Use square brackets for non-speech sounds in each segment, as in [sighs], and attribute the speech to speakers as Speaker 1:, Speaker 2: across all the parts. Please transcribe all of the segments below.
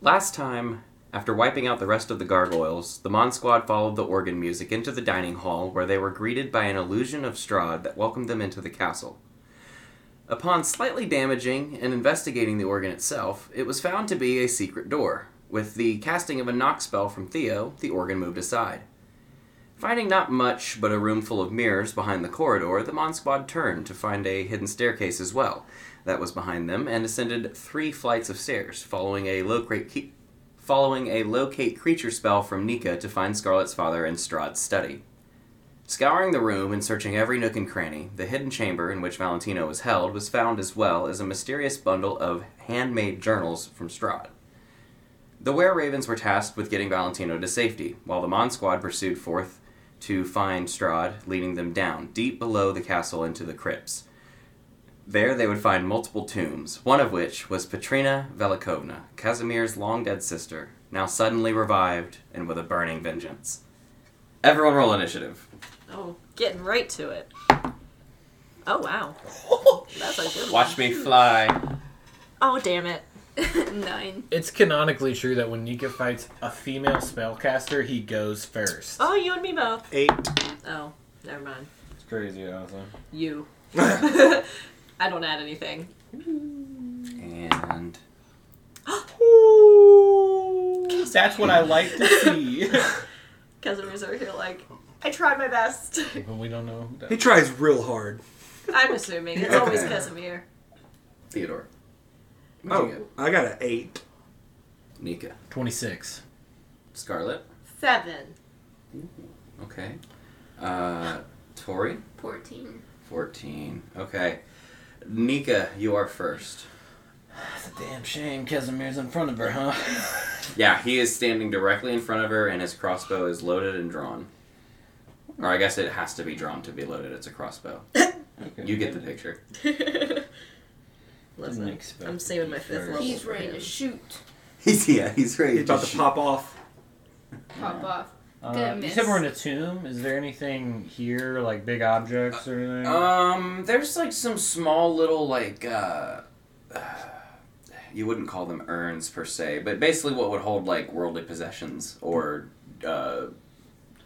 Speaker 1: Last time, after wiping out the rest of the gargoyles, the Mon Squad followed the organ music into the dining hall, where they were greeted by an illusion of Strahd that welcomed them into the castle. Upon slightly damaging and investigating the organ itself, it was found to be a secret door. With the casting of a knock spell from Theo, the organ moved aside. Finding not much but a room full of mirrors behind the corridor, the Mon Squad turned to find a hidden staircase as well that was behind them and ascended three flights of stairs, following a locate key- following a locate creature spell from Nika to find Scarlet's father in Strahd's study. Scouring the room and searching every nook and cranny, the hidden chamber in which Valentino was held was found as well as a mysterious bundle of handmade journals from Strahd. The Were Ravens were tasked with getting Valentino to safety, while the Mon Squad pursued forth to find Strahd, leading them down, deep below the castle into the crypts. There they would find multiple tombs, one of which was Petrina Velikovna, Casimir's long dead sister, now suddenly revived and with a burning vengeance. Everyone roll initiative.
Speaker 2: Oh, getting right to it. Oh [laughs] wow, that's a good one.
Speaker 1: Watch me fly.
Speaker 2: Oh damn [laughs] it!
Speaker 3: Nine.
Speaker 4: It's canonically true that when Nika fights a female spellcaster, he goes first.
Speaker 2: Oh, you and me both.
Speaker 5: Eight.
Speaker 2: Oh, never mind.
Speaker 4: It's crazy, awesome.
Speaker 1: [laughs]
Speaker 2: You. I don't add anything.
Speaker 1: [gasps] And
Speaker 5: That's what I like to
Speaker 4: [laughs]
Speaker 5: see.
Speaker 2: Casimir's over here like, I tried my [laughs] best.
Speaker 4: But we don't know who
Speaker 5: [laughs] he
Speaker 4: does.
Speaker 5: tries real hard.
Speaker 2: I'm assuming it's always
Speaker 1: Okay.
Speaker 2: Casimir.
Speaker 1: Theodore. What'd
Speaker 5: Oh,
Speaker 1: you get?
Speaker 5: I got an eight.
Speaker 1: Nika.
Speaker 4: 26.
Speaker 1: Scarlet.
Speaker 2: [laughs] Seven.
Speaker 1: Okay. Uh, Tori.
Speaker 3: 14.
Speaker 1: 14. Okay. Nika, you are first.
Speaker 4: That's a damn shame Casimir's in front of her, huh? [laughs]
Speaker 1: Yeah, he is standing directly in front of her, and his crossbow is loaded and drawn. Or I guess it has to be drawn to be loaded. It's a crossbow. You get the picture.
Speaker 2: Listen, I'm saving my fifth level.
Speaker 3: He's
Speaker 2: for
Speaker 3: ready to
Speaker 2: him.
Speaker 3: shoot.
Speaker 1: [laughs] He's yeah, he's ready.
Speaker 5: He's about to pop off.
Speaker 3: Pop off.
Speaker 4: Uh,
Speaker 3: Good
Speaker 4: you said
Speaker 3: miss.
Speaker 4: we're in a tomb. Is there anything here, like big objects or anything?
Speaker 1: Um, there's like some small little like uh, [sighs] you wouldn't call them urns per se, but basically what would hold like worldly possessions or uh,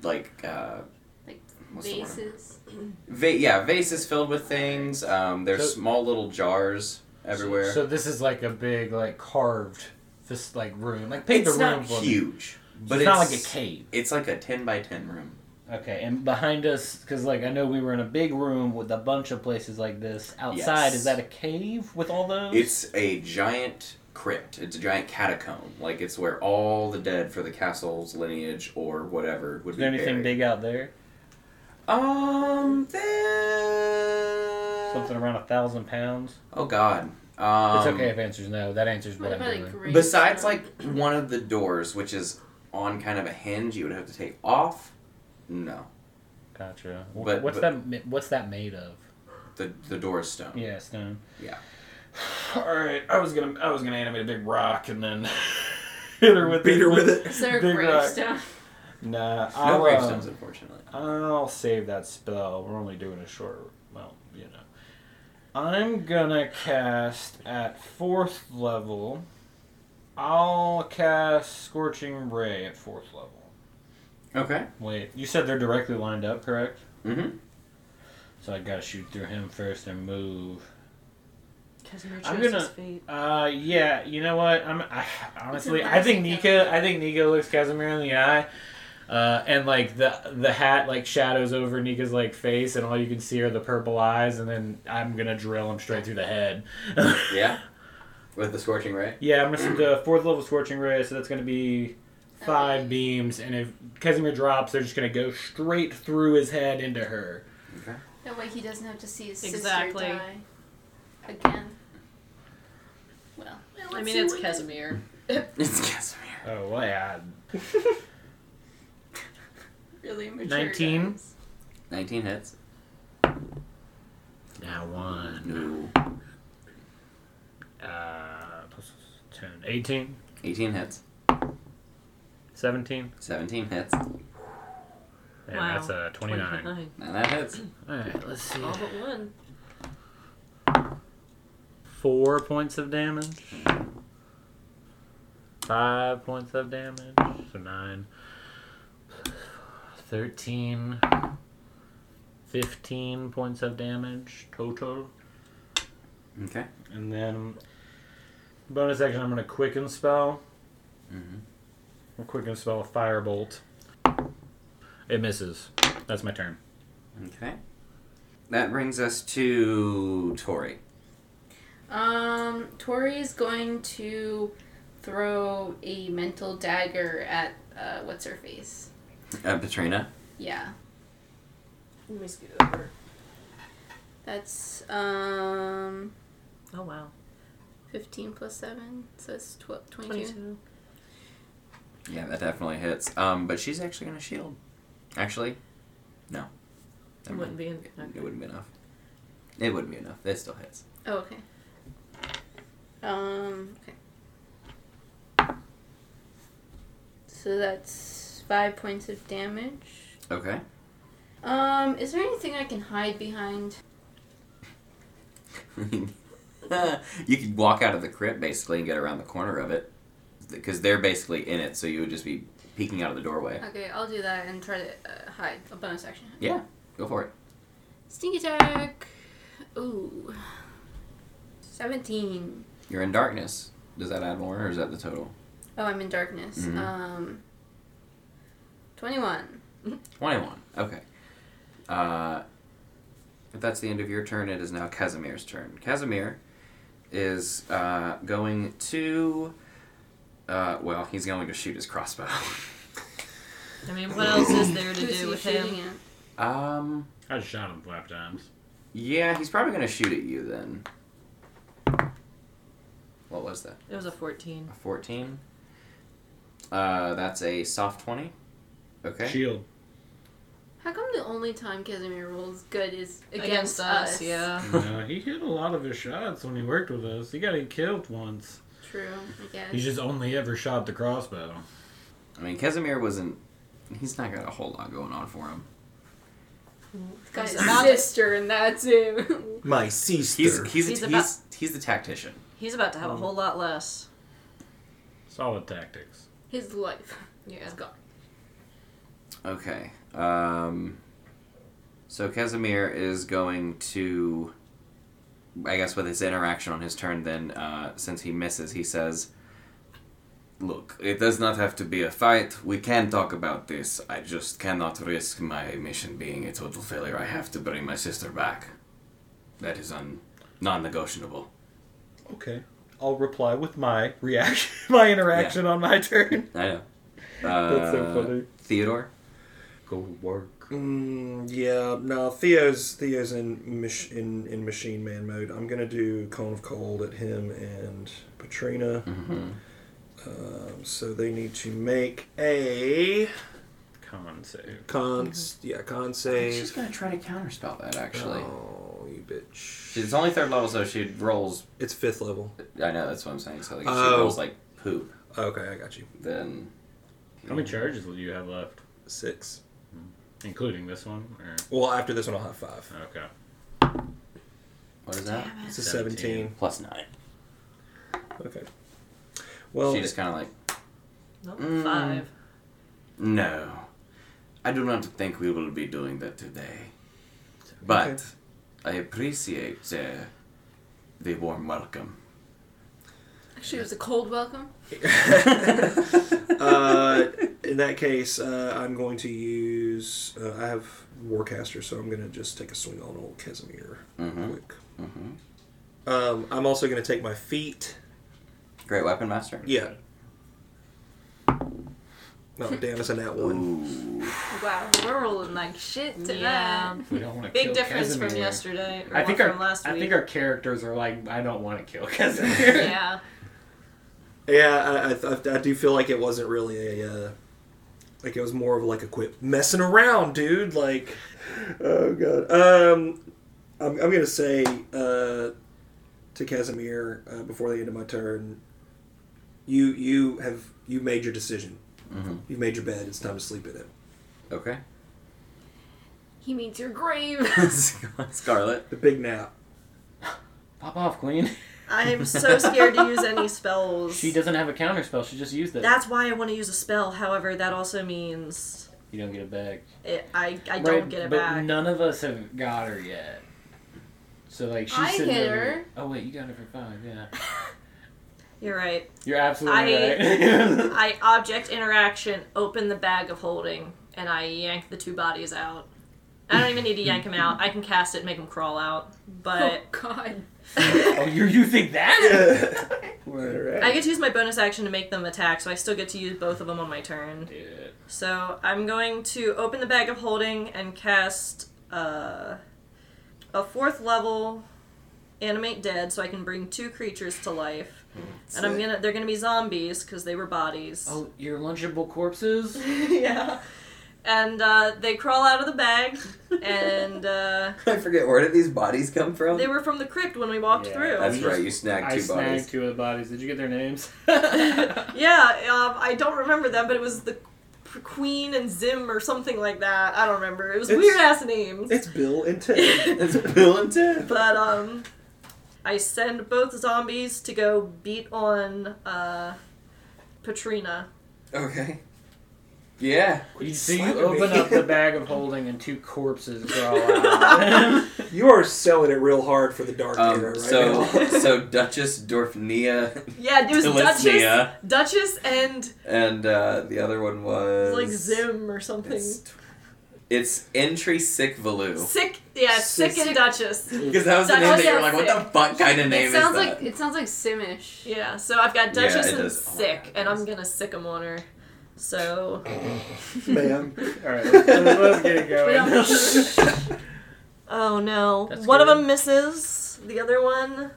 Speaker 1: like uh,
Speaker 3: Like
Speaker 1: what's the word?
Speaker 3: vases.
Speaker 1: Va- yeah, vases filled with things. Um, there's
Speaker 4: So-
Speaker 1: small little jars everywhere.
Speaker 4: So this is like a big, like carved, this like room. Like paint
Speaker 1: it's
Speaker 4: the room
Speaker 1: not
Speaker 4: for me.
Speaker 1: huge, but
Speaker 4: it's not like a cave.
Speaker 1: It's like a ten by ten room.
Speaker 4: Okay, and behind us, because like I know we were in a big room with a bunch of places like this outside.
Speaker 1: Yes.
Speaker 4: Is that a cave with all those?
Speaker 1: It's a giant crypt. It's a giant catacomb. Like it's where all the dead for the castle's lineage or whatever would
Speaker 4: Is
Speaker 1: be
Speaker 4: there
Speaker 1: buried.
Speaker 4: anything big out there?
Speaker 1: Um, there.
Speaker 4: Something around a thousand pounds.
Speaker 1: Oh God. Um,
Speaker 4: it's okay if answers no. That answers what,
Speaker 3: What about
Speaker 4: I'm
Speaker 3: a
Speaker 4: doing.
Speaker 3: grave?
Speaker 1: Besides,
Speaker 3: stone?
Speaker 1: like one of the doors, which is on kind of a hinge, you would have to take off. No,
Speaker 4: Gotcha. Wh-
Speaker 1: But-
Speaker 4: what's
Speaker 1: but-
Speaker 4: that? ma- What's that made of?
Speaker 1: the the door is stone.
Speaker 4: Yeah, stone. [sighs]
Speaker 1: Yeah.
Speaker 4: All right, I was gonna I was gonna animate a big rock and then [laughs] hit her with
Speaker 5: Beat her with it.
Speaker 3: Is there a
Speaker 4: Big rock.
Speaker 3: gravestone?
Speaker 4: Nah,
Speaker 1: No
Speaker 4: I'll,
Speaker 1: gravestones,
Speaker 4: um,
Speaker 1: unfortunately.
Speaker 4: I'll save that spell. We're only doing a short. Well, you know. I'm gonna cast at fourth level. I'll cast Scorching Ray at fourth level.
Speaker 1: Okay.
Speaker 4: Wait, you said they're directly lined up, correct?
Speaker 1: Mm-hmm.
Speaker 4: So I gotta shoot through him first and move.
Speaker 2: Casimir chose
Speaker 4: I'm
Speaker 2: his
Speaker 4: gonna-
Speaker 2: feet.
Speaker 4: Uh, yeah. You know what? I'm [sighs] I, honestly, I
Speaker 3: embarrassing,
Speaker 4: think Nika, I think Nika looks Casimir in the eye, uh, and like the the hat like shadows over Nika's like face, and all you can see are the purple eyes, and then I'm gonna drill him straight through the head. [laughs]
Speaker 1: Yeah. With the scorching ray.
Speaker 4: yeah, I'm gonna the fourth level scorching ray, so that's gonna be five beams, and if Casimir drops, they're just gonna go straight through his head into her.
Speaker 1: Okay.
Speaker 3: That way he doesn't have to see his
Speaker 2: Exactly.
Speaker 3: sister die again. Well,
Speaker 2: I mean, it's Casimir.
Speaker 1: It's Casimir.
Speaker 4: Oh, well, yeah.
Speaker 3: really mature.
Speaker 4: 19?
Speaker 3: guys.
Speaker 1: Nineteen hits.
Speaker 4: Now one.
Speaker 1: No.
Speaker 4: Uh, plus 10, 18,
Speaker 1: Eighteen hits.
Speaker 4: 17.
Speaker 1: Seventeen hits.
Speaker 4: And
Speaker 2: Wow.
Speaker 4: that's
Speaker 6: uh,
Speaker 4: a 29.
Speaker 1: And that hits.
Speaker 4: Alright, let's see.
Speaker 2: All but one.
Speaker 4: Four points of damage.
Speaker 6: five points of damage. So nine. 13. 15 points of damage total.
Speaker 1: Okay.
Speaker 7: And then bonus action, I'm gonna quicken spell.
Speaker 1: Mhm.
Speaker 7: Or quicken spell a firebolt.
Speaker 6: It misses. That's my turn.
Speaker 1: Okay. That brings us to Tori.
Speaker 3: Um, Tori's going to throw a mental dagger at uh, what's her face?
Speaker 1: Uh, Petrina.
Speaker 3: Yeah,
Speaker 2: Let me scoot over.
Speaker 3: that's um
Speaker 2: Oh wow.
Speaker 3: fifteen plus seven, so it's tw- 22.
Speaker 2: Twenty-two.
Speaker 1: Yeah, that definitely hits. Um, but she's actually gonna shield. Actually, no.
Speaker 2: It
Speaker 1: Never
Speaker 2: wouldn't be in.
Speaker 1: mind. It wouldn't be enough. It wouldn't be enough. It still hits.
Speaker 3: Oh, okay. Um, okay. So that's five points of damage.
Speaker 1: Okay.
Speaker 3: Um, is there anything I can hide behind?
Speaker 1: [laughs] you could walk out of the crypt basically and get around the corner of it, because they're basically in it. So you would just be peeking out of the doorway.
Speaker 3: Okay, I'll do that and try to uh, hide a bonus action.
Speaker 1: Yeah. Go for it.
Speaker 3: Sneak attack. Ooh. 17.
Speaker 1: You're in darkness. Does that add more, or is that the total?
Speaker 3: Oh, I'm in darkness.
Speaker 1: Mhm.
Speaker 3: Um 21.
Speaker 1: 21. Okay. Uh, if that's the end of your turn, it is now Casimir's turn. Casimir is uh, going to. Uh, well, he's going to shoot his crossbow. [laughs]
Speaker 2: I mean, what else is there to
Speaker 3: Who's
Speaker 2: do
Speaker 3: he
Speaker 2: with him?
Speaker 3: shooting at?
Speaker 1: um,
Speaker 6: I shot him five times.
Speaker 1: yeah, he's probably going to shoot at you then. What was that?
Speaker 2: It was a fourteen.
Speaker 1: A 14? Uh, that's a soft 20. Okay.
Speaker 7: Shield.
Speaker 3: How come the only time Casimir rolls good is against,
Speaker 2: Against us, yeah.
Speaker 7: no, he hit a lot of his shots when he worked with us. He got killed once.
Speaker 3: True, I guess.
Speaker 7: He just only ever shot the crossbow.
Speaker 1: I mean, Casimir wasn't. He's not got a whole lot going on for him.
Speaker 3: Got
Speaker 2: He's
Speaker 3: his
Speaker 2: about-
Speaker 3: sister, and that's him.
Speaker 5: My sister.
Speaker 1: He's he's
Speaker 2: He's
Speaker 1: he's,
Speaker 2: about-
Speaker 1: he's, he's the tactician.
Speaker 2: He's about to
Speaker 6: Mm.
Speaker 2: have a whole lot less.
Speaker 6: Solid tactics.
Speaker 3: [laughs] his life
Speaker 2: Yeah.
Speaker 3: is gone.
Speaker 1: Okay. Um, so Casimir is going to, I guess, with his interaction on his turn, then uh, since he misses, he says, "Look, it does not have to be a fight. We can talk about this. I just cannot risk my mission being a total failure. I have to bring my sister back. That is un- non-negotiable."
Speaker 7: Okay. I'll reply with my reaction, [laughs] my interaction on my turn.
Speaker 6: [laughs]
Speaker 1: I know.
Speaker 7: That's so
Speaker 1: Uh,
Speaker 7: funny.
Speaker 1: Theodore.
Speaker 6: Go work.
Speaker 5: Mm, yeah, no. Theo's Theo's in, mach- in in machine man mode. I'm gonna do cone of cold at him and Patrina.
Speaker 1: Mm-hmm.
Speaker 5: Um, so they need to make a
Speaker 7: Con save.
Speaker 5: con. Yeah, con
Speaker 1: Mm-hmm. Oh, She's
Speaker 5: save.
Speaker 1: gonna try to counterspell that actually.
Speaker 5: Oh, you bitch!
Speaker 1: She's only third level, so she rolls.
Speaker 5: It's fifth level.
Speaker 1: I know that's what I'm saying. So like, if she
Speaker 5: Oh.
Speaker 1: rolls like poop,
Speaker 5: Okay, I got you.
Speaker 1: then
Speaker 6: How many charges do you have left?
Speaker 5: Six.
Speaker 6: Including this one? Or...
Speaker 5: Well, after this one, I'll have five.
Speaker 6: Okay.
Speaker 1: what is that?
Speaker 5: It's a
Speaker 6: Seventeen.
Speaker 5: seventeen.
Speaker 1: Plus nine.
Speaker 5: Okay. Well,
Speaker 1: she just kind of like,
Speaker 2: Nope.
Speaker 1: Mm.
Speaker 2: Five.
Speaker 1: no, I do not think we will be doing that today. But
Speaker 5: Okay.
Speaker 1: I appreciate the the warm [laughs] welcome.
Speaker 3: Actually, it was a cold welcome.
Speaker 5: uh, in that case, uh, I'm going to use. Uh, I have Warcaster, so I'm going to just take a swing on old Casimir
Speaker 1: Mhm.
Speaker 5: quick.
Speaker 1: hmm
Speaker 5: Um, I'm also going to take my feet.
Speaker 1: Great weapon master.
Speaker 5: Yeah. No, damn, it's a nat one.
Speaker 1: Ooh.
Speaker 2: Wow, we're rolling like shit tonight.
Speaker 3: Yeah.
Speaker 6: We don't want to
Speaker 2: Big difference from yesterday. Or
Speaker 6: I think
Speaker 2: from
Speaker 6: our
Speaker 2: last
Speaker 6: I
Speaker 2: week.
Speaker 6: think our characters are like I don't want to kill Casimir.
Speaker 2: [laughs] yeah.
Speaker 5: Yeah, I, I, I do feel like it wasn't really a. Uh, like it was more of like a quip messing around, dude. Like, oh god. Um, I'm, I'm gonna say uh, to Casimir uh, before the end of my turn. You you have you made your decision.
Speaker 1: hmm
Speaker 5: You made your bed. It's time to sleep in it.
Speaker 1: [laughs] Okay.
Speaker 3: He means [laughs] your grave.
Speaker 1: Scarlet.
Speaker 5: The big nap.
Speaker 6: Pop off, Queen.
Speaker 2: I'm
Speaker 6: [laughs]
Speaker 2: so scared to use any spells.
Speaker 4: She doesn't have a counter spell. She just used it.
Speaker 2: That's why I want to use a spell. However, that also means
Speaker 4: you don't get it back.
Speaker 2: it, I I
Speaker 4: Right,
Speaker 2: don't get it
Speaker 4: but
Speaker 2: back.
Speaker 4: none of us have got her yet. So like she's
Speaker 3: I
Speaker 4: sitting
Speaker 3: hit
Speaker 4: over-
Speaker 3: her.
Speaker 4: Oh wait, you got her for five. Yeah,
Speaker 2: You're right.
Speaker 4: you're absolutely
Speaker 2: I- [laughs]
Speaker 4: right.
Speaker 2: I object interaction, open the bag of holding, and I yank the two bodies out. I don't even need to yank them out. I can cast it, and make them crawl out. But
Speaker 3: oh God.
Speaker 4: oh, you you think that?
Speaker 5: Yeah.
Speaker 6: [laughs]
Speaker 5: Alright.
Speaker 2: I get to use my bonus action to make them attack, so I still get to use both of them on my turn.
Speaker 4: Dude.
Speaker 2: So I'm going to open the bag of holding and cast uh, a fourth level animate dead, so I can bring two creatures to life. And I'm gonna they're gonna be zombies because they were bodies.
Speaker 4: Oh, your lunchable corpses.
Speaker 2: [laughs] yeah. And uh, they crawl out of the bag,
Speaker 1: [laughs]
Speaker 2: and uh,
Speaker 1: I forget where did these bodies come from?
Speaker 2: they were from the crypt when we walked
Speaker 6: Yeah,
Speaker 2: through.
Speaker 1: That's right. You snagged
Speaker 6: I
Speaker 1: two
Speaker 6: snagged
Speaker 1: bodies.
Speaker 6: two of the bodies. Did you get their names? [laughs]
Speaker 2: yeah, um, I don't remember them, but it was the P- Queen and Zim or something like that. I don't remember. It was
Speaker 5: It's-
Speaker 2: weird ass names.
Speaker 5: It's Bill and Ted.
Speaker 1: That's Bill and Ted.
Speaker 2: But um, I send both zombies to go beat on uh, Patrina.
Speaker 1: Okay. Yeah.
Speaker 6: You, so you
Speaker 5: slapping me.
Speaker 6: open up the bag of holding and two corpses crawl
Speaker 2: [laughs]
Speaker 6: out.
Speaker 5: You are selling it real hard for the dark era
Speaker 1: Um,
Speaker 5: right
Speaker 1: so
Speaker 2: [laughs]
Speaker 5: now.
Speaker 1: so Duchess Dorfnia
Speaker 2: Yeah, it was Duchess,
Speaker 1: Talisnia,
Speaker 2: Duchess, and
Speaker 1: and uh, the other one was
Speaker 2: like Zim or something.
Speaker 1: It's, tw- it's entry sick Valoo.
Speaker 2: Sick, yeah, sick and
Speaker 3: Sick.
Speaker 2: Duchess.
Speaker 1: Because that was the name that you were like, what the fuck kind of name
Speaker 3: it
Speaker 1: is
Speaker 3: sounds
Speaker 1: uh,
Speaker 3: like
Speaker 1: that?
Speaker 3: it sounds like Simish.
Speaker 2: Yeah, so I've got
Speaker 1: Yeah,
Speaker 2: Duchess
Speaker 1: it
Speaker 2: and
Speaker 1: does. Oh my
Speaker 2: Sick,
Speaker 1: God,
Speaker 2: and
Speaker 1: it
Speaker 2: I'm
Speaker 1: does.
Speaker 2: gonna sick 'em on her. So
Speaker 5: [laughs] Ma'am.
Speaker 6: All right, let's, let's get it going.
Speaker 2: Oh no.
Speaker 6: That's
Speaker 2: one
Speaker 6: good.
Speaker 2: of them misses. The other one,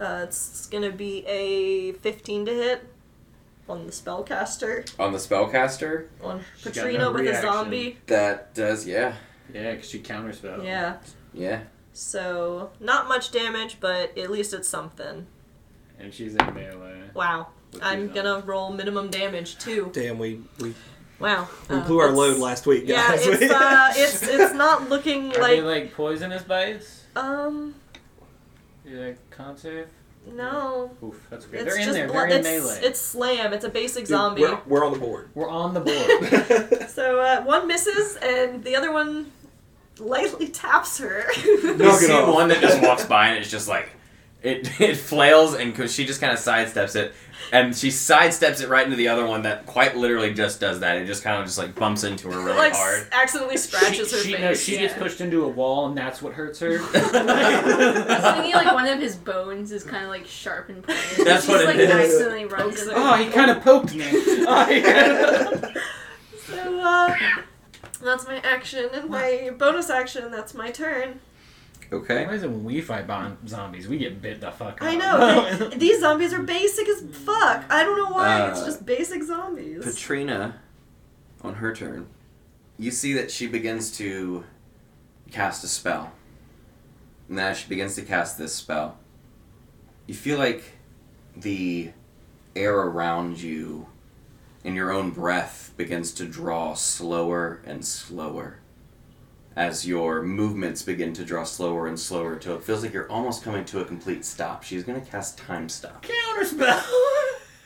Speaker 2: uh, it's gonna be a 15 to hit on the spellcaster.
Speaker 1: On the spellcaster,
Speaker 2: On
Speaker 6: She got
Speaker 2: Katrina
Speaker 6: no
Speaker 2: with
Speaker 6: reaction.
Speaker 2: a zombie.
Speaker 1: that does, yeah.
Speaker 6: [laughs] yeah, because she counterspelled.
Speaker 2: Yeah.
Speaker 1: Yeah.
Speaker 2: So not much damage, but at least it's something.
Speaker 6: And she's in melee.
Speaker 2: Wow.
Speaker 6: with two
Speaker 2: I'm
Speaker 6: zombies.
Speaker 2: gonna roll minimum damage too.
Speaker 5: Damn, we we,
Speaker 1: [laughs]
Speaker 2: Wow.
Speaker 5: we
Speaker 2: Uh,
Speaker 5: blew our
Speaker 2: it's-
Speaker 5: load last week,
Speaker 2: Yeah,
Speaker 5: guys.
Speaker 2: it's uh, it's it's not looking
Speaker 6: Are they
Speaker 2: like
Speaker 6: like poisonous bites?
Speaker 2: um
Speaker 6: You like con save?
Speaker 2: no.
Speaker 6: Oof, that's okay.
Speaker 2: It's
Speaker 6: They're in
Speaker 2: just
Speaker 6: there.
Speaker 2: blo-
Speaker 6: They're in
Speaker 2: it's,
Speaker 6: melee.
Speaker 2: It's slam. It's a basic
Speaker 5: Dude,
Speaker 2: zombie.
Speaker 5: We're, we're on the
Speaker 2: [laughs]
Speaker 5: board. [laughs]
Speaker 6: We're on the board.
Speaker 2: So uh, one misses, and the other one lightly [laughs]
Speaker 6: [laughs]
Speaker 2: taps her.
Speaker 1: You
Speaker 5: Knock it
Speaker 1: see
Speaker 5: off.
Speaker 1: one that just walks by and it's just like it [laughs] it flails and 'cause she just kind of sidesteps it and she sidesteps it right into the other one that quite literally just does that. It just kind of just like bumps into her really
Speaker 2: like s-
Speaker 1: hard.
Speaker 2: accidentally scratches
Speaker 6: she,
Speaker 2: her
Speaker 6: she,
Speaker 2: face.
Speaker 6: No, she
Speaker 2: yeah.
Speaker 6: gets pushed into a wall, and that's what hurts
Speaker 2: [laughs]
Speaker 6: her. [laughs]
Speaker 3: I was thinking like one of his bones is kind of like sharp and
Speaker 1: [laughs]
Speaker 3: pointed.
Speaker 1: That's
Speaker 3: She's,
Speaker 1: what it
Speaker 3: like,
Speaker 1: is.
Speaker 3: Accidentally runs into
Speaker 6: oh, he kind of poked
Speaker 2: [laughs]
Speaker 6: me. Oh, he [laughs] kinda-
Speaker 2: So uh, that's my action and my bonus action. That's my turn.
Speaker 1: Okay.
Speaker 6: Why is it when we fight bon- zombies, we get bit the fuck
Speaker 2: I
Speaker 6: up? [laughs]
Speaker 2: know they- these zombies are basic as fuck. I don't know why. it's
Speaker 1: Uh,
Speaker 2: just basic zombies.
Speaker 1: Katrina, on her turn, you see that she begins to cast a spell. And as she begins to cast this spell, you feel like the air around you and your own breath begins to draw slower and slower as your movements begin to draw slower and slower till it feels like you're almost coming to a complete stop. She's going to cast time stop.
Speaker 6: Counter
Speaker 2: [laughs]
Speaker 6: spell.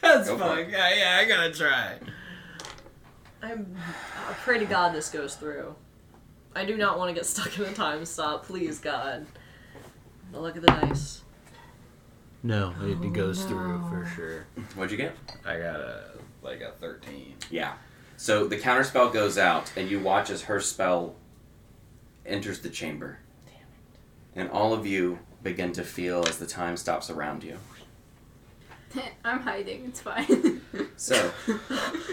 Speaker 6: that's
Speaker 1: Go for
Speaker 6: fun.
Speaker 1: it.
Speaker 6: Yeah, yeah, I gotta try.
Speaker 2: I'm, I pray to God this goes through. I do not want to get stuck in a time stop. Please, God. Now look at the dice.
Speaker 4: No, it goes
Speaker 6: Oh,
Speaker 4: through for sure.
Speaker 1: What'd you get?
Speaker 6: I got a like a thirteen.
Speaker 1: Yeah. So the counter spell goes out, and you watch as her spell enters the chamber. Damn it. And all of you begin to feel as the time stops around you.
Speaker 3: it. [laughs] I'm hiding. It's fine.
Speaker 1: So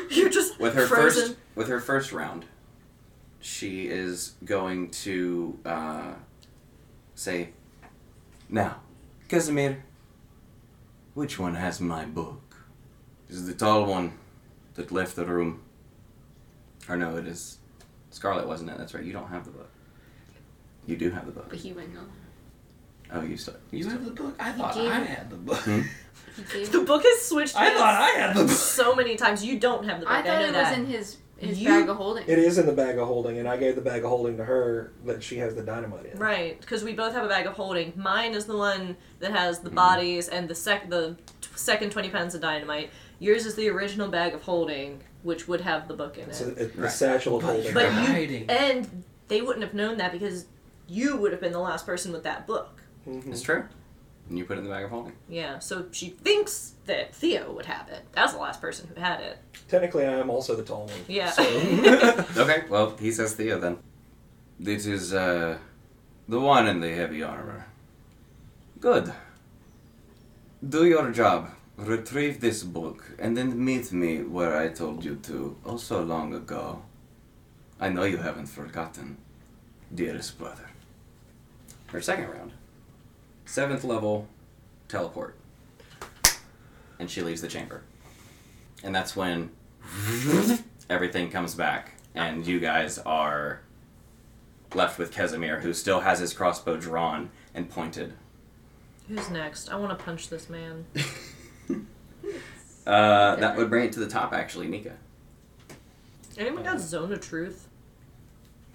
Speaker 2: You're just
Speaker 1: with her
Speaker 2: frozen.
Speaker 1: first with her first round, she is going to uh, say, "Now, Casimir, which one has my book? Is the tall one that left the room? Or no, it is Scarlet, wasn't it? That's right. You don't have the book. You do have the book.
Speaker 3: but he went on.
Speaker 1: Oh, you still you still
Speaker 6: the book? I
Speaker 3: thought I
Speaker 6: had the book.
Speaker 1: Hmm?
Speaker 3: He
Speaker 1: [laughs]
Speaker 3: gave.
Speaker 2: The book has switched. hands
Speaker 6: I had the
Speaker 2: so many times. You don't have the book.
Speaker 3: I
Speaker 2: I,
Speaker 3: thought
Speaker 2: know
Speaker 3: it was
Speaker 2: that.
Speaker 3: in his His
Speaker 2: You-
Speaker 3: bag of holding.
Speaker 5: It is in the bag of holding, and I gave the bag of holding to her that she has the dynamite in.
Speaker 2: Right, because we both have a bag of holding. Mine is the one that has the bodies and the sec the t- second twenty pounds of dynamite. Yours is the original bag of holding, which would have the book in it.
Speaker 5: So it, the satchel of holding.
Speaker 2: But you-
Speaker 4: hiding.
Speaker 2: and they wouldn't have known that because you would have been the last person with that book.
Speaker 5: Mhm.
Speaker 1: It's true. And you put it in the bag of holding.
Speaker 2: Yeah, so she thinks that Theo would have it. That was the last person who had it.
Speaker 5: Technically, I am also the tall one.
Speaker 2: [laughs] Yeah.
Speaker 5: So.
Speaker 1: [laughs] Okay, well, he says Theo then. This is uh, the one in the heavy armor. Good. Do your job. Retrieve this book and then meet me where I told you to, oh so long ago. I know you haven't forgotten, dearest brother. Her second round. Seventh level, teleport. And she leaves the chamber. And that's when everything comes back, and you guys are left with Casimir, who still has his crossbow drawn and pointed.
Speaker 2: Who's next? I want to punch this man.
Speaker 1: Uh, that would bring it to the top, actually, Nika.
Speaker 2: Anyone
Speaker 5: Uh,
Speaker 2: got Zone of Truth?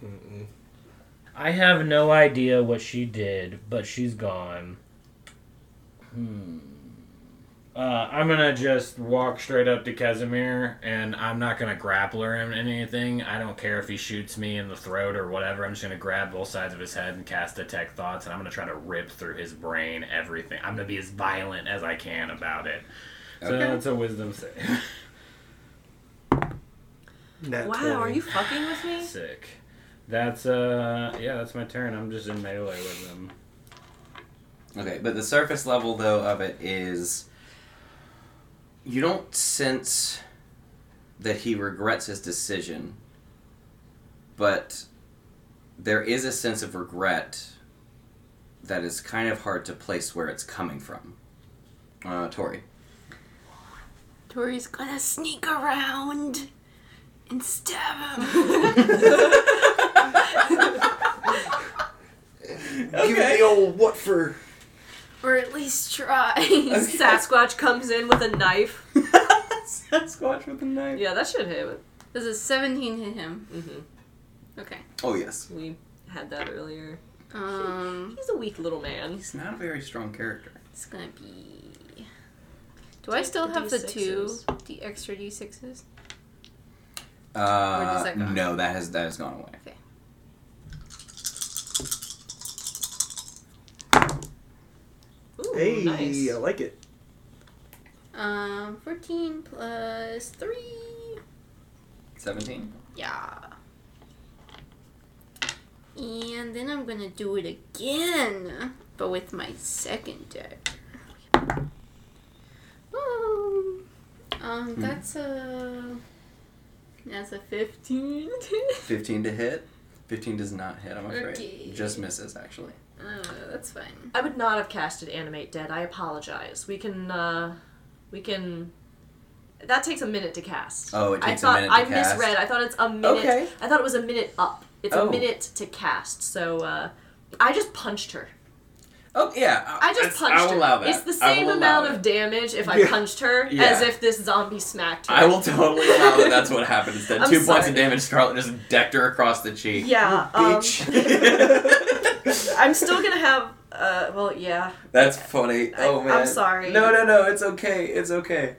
Speaker 5: Mm-mm.
Speaker 6: I have no idea what she did, but she's gone. Hmm.
Speaker 7: Uh, I'm gonna just walk straight up to Casimir, and I'm not gonna grapple or him anything. I don't care if he shoots me in the throat or whatever. I'm just gonna grab both sides of his head and cast detect thoughts, and I'm gonna try to rip through his brain everything. I'm gonna be as violent as I can about it. So
Speaker 1: Okay.
Speaker 7: it's a wisdom save.
Speaker 5: Nat
Speaker 2: wow,
Speaker 5: 20.
Speaker 2: are you fucking with
Speaker 5: [laughs]
Speaker 2: me?
Speaker 7: [laughs] Sick. That's uh, yeah, that's my turn. I'm just in melee with him.
Speaker 1: Okay, but the surface level, though, of it is. You don't sense that he regrets his decision, but there is a sense of regret that is kind of hard to place where it's coming from. Uh, Tori.
Speaker 3: Tori's gonna sneak around and stab
Speaker 2: [laughs]
Speaker 3: him.
Speaker 5: Give it the old what for?
Speaker 3: or at least try. [laughs]
Speaker 2: Sasquatch comes in with a knife.
Speaker 1: Sasquatch with a knife.
Speaker 2: Yeah, that should hit. it.
Speaker 3: Does a 17 hit him?
Speaker 2: Mhm.
Speaker 3: Okay.
Speaker 1: Oh yes.
Speaker 2: We had that earlier.
Speaker 3: Um,
Speaker 2: Mm-hmm. He's a weak little man.
Speaker 1: He's not a very strong character.
Speaker 3: it's gonna be. Do I
Speaker 2: Take
Speaker 3: still
Speaker 2: the
Speaker 3: have the two
Speaker 2: D6s.
Speaker 3: the extra d6s?
Speaker 1: Uh,
Speaker 3: does that go?
Speaker 1: no, that has that has gone away.
Speaker 2: Ooh,
Speaker 5: Hey,
Speaker 2: nice.
Speaker 5: I like it.
Speaker 3: Um, 14 plus three.
Speaker 1: Seventeen.
Speaker 3: Yeah. And then I'm gonna do it again, but with my second deck. Woo. Um, that's a that's a fifteen. [laughs]
Speaker 1: Fifteen to hit. Fifteen does not hit. I'm afraid.
Speaker 3: Okay.
Speaker 1: Just misses actually.
Speaker 3: uh, that's fine.
Speaker 2: I would not have casted Animate Dead. I apologize. We can, uh, we can. That takes a minute to cast.
Speaker 1: Oh, it
Speaker 2: I
Speaker 1: takes a
Speaker 2: thought
Speaker 1: minute to
Speaker 2: I
Speaker 1: cast.
Speaker 2: misread. I thought it's a minute.
Speaker 1: Okay.
Speaker 2: I thought it was a minute up. It's
Speaker 1: Oh.
Speaker 2: a minute to cast. So uh, I just punched her.
Speaker 1: Oh yeah.
Speaker 2: I just punched
Speaker 1: I will
Speaker 2: her.
Speaker 1: allow that.
Speaker 2: It's the
Speaker 1: I
Speaker 2: same
Speaker 1: will allow
Speaker 2: amount
Speaker 1: it.
Speaker 2: of damage if I
Speaker 5: Yeah.
Speaker 2: punched her
Speaker 1: Yeah.
Speaker 2: as if this zombie smacked her.
Speaker 1: I will totally allow that. That's what happened. Instead,
Speaker 2: I'm
Speaker 1: two points
Speaker 2: sorry.
Speaker 1: of damage. Scarlet just decked her across the cheek.
Speaker 2: Yeah.
Speaker 1: Oh,
Speaker 2: Um, [laughs]
Speaker 5: Bitch.
Speaker 2: I'm still gonna have. Uh, well, yeah.
Speaker 1: That's funny.
Speaker 2: I-
Speaker 1: oh
Speaker 2: I'm
Speaker 1: man.
Speaker 2: sorry.
Speaker 1: No, no, no. It's okay. It's okay.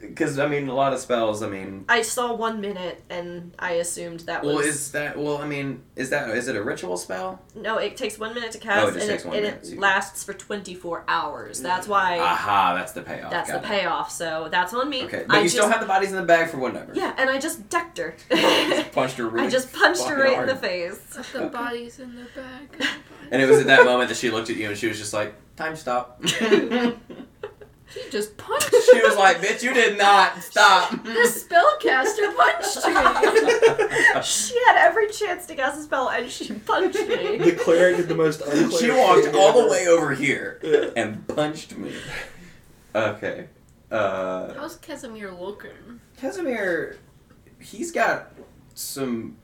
Speaker 1: Because I mean, a lot of spells. I mean,
Speaker 2: I saw one minute and I assumed that was.
Speaker 1: well, is that? Well, I mean, is that? Is it a ritual spell?
Speaker 2: No, it takes one minute to cast,
Speaker 1: Oh, just
Speaker 2: and,
Speaker 1: takes
Speaker 2: it,
Speaker 1: one
Speaker 2: and
Speaker 1: minute
Speaker 2: it
Speaker 1: to-
Speaker 2: lasts for 24 hours. That's why
Speaker 1: Aha, that's the payoff.
Speaker 2: that's
Speaker 1: Mm.
Speaker 2: the
Speaker 1: Ah, Got it.
Speaker 2: payoff. So that's on me.
Speaker 1: Okay, but
Speaker 2: I
Speaker 1: you
Speaker 2: just,
Speaker 1: still have the bodies in the bag for whatever.
Speaker 2: yeah, and I just
Speaker 1: [laughs]
Speaker 2: decked her.
Speaker 1: Punched her really
Speaker 2: [laughs] I just punched her
Speaker 1: fucking
Speaker 2: right
Speaker 1: hard.
Speaker 2: in the face.
Speaker 3: Put the
Speaker 1: [laughs]
Speaker 3: bodies in the bag. [laughs]
Speaker 1: And it was at that moment that she looked at you and she was just like, time
Speaker 2: [laughs]
Speaker 1: stop. she
Speaker 3: She just punched.
Speaker 1: was like, bitch, you did not stop.
Speaker 3: spellcaster punched me.
Speaker 2: [laughs] She had every chance to cast a spell, and she punched me.
Speaker 3: [laughs]
Speaker 5: The cleric did the most uncleric
Speaker 1: she walked
Speaker 5: thing
Speaker 1: all
Speaker 5: ever.
Speaker 1: the way over here
Speaker 5: Yeah.
Speaker 1: and punched me. Okay. Uh,
Speaker 3: [laughs] How's Casimir looking?
Speaker 1: Casimir, he's got some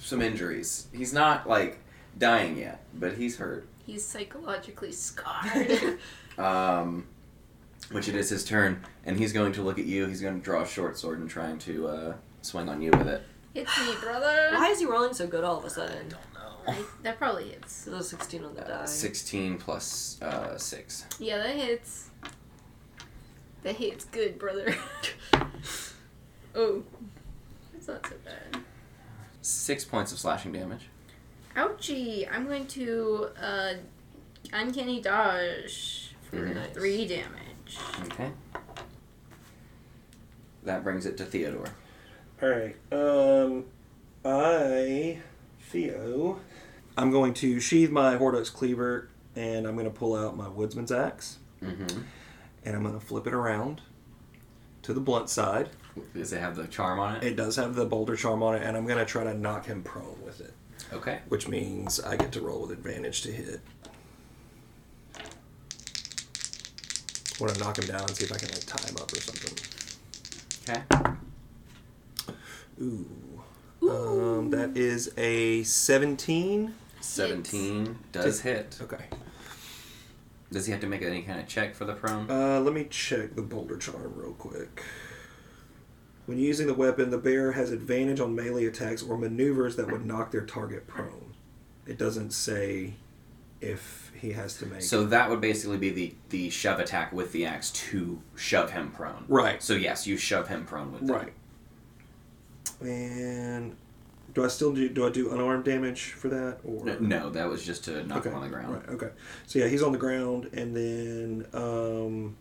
Speaker 1: some injuries. He's not like dying yet, but he's hurt.
Speaker 3: He's psychologically [laughs] scarred.
Speaker 1: um, which it is his turn, and he's going to look at you. He's going to draw a short sword and trying to uh, swing on you with it.
Speaker 3: Hits me, brother.
Speaker 2: Why is he rolling so good all of a sudden?
Speaker 3: Like, that probably hits.
Speaker 2: This is a 16 on the
Speaker 1: Uh,
Speaker 2: die.
Speaker 1: 16 plus uh, 6.
Speaker 3: Yeah, that hits. That hits good, brother. [laughs] oh, that's not so bad.
Speaker 1: Six points of slashing damage.
Speaker 3: Ouchie! I'm going to uh, uncanny dodge for
Speaker 1: Very
Speaker 2: nice.
Speaker 3: three damage.
Speaker 1: Okay. That brings it to Theodore.
Speaker 5: All right. Um, I, Theo, I'm going to sheathe my Hordex cleaver, and I'm going to pull out my woodsman's axe,
Speaker 1: Mm-hmm.
Speaker 5: and I'm going to flip it around to the blunt side.
Speaker 1: Does it have the charm on it?
Speaker 5: It does have the boulder charm on it, and I'm going to try to knock him prone with it,
Speaker 1: Okay.
Speaker 5: which means I get to roll with advantage to hit. Want to knock him down and see if I can like tie him up or something.
Speaker 1: Okay.
Speaker 5: Ooh. Um, that is a 17.
Speaker 1: 17 does hit.
Speaker 5: Okay.
Speaker 1: Does he have to make any kind of check for the prone?
Speaker 5: Uh, let me check the boulder charm real quick. When using the weapon, the bearer has advantage on melee attacks or maneuvers that would knock their target prone. It doesn't say if he has to make.
Speaker 1: So that would basically be the, the shove attack with the axe to shove him prone.
Speaker 5: Right.
Speaker 1: So yes, you shove him prone with that.
Speaker 5: Right. And do I still do? Do I do unarmed damage for that? Or
Speaker 1: No, no, that was just to knock
Speaker 5: Okay.
Speaker 1: him on the ground.
Speaker 5: Right. Okay. So yeah, he's on the ground, and then um,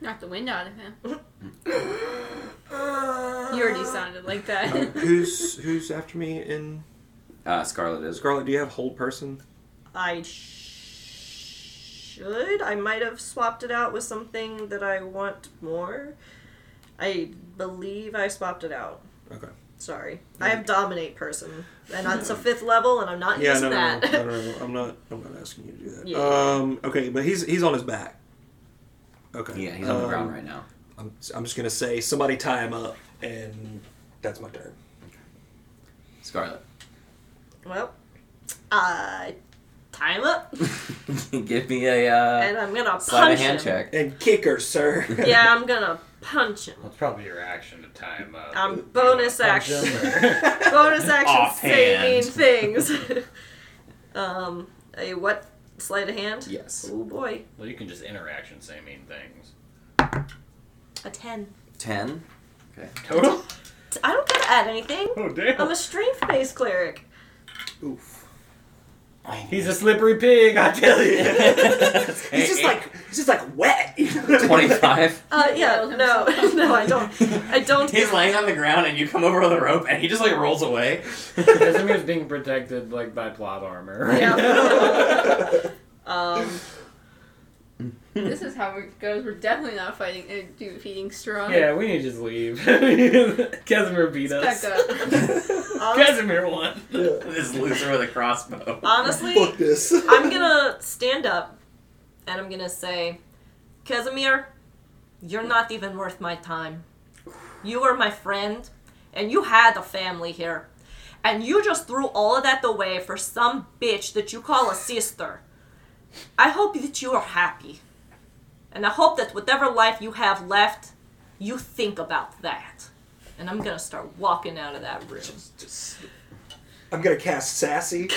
Speaker 3: Knock the wind out of
Speaker 2: [laughs]
Speaker 3: him. you already sounded
Speaker 2: [laughs]
Speaker 3: like that.
Speaker 2: Oh.
Speaker 5: who's who's after me in
Speaker 1: Uh, Scarlet is.
Speaker 5: Scarlet? Do you have hold person?
Speaker 2: I sh- should. I might have swapped it out with something that I want more. I believe I swapped it out.
Speaker 5: Okay.
Speaker 2: Sorry. I have dominate person, and that's a fifth level, and I'm not
Speaker 5: Yeah, no,
Speaker 2: using
Speaker 5: no,
Speaker 2: that.
Speaker 5: no, no, no, no, I'm not. I'm not asking you to do that.
Speaker 2: Yeah.
Speaker 5: Um. Okay, but he's he's on his back. Okay.
Speaker 1: Yeah, he's on the
Speaker 5: um,
Speaker 1: ground right now.
Speaker 5: I'm, I'm just gonna say somebody tie him up, and that's my turn.
Speaker 1: Scarlet.
Speaker 2: [laughs]
Speaker 1: [laughs]
Speaker 2: well, uh, time
Speaker 5: [laughs]
Speaker 2: up,
Speaker 1: Give me a uh,
Speaker 2: and I'm gonna
Speaker 1: slide a
Speaker 2: punch
Speaker 1: hand
Speaker 2: him.
Speaker 1: check.
Speaker 5: And kicker, sir.
Speaker 2: [laughs] Yeah, I'm gonna punch him.
Speaker 4: Well, it's probably your action to time up.
Speaker 2: Um,
Speaker 4: You
Speaker 2: bonus
Speaker 4: wanna punch
Speaker 2: action.
Speaker 4: him or-
Speaker 5: [laughs]
Speaker 2: Bonus action say mean
Speaker 1: Offhand.
Speaker 2: things. [laughs] um, a what? Sleight of hand?
Speaker 1: Yes.
Speaker 2: Oh boy.
Speaker 4: [laughs] well, you can just interaction say mean things.
Speaker 2: A ten.
Speaker 5: [laughs]
Speaker 1: Ten.
Speaker 4: Total?
Speaker 2: I don't gotta add anything.
Speaker 4: Oh, damn.
Speaker 2: I'm a strength based cleric.
Speaker 5: [laughs] Oof. [laughs]
Speaker 4: He's a slippery pig, I
Speaker 6: [laughs]
Speaker 4: tell you.
Speaker 5: He's just like he's just like wet.
Speaker 1: [laughs] Twenty-five.
Speaker 2: Uh, yeah, [laughs]
Speaker 3: nailed
Speaker 2: no,
Speaker 3: himself.
Speaker 2: no, I don't. I
Speaker 1: [laughs]
Speaker 2: don't.
Speaker 1: He's laying on the ground, and you come over with a rope, and he just like rolls away. [laughs]
Speaker 4: Casimir's being protected like by plot armor.
Speaker 2: Yeah. [laughs] Um,
Speaker 3: [laughs] this is how it goes. We're definitely not fighting, uh, defeating
Speaker 6: [laughs]
Speaker 3: strong.
Speaker 6: Yeah, we need to just leave. [laughs] Casimir beat
Speaker 3: Back
Speaker 6: us.
Speaker 2: [laughs]
Speaker 3: up.
Speaker 2: honest-
Speaker 6: Casimir won.
Speaker 1: this loser with a crossbow.
Speaker 5: [laughs]
Speaker 2: honestly,
Speaker 5: [laughs] Fuck this.
Speaker 2: I'm gonna stand up and I'm gonna say, Casimir, you're not even worth my time. You were my friend and you had a family here. And you just threw all of that away for some bitch that you call a sister. I hope that you are happy. And I hope that whatever life you have left, you think about that. And I'm gonna start walking out of that room.
Speaker 5: I'm gonna cast sassy.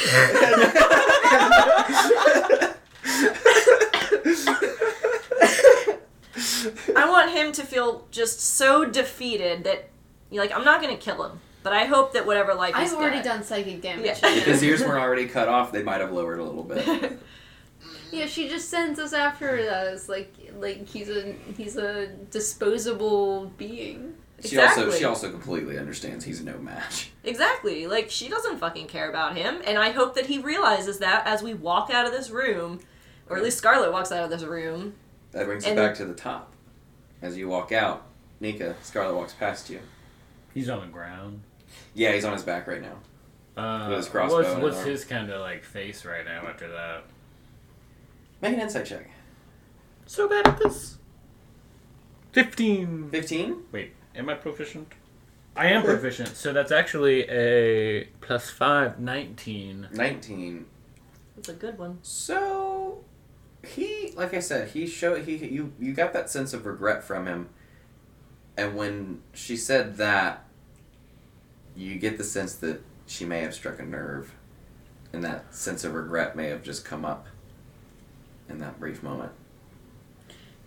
Speaker 2: I want him to feel just so defeated that, you're like, I'm not gonna kill him, but I hope that whatever life he's
Speaker 3: I've already
Speaker 2: got-
Speaker 3: done psychic damage.
Speaker 2: Yeah.
Speaker 1: If his ears weren't already cut off, they might have lowered a little
Speaker 2: [laughs]
Speaker 1: bit.
Speaker 3: [laughs] Yeah, she just sends us after us like like he's a he's a disposable being.
Speaker 1: She also
Speaker 2: Exactly.
Speaker 1: she also completely understands he's no match.
Speaker 2: exactly. Like she doesn't fucking care about him, and I hope that he realizes that as we walk out of this room, or at least Scarlet walks out of this room.
Speaker 1: That brings
Speaker 2: And-
Speaker 1: it back to the top. As you walk out, Nika Scarlet walks past you.
Speaker 6: He's on the ground.
Speaker 1: Yeah, he's on his back right now.
Speaker 6: Uh,
Speaker 1: With his crossbow
Speaker 6: what's
Speaker 1: and
Speaker 6: what's
Speaker 1: arm.
Speaker 6: his kind of like face right now after that?
Speaker 1: Make an insight check.
Speaker 6: So bad at this. Fifteen.
Speaker 1: Fifteen.
Speaker 6: Wait, am I proficient? I am proficient, so that's actually a plus five, 19.
Speaker 1: Nineteen.
Speaker 2: It's a good one.
Speaker 1: So he, like I said, he showed he you you got that sense of regret from him, and when she said that, you get the sense that she may have struck a nerve, and that sense of regret may have just come up in that brief moment.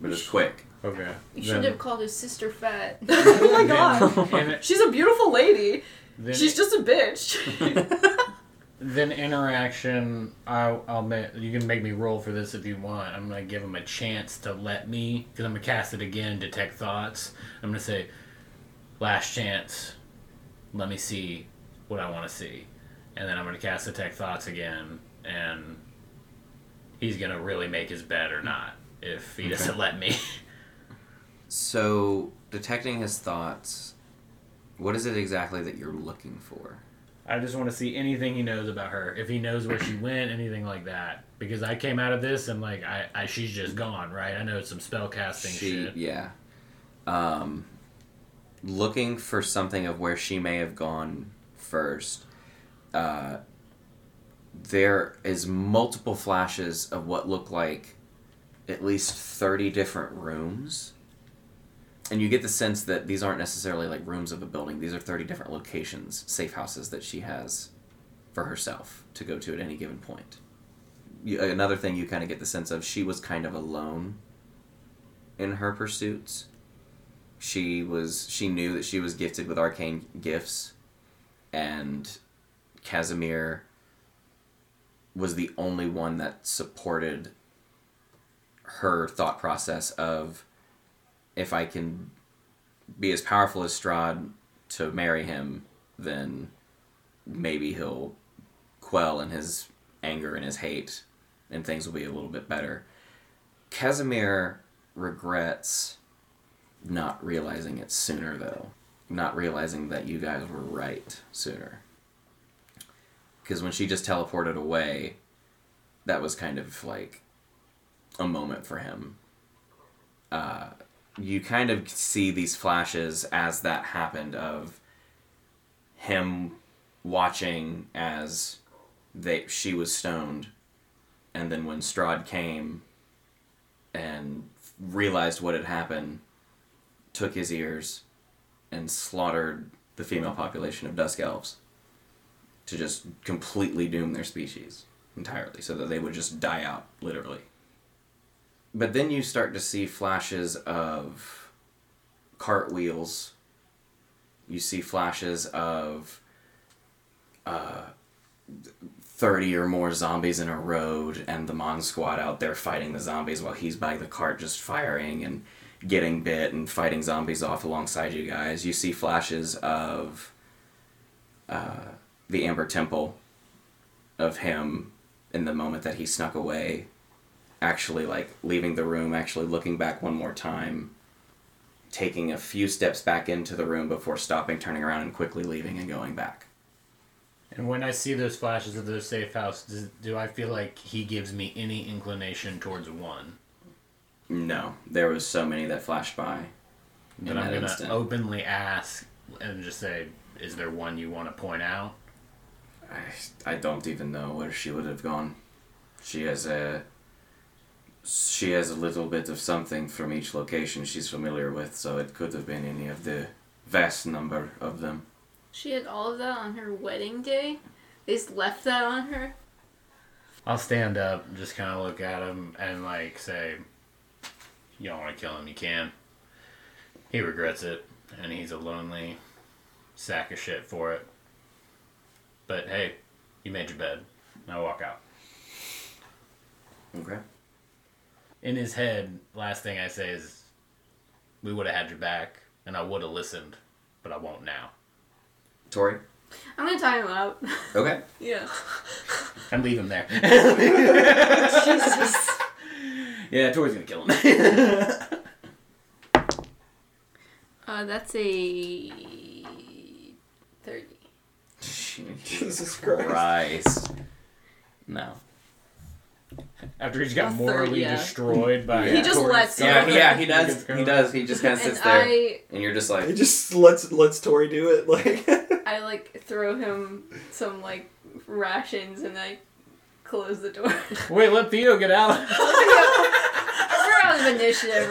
Speaker 1: But it's quick.
Speaker 4: Okay. Then-
Speaker 3: You should have called his sister fat.
Speaker 2: [laughs]
Speaker 3: [laughs]
Speaker 2: oh [laughs] my god.
Speaker 4: Then,
Speaker 6: [laughs]
Speaker 2: She's a beautiful lady.
Speaker 4: then,
Speaker 2: She's just a bitch. [laughs]
Speaker 4: then interaction. I'll, I'll ma- you can make me roll for this if you want. I'm gonna give him a chance to let me because I'm gonna cast it again, detect thoughts. I'm gonna say, last chance. Let me see what I want to see, and then I'm gonna cast detect thoughts again, and he's gonna really make his bed or not if he doesn't let me. [laughs]
Speaker 1: So, detecting his thoughts, what is it exactly that you're looking for?
Speaker 4: I just want to see anything he knows about her. If he knows where she went, anything like that. Because I came out of this and like I, I she's just gone, right? I know it's some spell casting
Speaker 1: she,
Speaker 4: shit.
Speaker 1: yeah. Um, looking for something of where she may have gone first. Uh, there is multiple flashes of what look like at least 30 different rooms. And you get the sense that these aren't necessarily like rooms of a building. These are 30 different locations, safe houses that she has for herself to go to at any given point. You, another thing you kind of get the sense of, she was kind of alone in her pursuits. She was she knew that she was gifted with arcane gifts and Casimir was the only one that supported her thought process of if I can be as powerful as Strahd to marry him, then maybe he'll quell in his anger and his hate and things will be a little bit better. Casimir regrets not realizing it sooner, though. Not realizing that you guys were right sooner. Because when she just teleported away, that was kind of like a moment for him. Uh, you kind of see these flashes as that happened of him watching as they she was stoned, and then when Strahd came, and realized what had happened, took his ears, and slaughtered the female population of dusk elves to just completely doom their species entirely so that they would just die out, literally. But then you start to see flashes of cartwheels. You see flashes of thirty or more zombies in a road, and the Mon Squad out there fighting the zombies while he's by the cart just firing and getting bit and fighting zombies off alongside you guys. You see flashes of uh, the Amber Temple, of him in the moment that he snuck away, actually like leaving the room, actually looking back one more time. Taking a few steps back into the room before stopping, turning around, and quickly leaving and going back.
Speaker 4: And when I see those flashes of those safe house, does, do I feel like he gives me any inclination towards one?
Speaker 1: No, there was so many that flashed by.
Speaker 4: That
Speaker 1: In
Speaker 4: I'm
Speaker 1: that
Speaker 4: gonna
Speaker 1: instant.
Speaker 4: openly ask and just say, "Is there one you want to point out?"
Speaker 1: I, I don't even know where she would have gone. She has a she has a little bit of something from each location she's familiar with, so it could have been any of the vast number of them.
Speaker 3: She had all of that on her wedding day. They just left that on her.
Speaker 4: I'll stand up, and just kind of look at him, and like say, "You don't want to kill him, you can." He regrets it, and he's a lonely sack of shit for it. But hey, you made your bed. And I walk out.
Speaker 1: Okay.
Speaker 4: In his head, last thing I say is, "We would have had your back, and I would have listened, but I won't now."
Speaker 1: Tori?
Speaker 3: I'm gonna tie him up. [laughs]
Speaker 1: Okay. [laughs]
Speaker 2: yeah.
Speaker 4: And leave him there. [laughs]
Speaker 2: Jesus.
Speaker 1: Yeah, Tori's gonna kill him. [laughs]
Speaker 3: Uh, that's a thirty.
Speaker 1: Jesus
Speaker 5: Christ.
Speaker 1: Christ. No.
Speaker 4: After he's got
Speaker 2: A third,
Speaker 4: morally
Speaker 2: yeah.
Speaker 4: destroyed by
Speaker 2: He just
Speaker 4: Corey's
Speaker 2: lets
Speaker 1: [laughs]
Speaker 4: son.
Speaker 1: Yeah, yeah, [laughs] he does. He does. He just kind of
Speaker 3: And
Speaker 1: sits there,
Speaker 3: I,
Speaker 1: and you're just like, [laughs]
Speaker 5: It just lets lets Tori do it. Like [laughs]
Speaker 3: I like throw him some like rations and I close the door. [laughs]
Speaker 4: [laughs] Wait, let Theo get out.
Speaker 3: Bro, on an initiative,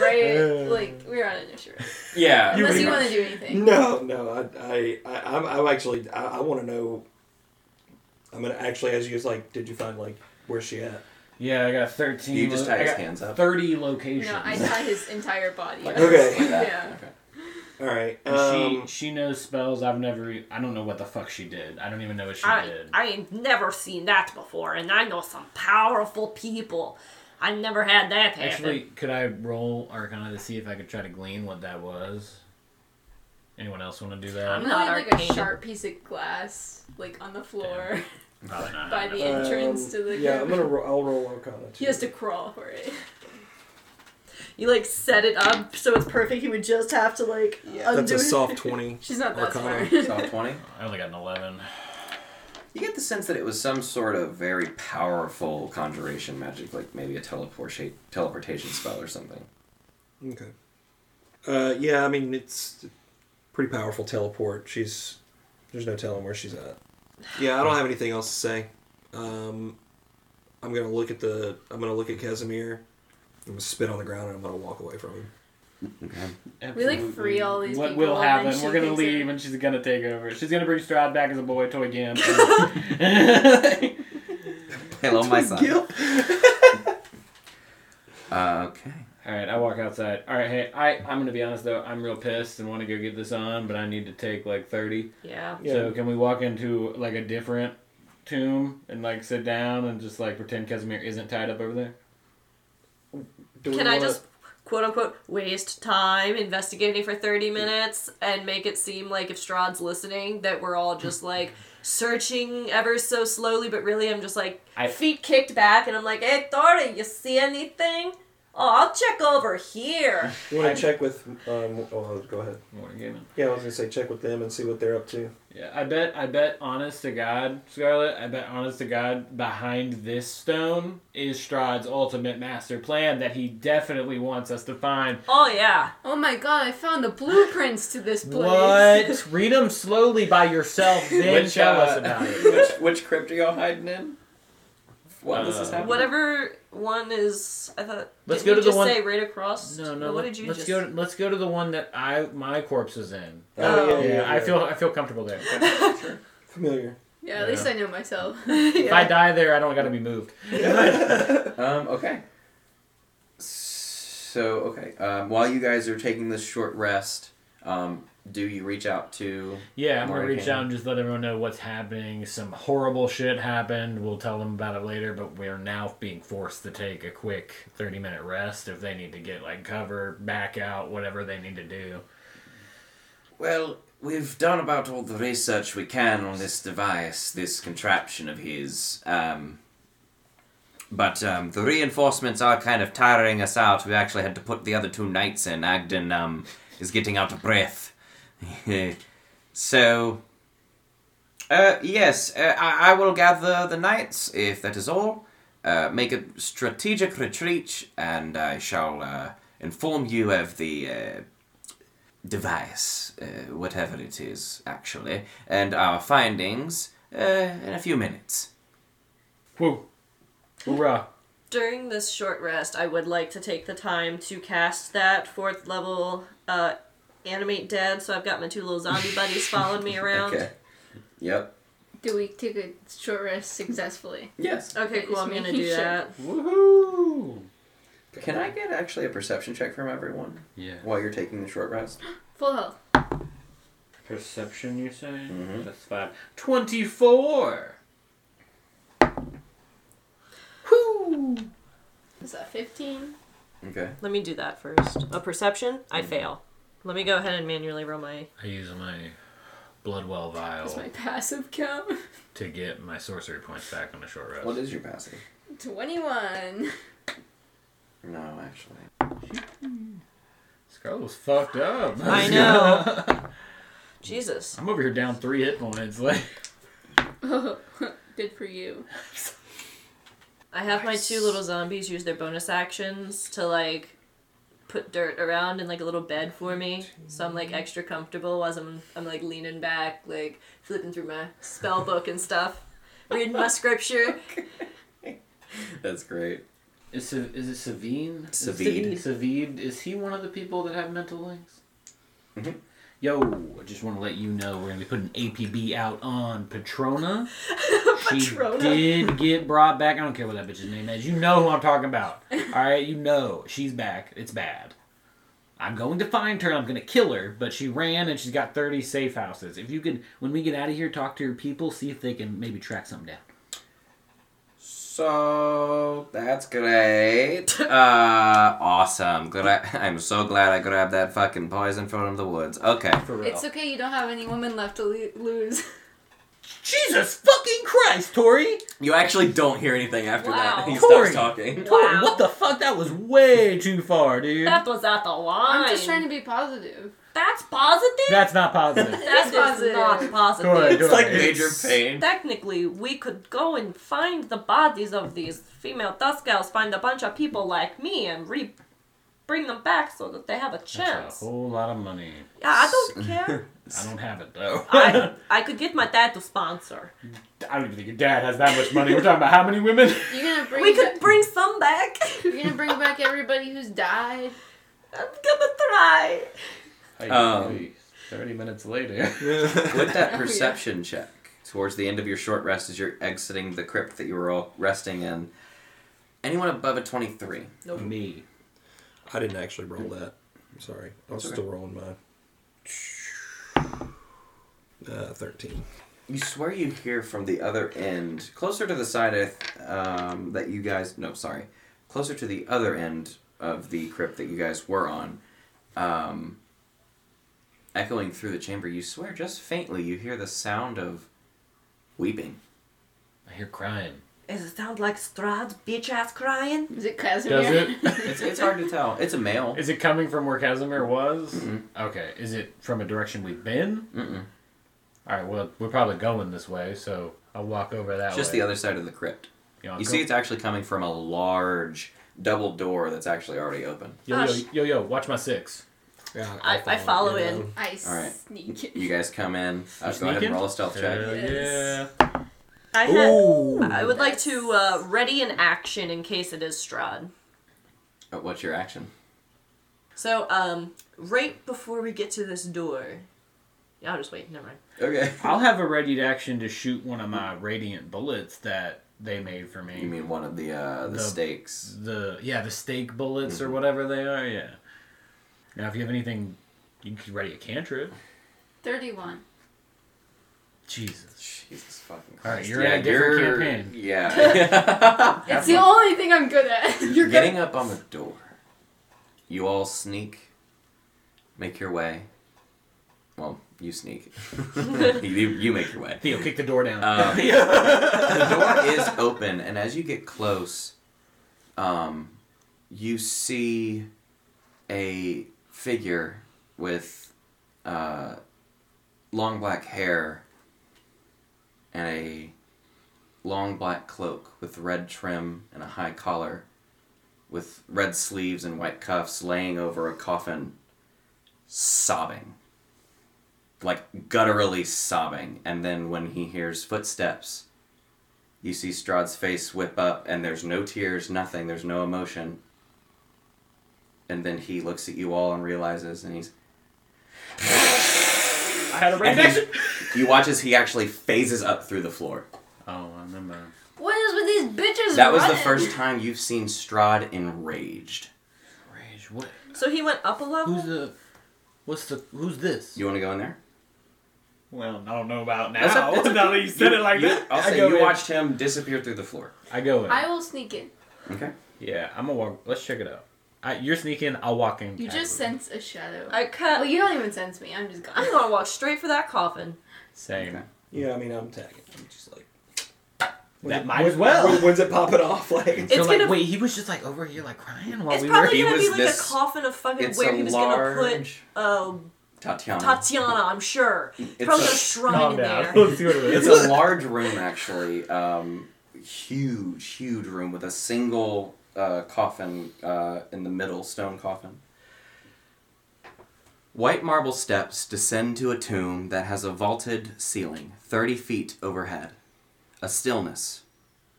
Speaker 1: [laughs]
Speaker 3: right? like we were on initiative.
Speaker 1: Yeah.
Speaker 5: You
Speaker 3: Unless
Speaker 5: pretty
Speaker 3: you want
Speaker 5: much.
Speaker 3: to do anything.
Speaker 5: No, no, I, I, I I'm, I'm actually, I, I want to know. I'm gonna actually, as you was like, did you find like where's she at?
Speaker 7: Yeah, I got 13.
Speaker 1: You just
Speaker 7: lo- I
Speaker 1: tie his
Speaker 7: got
Speaker 1: hands up.
Speaker 7: 30 locations.
Speaker 3: No, I tie his entire body.
Speaker 1: Like-
Speaker 5: Okay.
Speaker 1: like that.
Speaker 3: Yeah.
Speaker 1: Okay.
Speaker 5: All right.
Speaker 7: And
Speaker 5: Um,
Speaker 7: she she knows spells I've never. e- I don't know what the fuck she did. I don't even know what she
Speaker 2: I,
Speaker 7: did.
Speaker 2: I ain't never seen that before, and I know some powerful people. I never had that happen.
Speaker 4: Actually, could I roll Arcana to see if I could try to glean what that was? Anyone else want to do
Speaker 3: I'm
Speaker 4: that?
Speaker 2: I'm not
Speaker 3: holding, like a
Speaker 2: arcane.
Speaker 3: sharp piece of glass, like on the floor
Speaker 4: Probably not.
Speaker 3: by the entrance
Speaker 5: um,
Speaker 3: to the.
Speaker 5: Yeah,
Speaker 3: cave.
Speaker 5: I'm gonna. Ro- I'll roll Arcana. Too.
Speaker 3: [laughs] He has to crawl for it.
Speaker 2: you like set it up so it's perfect. You would just have to like undo
Speaker 5: That's a
Speaker 2: it.
Speaker 3: [laughs]
Speaker 5: soft twenty.
Speaker 3: She's not that
Speaker 5: Arcana.
Speaker 3: smart. [laughs]
Speaker 1: Soft 20.
Speaker 4: I only got an 11.
Speaker 1: You get the sense that it was some sort of very powerful conjuration magic, like maybe a teleportation teleportation spell or something.
Speaker 5: Okay. Uh, yeah, I mean it's pretty powerful teleport. She's there's no telling where she's at. Yeah, I don't have anything else to say. Um, I'm gonna look at the. I'm gonna look at Casimir. I'm gonna spit on the ground and I'm gonna walk away from him.
Speaker 3: We like free all these
Speaker 7: What
Speaker 3: people.
Speaker 7: will
Speaker 3: and then
Speaker 7: happen?
Speaker 3: she
Speaker 7: We're gonna
Speaker 3: thinks it-
Speaker 7: leave, and she's gonna take over. She's gonna bring Stroud back as a boy toy
Speaker 3: [laughs]
Speaker 7: again. That's
Speaker 1: Hello, my son.
Speaker 5: Gil.
Speaker 1: [laughs] Uh, okay.
Speaker 4: All right, I walk outside. All right, hey, I I'm gonna be honest though, I'm real pissed and want to go get this on, but I need to take like thirty.
Speaker 2: Yeah.
Speaker 5: Yeah.
Speaker 4: So can we walk into like a different tomb and like sit down and just like pretend Casimir isn't tied up over there?
Speaker 5: Do we
Speaker 2: Can I
Speaker 5: wanna-
Speaker 2: just quote unquote waste time investigating for 30 minutes and make it seem like if Strahd's listening that we're all
Speaker 4: [laughs]
Speaker 2: just like searching ever so slowly, but really I'm just like
Speaker 4: I-
Speaker 2: feet kicked back and I'm like, hey, Thorny, you see anything? Oh, I'll check over
Speaker 4: [laughs]
Speaker 2: here.
Speaker 5: You want to check with? [laughs] Um, oh, go ahead.
Speaker 4: Morning, Gaiman.
Speaker 5: Yeah, I was gonna say check with them and see what they're up to.
Speaker 4: Yeah, I bet I bet honest to God, Scarlet, I bet honest to God, behind this stone is Strahd's ultimate master plan that he definitely wants us to find.
Speaker 2: Oh, yeah.
Speaker 3: Oh my god! I found the blueprints to this
Speaker 2: [laughs]
Speaker 3: place.
Speaker 4: What? Read them slowly by yourself, then
Speaker 7: Which,
Speaker 4: tell
Speaker 7: uh,
Speaker 4: us about it.
Speaker 1: which
Speaker 4: [laughs]
Speaker 1: which crypt are y'all hiding in? While this is
Speaker 4: Uh,
Speaker 1: happening?
Speaker 2: Whatever one is, I thought.
Speaker 4: Let's
Speaker 2: didn't you
Speaker 4: go to the
Speaker 2: just
Speaker 4: one-
Speaker 2: say right across.
Speaker 4: No, no.
Speaker 2: What
Speaker 4: let-
Speaker 2: did you
Speaker 4: let's
Speaker 2: just?
Speaker 4: go. let's go to the one that I my corpse is in.
Speaker 2: Oh,
Speaker 5: yeah,
Speaker 4: Yeah,
Speaker 5: yeah,
Speaker 4: I
Speaker 5: yeah.
Speaker 4: feel I feel
Speaker 2: [laughs]
Speaker 4: comfortable there.
Speaker 5: familiar.
Speaker 3: [laughs] Yeah, at least I know myself.
Speaker 4: If I die there, I don't got to be moved.
Speaker 1: Um, okay. So, okay. Um, while you guys are taking this short rest, um, do you reach out to.
Speaker 4: Yeah, I'm gonna
Speaker 1: Morgan.
Speaker 4: reach out and just let everyone know what's happening. Some horrible shit happened. We'll tell them about it later, but we're now being forced to take a quick 30 minute rest if they need to get like cover, back out, whatever they need to do.
Speaker 1: Well, we've done about all the research we can on this device, this contraption of his. Um, but um, the reinforcements are kind of tiring us out. We actually had to put the other two knights in. Agden um, is getting out of breath. [laughs] so. Uh, yes, uh, I, I will gather the knights, if that is all. Uh, make a strategic retreat, and I shall uh, inform you of the uh, device, uh, whatever it is, actually, and our findings uh, in a few minutes.
Speaker 4: Woo! Hoorah!
Speaker 2: During this short rest, I would like to take the time to cast that fourth level uh, animate dead. So I've got my two little zombie [laughs] buddies following me around. Okay,
Speaker 1: Yep.
Speaker 3: do we take a short rest successfully?
Speaker 1: Yes.
Speaker 2: cool. I'm gonna
Speaker 3: Making
Speaker 2: do
Speaker 3: sure.
Speaker 2: that.
Speaker 4: Woohoo!
Speaker 1: Can I get actually a perception check from everyone
Speaker 4: Yeah.
Speaker 1: while you're taking the short rest?
Speaker 3: Full health.
Speaker 4: Perception, you say?
Speaker 1: Mhm.
Speaker 4: That's five. 24! Woo!
Speaker 3: Is that 15?
Speaker 1: Okay.
Speaker 2: Let me do that first. A perception. I fail. Let me go ahead and manually roll my.
Speaker 4: I use my Bloodwell
Speaker 3: That's my
Speaker 4: vial
Speaker 3: passive count. [laughs]
Speaker 4: to get my sorcery points back on a short rest.
Speaker 1: What is your passive?
Speaker 3: 21.
Speaker 1: No, actually.
Speaker 4: Scarlet was fucked up.
Speaker 2: [laughs]
Speaker 4: [laughs]
Speaker 2: I know. Jesus.
Speaker 4: I'm over here down three hit points. [laughs] Like,
Speaker 3: Oh, good for you.
Speaker 2: I have my two little zombies use their bonus actions to like put dirt around in like a little bed for me. So I'm like extra comfortable as I'm I'm like leaning back, like flipping through my spell book and stuff. Reading my scripture.
Speaker 1: That's great.
Speaker 4: Is Sa- is it Savine?
Speaker 1: Savide.
Speaker 4: Savide. Is he one of the people that have mental links? Mm-hmm.
Speaker 1: Mhm.
Speaker 4: Yo, I just want to let you know we're gonna be putting APB out on [laughs] Patrona.
Speaker 2: Patrona.
Speaker 4: She did get brought back. I don't care what that bitch's name is. You know who I'm talking about. All right, you know she's back. It's bad. I'm going to find her. and I'm going to kill her. But she ran and she's got 30 safe houses. If you could, when we get out of here, talk to your people, see if they can maybe track something down.
Speaker 1: So that's great. [laughs] Uh, awesome. Glad I, [laughs] I'm so glad I grabbed that fucking poison from the woods. Okay.
Speaker 4: For real.
Speaker 3: It's okay, you don't have any women left to lo- lose. [laughs]
Speaker 4: Jesus fucking Christ, Tori!
Speaker 1: You actually don't hear anything after [laughs]
Speaker 2: Wow.
Speaker 1: that. He
Speaker 4: Corey.
Speaker 1: stops talking.
Speaker 4: Tori,
Speaker 2: Wow.
Speaker 4: what the fuck? That was way too
Speaker 2: [laughs]
Speaker 4: far, dude.
Speaker 2: That was at the line.
Speaker 3: I'm just trying to be positive.
Speaker 2: That's positive.
Speaker 4: That's not positive.
Speaker 2: That's
Speaker 3: That is
Speaker 2: not
Speaker 3: not
Speaker 2: positive.
Speaker 4: Good.
Speaker 7: It's like
Speaker 1: Major pain.
Speaker 2: Technically, we could go and find the bodies of these female Dusk Elves, find a bunch of people like me, and re bring them back so that they have a
Speaker 4: That's
Speaker 2: chance.
Speaker 4: a whole lot of money.
Speaker 2: Yeah, I don't care.
Speaker 4: I don't have it though.
Speaker 1: [laughs]
Speaker 2: I, I could get my dad to sponsor.
Speaker 4: [laughs] I don't even think your dad has that much money. We're talking about how many women?
Speaker 3: You're gonna bring
Speaker 2: We
Speaker 3: ba-
Speaker 2: could bring some back. [laughs] I'm
Speaker 3: you're gonna bring back everybody who's died.
Speaker 2: gonna try.
Speaker 4: [laughs]
Speaker 1: Um,
Speaker 4: Hey, Thirty minutes later.
Speaker 1: With
Speaker 3: Oh,
Speaker 1: that
Speaker 3: yeah.
Speaker 1: perception check, towards the end of your short rest, as you're exiting the crypt that you were all resting in, anyone above a 23?
Speaker 4: [laughs] Me.
Speaker 5: I didn't actually roll that. I'm sorry. I was
Speaker 1: It's okay.
Speaker 5: still rolling mine. Uh, 13.
Speaker 1: You swear you hear from the other end, closer to the side of, um, that you guys, no, sorry, closer to the other end of the crypt that you guys were on, um, echoing through the chamber, you swear just faintly you hear the sound of weeping.
Speaker 4: I hear crying.
Speaker 2: Does it sound like Strad's bitch ass crying?
Speaker 3: Is it Casimir?
Speaker 4: Does it?
Speaker 1: It's, it's hard to tell. It's a male.
Speaker 4: Is it coming from where Casimir was?
Speaker 1: Mhm.
Speaker 4: Okay. Is it from a direction we've been?
Speaker 1: Mm-mm.
Speaker 4: All right. Well, we're probably going this way, so I'll walk over that
Speaker 1: It's just
Speaker 4: way.
Speaker 1: the other side of the crypt.
Speaker 4: You, know,
Speaker 1: You
Speaker 4: go-
Speaker 1: see, it's actually coming from a large double door that's actually already open.
Speaker 4: yo, yo,
Speaker 2: Gosh.
Speaker 4: yo, yo, watch my six.
Speaker 5: Yeah,
Speaker 2: I- I follow
Speaker 5: it,
Speaker 2: in.
Speaker 5: yeah.
Speaker 3: [laughs] I
Speaker 1: Alright.
Speaker 3: sneak it.
Speaker 1: You guys come in. Uh,
Speaker 4: You
Speaker 1: go ahead
Speaker 4: sneaking?
Speaker 1: and roll a stealth
Speaker 4: Hell
Speaker 1: check.
Speaker 4: yeah.
Speaker 3: Yes.
Speaker 2: I had.
Speaker 5: Ooh.
Speaker 2: I would like to uh, ready an action in case it is Strad.
Speaker 1: Uh, What's your action?
Speaker 2: So, um, right before we get to this door, yeah, I'll just wait. Never mind.
Speaker 1: Okay.
Speaker 4: I'll have a ready to action to shoot one of my radiant bullets that they made for me.
Speaker 1: You mean one of the uh, the
Speaker 4: The-
Speaker 1: stakes?
Speaker 4: the yeah the steak bullets
Speaker 1: Mm-hmm.
Speaker 4: or whatever they are? Yeah. Now, if you have anything, you can ready a cantrip.
Speaker 3: Thirty-one.
Speaker 4: Jesus.
Speaker 1: Jesus fucking Christ!
Speaker 4: All right, you're in a different campaign. [laughs]
Speaker 1: Yeah.
Speaker 3: It's the only thing I'm good at.
Speaker 1: you're getting up on the door. You all sneak. Make your way. Well, you sneak. [laughs] you, you make your way.
Speaker 4: Theo, kick the door down. [laughs]
Speaker 1: Um, the door is open, and as you get close, um, you see a figure with uh, long black hair and a long black cloak with red trim and a high collar, with red sleeves and white cuffs, laying over a coffin, sobbing like gutturally sobbing. And then when he hears footsteps, you see Strahd's face whip up, and there's no tears, nothing, there's no emotion. And then he looks at you all and realizes, and he's.
Speaker 4: I had a
Speaker 1: And then you watch as he actually phases up through the floor.
Speaker 4: Oh, I remember.
Speaker 3: What is with these bitches?
Speaker 1: That was the
Speaker 3: running?
Speaker 1: first time you've seen Strahd enraged.
Speaker 4: Rage. What?
Speaker 2: So he went up a level.
Speaker 4: Who's the? What's the? Who's this?
Speaker 1: You want to go in there?
Speaker 4: Well, I don't know about now.
Speaker 1: That's up- that's up
Speaker 4: now [laughs]
Speaker 1: to
Speaker 4: that you said it like
Speaker 1: You-
Speaker 4: that,
Speaker 1: I'll
Speaker 4: I
Speaker 1: say
Speaker 4: go
Speaker 1: you
Speaker 4: in.
Speaker 1: watched him disappear through the floor.
Speaker 4: I go in.
Speaker 3: I will sneak in.
Speaker 1: Okay.
Speaker 4: Yeah, I'm gonna walk. Let's check it out. I, you're sneaking. I'll walk in.
Speaker 3: You just
Speaker 4: casually.
Speaker 3: sense a shadow.
Speaker 2: I cut.
Speaker 3: well, you don't even sense me. I'm just gone.
Speaker 2: I'm gonna walk straight for that coffin.
Speaker 4: same.
Speaker 1: Okay.
Speaker 5: Yeah, I mean, I'm tagging. I'm just like.
Speaker 4: That
Speaker 5: When's
Speaker 4: might
Speaker 5: it-
Speaker 4: as well.
Speaker 5: when- when's it popping off? [laughs] Like,
Speaker 2: It's
Speaker 4: so like,
Speaker 2: gonna-
Speaker 4: wait, he was just like over here, like crying while
Speaker 2: it's
Speaker 4: we were.
Speaker 2: probably
Speaker 1: He
Speaker 2: gonna
Speaker 1: was
Speaker 2: be like
Speaker 1: this-
Speaker 2: a coffin of fucking
Speaker 1: It's
Speaker 2: where
Speaker 1: a
Speaker 2: he was
Speaker 1: large
Speaker 2: gonna
Speaker 1: Tatiana.
Speaker 2: put uh, Tatiana. I'm sure.
Speaker 1: It's
Speaker 2: probably
Speaker 1: a-
Speaker 2: a shrine in there.
Speaker 4: [laughs]
Speaker 1: [laughs]
Speaker 4: Let's see what it
Speaker 1: It's a large room, actually. Um, huge, huge room with a single uh, coffin uh, in the middle, stone coffin. White marble steps descend to a tomb that has a vaulted ceiling, 30 feet overhead. A stillness,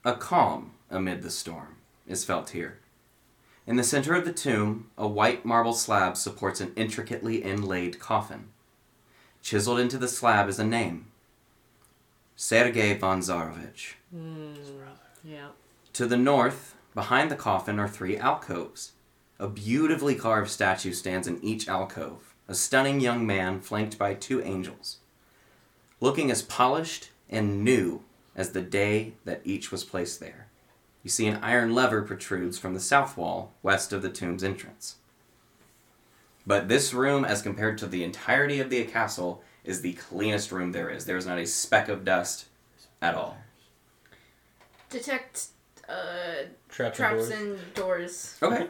Speaker 1: a calm amid the storm, is felt here. In the center of the tomb, a white marble slab supports an intricately inlaid coffin. Chiseled into the slab is a name Sergei von Zarovich.
Speaker 2: Yeah.
Speaker 1: To the north, behind the coffin, are three alcoves. A beautifully carved statue stands in each alcove, a stunning young man flanked by two angels, looking as polished and new as the day that each was placed there. You see an iron lever protrudes from the south wall, west of the tomb's entrance. But this room, as compared to the entirety of the castle, is the cleanest room there is. There is not a speck of dust at all.
Speaker 3: Detect uh,
Speaker 7: Traps, and
Speaker 3: traps
Speaker 7: doors.
Speaker 3: and doors.
Speaker 1: Okay.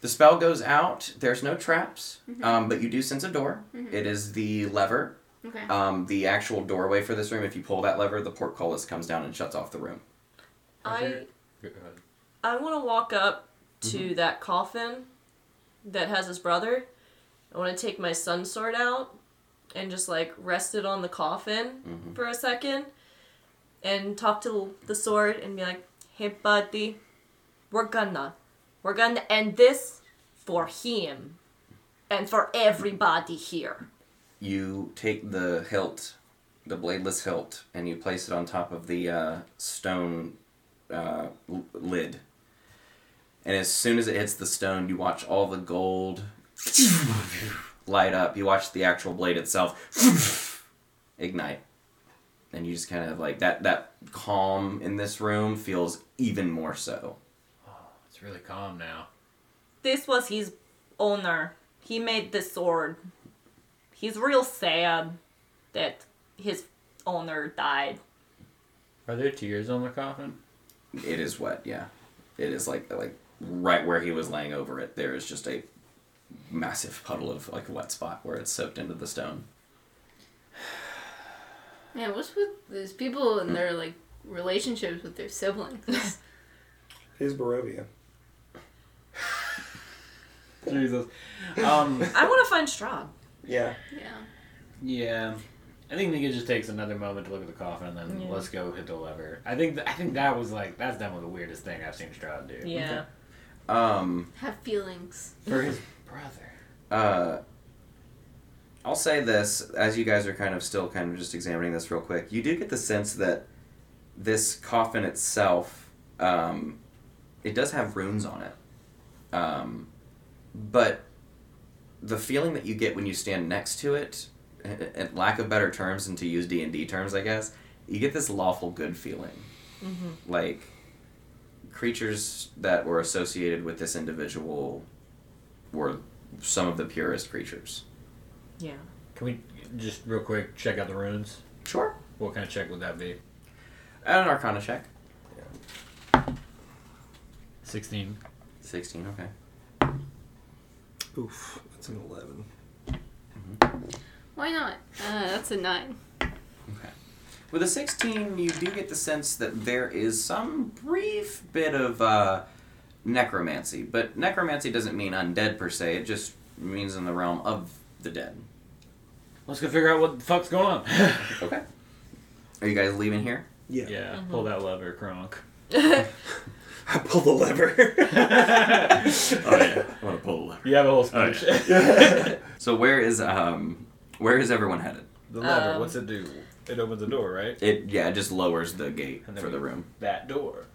Speaker 1: The spell goes out. There's no traps, um, but you do sense a door. It is the lever,
Speaker 3: Okay.
Speaker 1: um, the actual doorway for this room. If you pull that lever, the portcullis comes down and shuts off the room.
Speaker 2: I
Speaker 7: Go ahead.
Speaker 2: I want to walk up to that coffin that has his brother. I want to take my sun sword out and just like rest it on the coffin for a second and talk to the sword and be like, "Hey buddy, we're gonna we're gonna end this for him and for everybody here."
Speaker 1: You take the hilt, the bladeless hilt, and you place it on top of the uh, stone uh, l- lid. And as soon as it hits the stone, you watch all the gold light up. You watch the actual blade itself [laughs] ignite. And you just kind of like that that calm in this room feels even more so.
Speaker 4: It's really calm now.
Speaker 2: This was his owner. He made the sword. He's real sad that his owner died.
Speaker 4: Are there tears on the coffin?
Speaker 1: It is wet, yeah. It is like like right where he was laying over it. There is just a massive puddle of like wet spot where it's soaked into the stone.
Speaker 3: Man, what's with these people and their like relationships with their [laughs] siblings?
Speaker 5: He's Barovia.
Speaker 7: Jesus. Um,
Speaker 2: I want to find Straub.
Speaker 5: Yeah.
Speaker 3: yeah.
Speaker 4: Yeah. I think Nika just takes another moment to look at the coffin and then
Speaker 2: Yeah.
Speaker 4: let's go hit the lever. I think th- I think that was like that's done with the weirdest thing I've seen Stroud do.
Speaker 2: Yeah.
Speaker 1: Um
Speaker 3: Have feelings.
Speaker 4: For his brother.
Speaker 1: uh, I'll say this as you guys are kind of still kind of just examining this real quick. You do get the sense that this coffin itself, um, it does have runes on it, um, but the feeling that you get when you stand next to it, a- a- lack of better terms and to use D and D terms, I guess, you get this lawful good feeling, like creatures that were associated with this individual were some of the purest creatures.
Speaker 2: Yeah.
Speaker 4: Can we just real quick check out the runes?
Speaker 1: Sure.
Speaker 4: What kind of check would that be?
Speaker 1: Add an Arcana check.
Speaker 4: Sixteen.
Speaker 1: 16, okay.
Speaker 5: Oof. That's an 11.
Speaker 3: Why not? Uh, that's a nine.
Speaker 1: With a 16, you do get the sense that there is some brief bit of uh, necromancy, but necromancy doesn't mean undead per se, it just means in the realm of the dead.
Speaker 4: Let's go figure out what the fuck's going on. [laughs]
Speaker 2: Mm-hmm.
Speaker 1: Okay. Are you guys leaving here?
Speaker 5: Yeah.
Speaker 4: yeah, pull that lever, Kronk.
Speaker 5: [laughs] I pull the lever.
Speaker 1: Oh, yeah. I want to pull the lever.
Speaker 4: You have a whole
Speaker 1: Oh,
Speaker 4: speech. [laughs]
Speaker 1: So, where is, um, where is everyone headed?
Speaker 7: the
Speaker 2: Um,
Speaker 7: lever, what's it do? It opens the door, right?
Speaker 1: It, yeah, it just lowers the gate
Speaker 7: And then
Speaker 1: for
Speaker 7: we-
Speaker 1: the room.
Speaker 7: That door.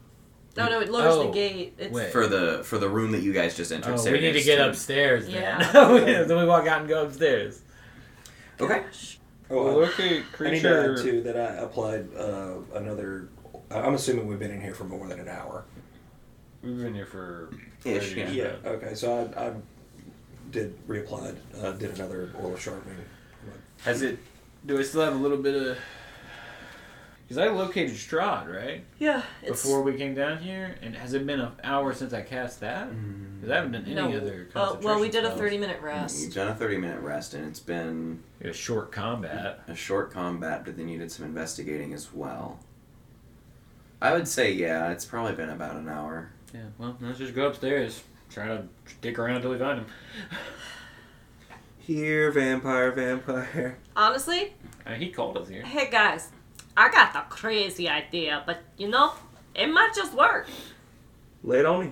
Speaker 2: No, no, it lowers the
Speaker 4: Oh,
Speaker 2: gate. It's
Speaker 4: wait.
Speaker 1: For the, for the room that you guys just entered.
Speaker 4: Oh, we need to
Speaker 1: Sarah's
Speaker 4: get
Speaker 1: tomb.
Speaker 4: upstairs. then.
Speaker 2: Yeah.
Speaker 4: Oh, yeah. Then [laughs] we walk out and go upstairs.
Speaker 1: Okay.
Speaker 7: Well,
Speaker 5: [laughs] oh, I-
Speaker 7: look at
Speaker 5: I need to
Speaker 7: creature.
Speaker 5: add too that I applied uh, another. I- I'm assuming we've been in here for more than an hour.
Speaker 7: We've been here for
Speaker 1: Ish,
Speaker 7: 30
Speaker 1: yeah.
Speaker 7: minutes.
Speaker 5: Okay, so I, I did reapplied, uh, did another oral sharpening.
Speaker 7: Has it? Do I still have a little bit of? Because I located Strahd right
Speaker 2: Yeah. It's
Speaker 4: Before
Speaker 2: Before
Speaker 4: we came down here, and has it been an hour since I cast that? Because I haven't done any
Speaker 2: no.
Speaker 4: other.
Speaker 2: uh, well, we did a
Speaker 4: concentration
Speaker 2: thirty minute
Speaker 1: You've
Speaker 2: rest.
Speaker 1: done a 30 minute rest, and it's been
Speaker 4: spells. A short combat.
Speaker 1: a short combat, but then you did some investigating as well. I would say, yeah, it's probably been about an hour.
Speaker 4: Yeah. Well, let's just go upstairs. Try to dick around until we find him.
Speaker 5: Here, vampire, vampire.
Speaker 2: Honestly,
Speaker 4: Uh, he called us here.
Speaker 2: hey guys, I got the crazy idea, but you know, it might just work.
Speaker 5: Lay it on me.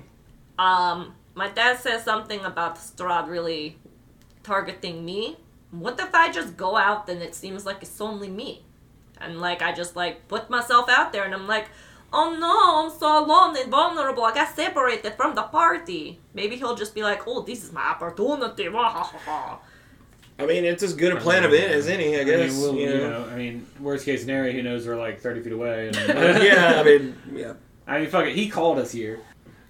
Speaker 2: Um, my dad says something about Strahd really targeting me. What if I just go out and it seems like it's only me? And like I just like put myself out there and I'm like, oh no, I'm so alone and vulnerable. I got separated from the party. Maybe he'll just be like, oh, this is my opportunity. [laughs] Wah, ha, ha, ha.
Speaker 5: I mean, it's as good a plan of it as any, I guess.
Speaker 4: mean, we'll-
Speaker 5: you
Speaker 4: you [laughs]
Speaker 5: know?
Speaker 4: know, I mean, worst case scenario, he knows we're like 30 feet away.
Speaker 5: [laughs]
Speaker 4: And
Speaker 5: yeah, I mean, yeah.
Speaker 4: [laughs] I mean, fuck it. He called us here.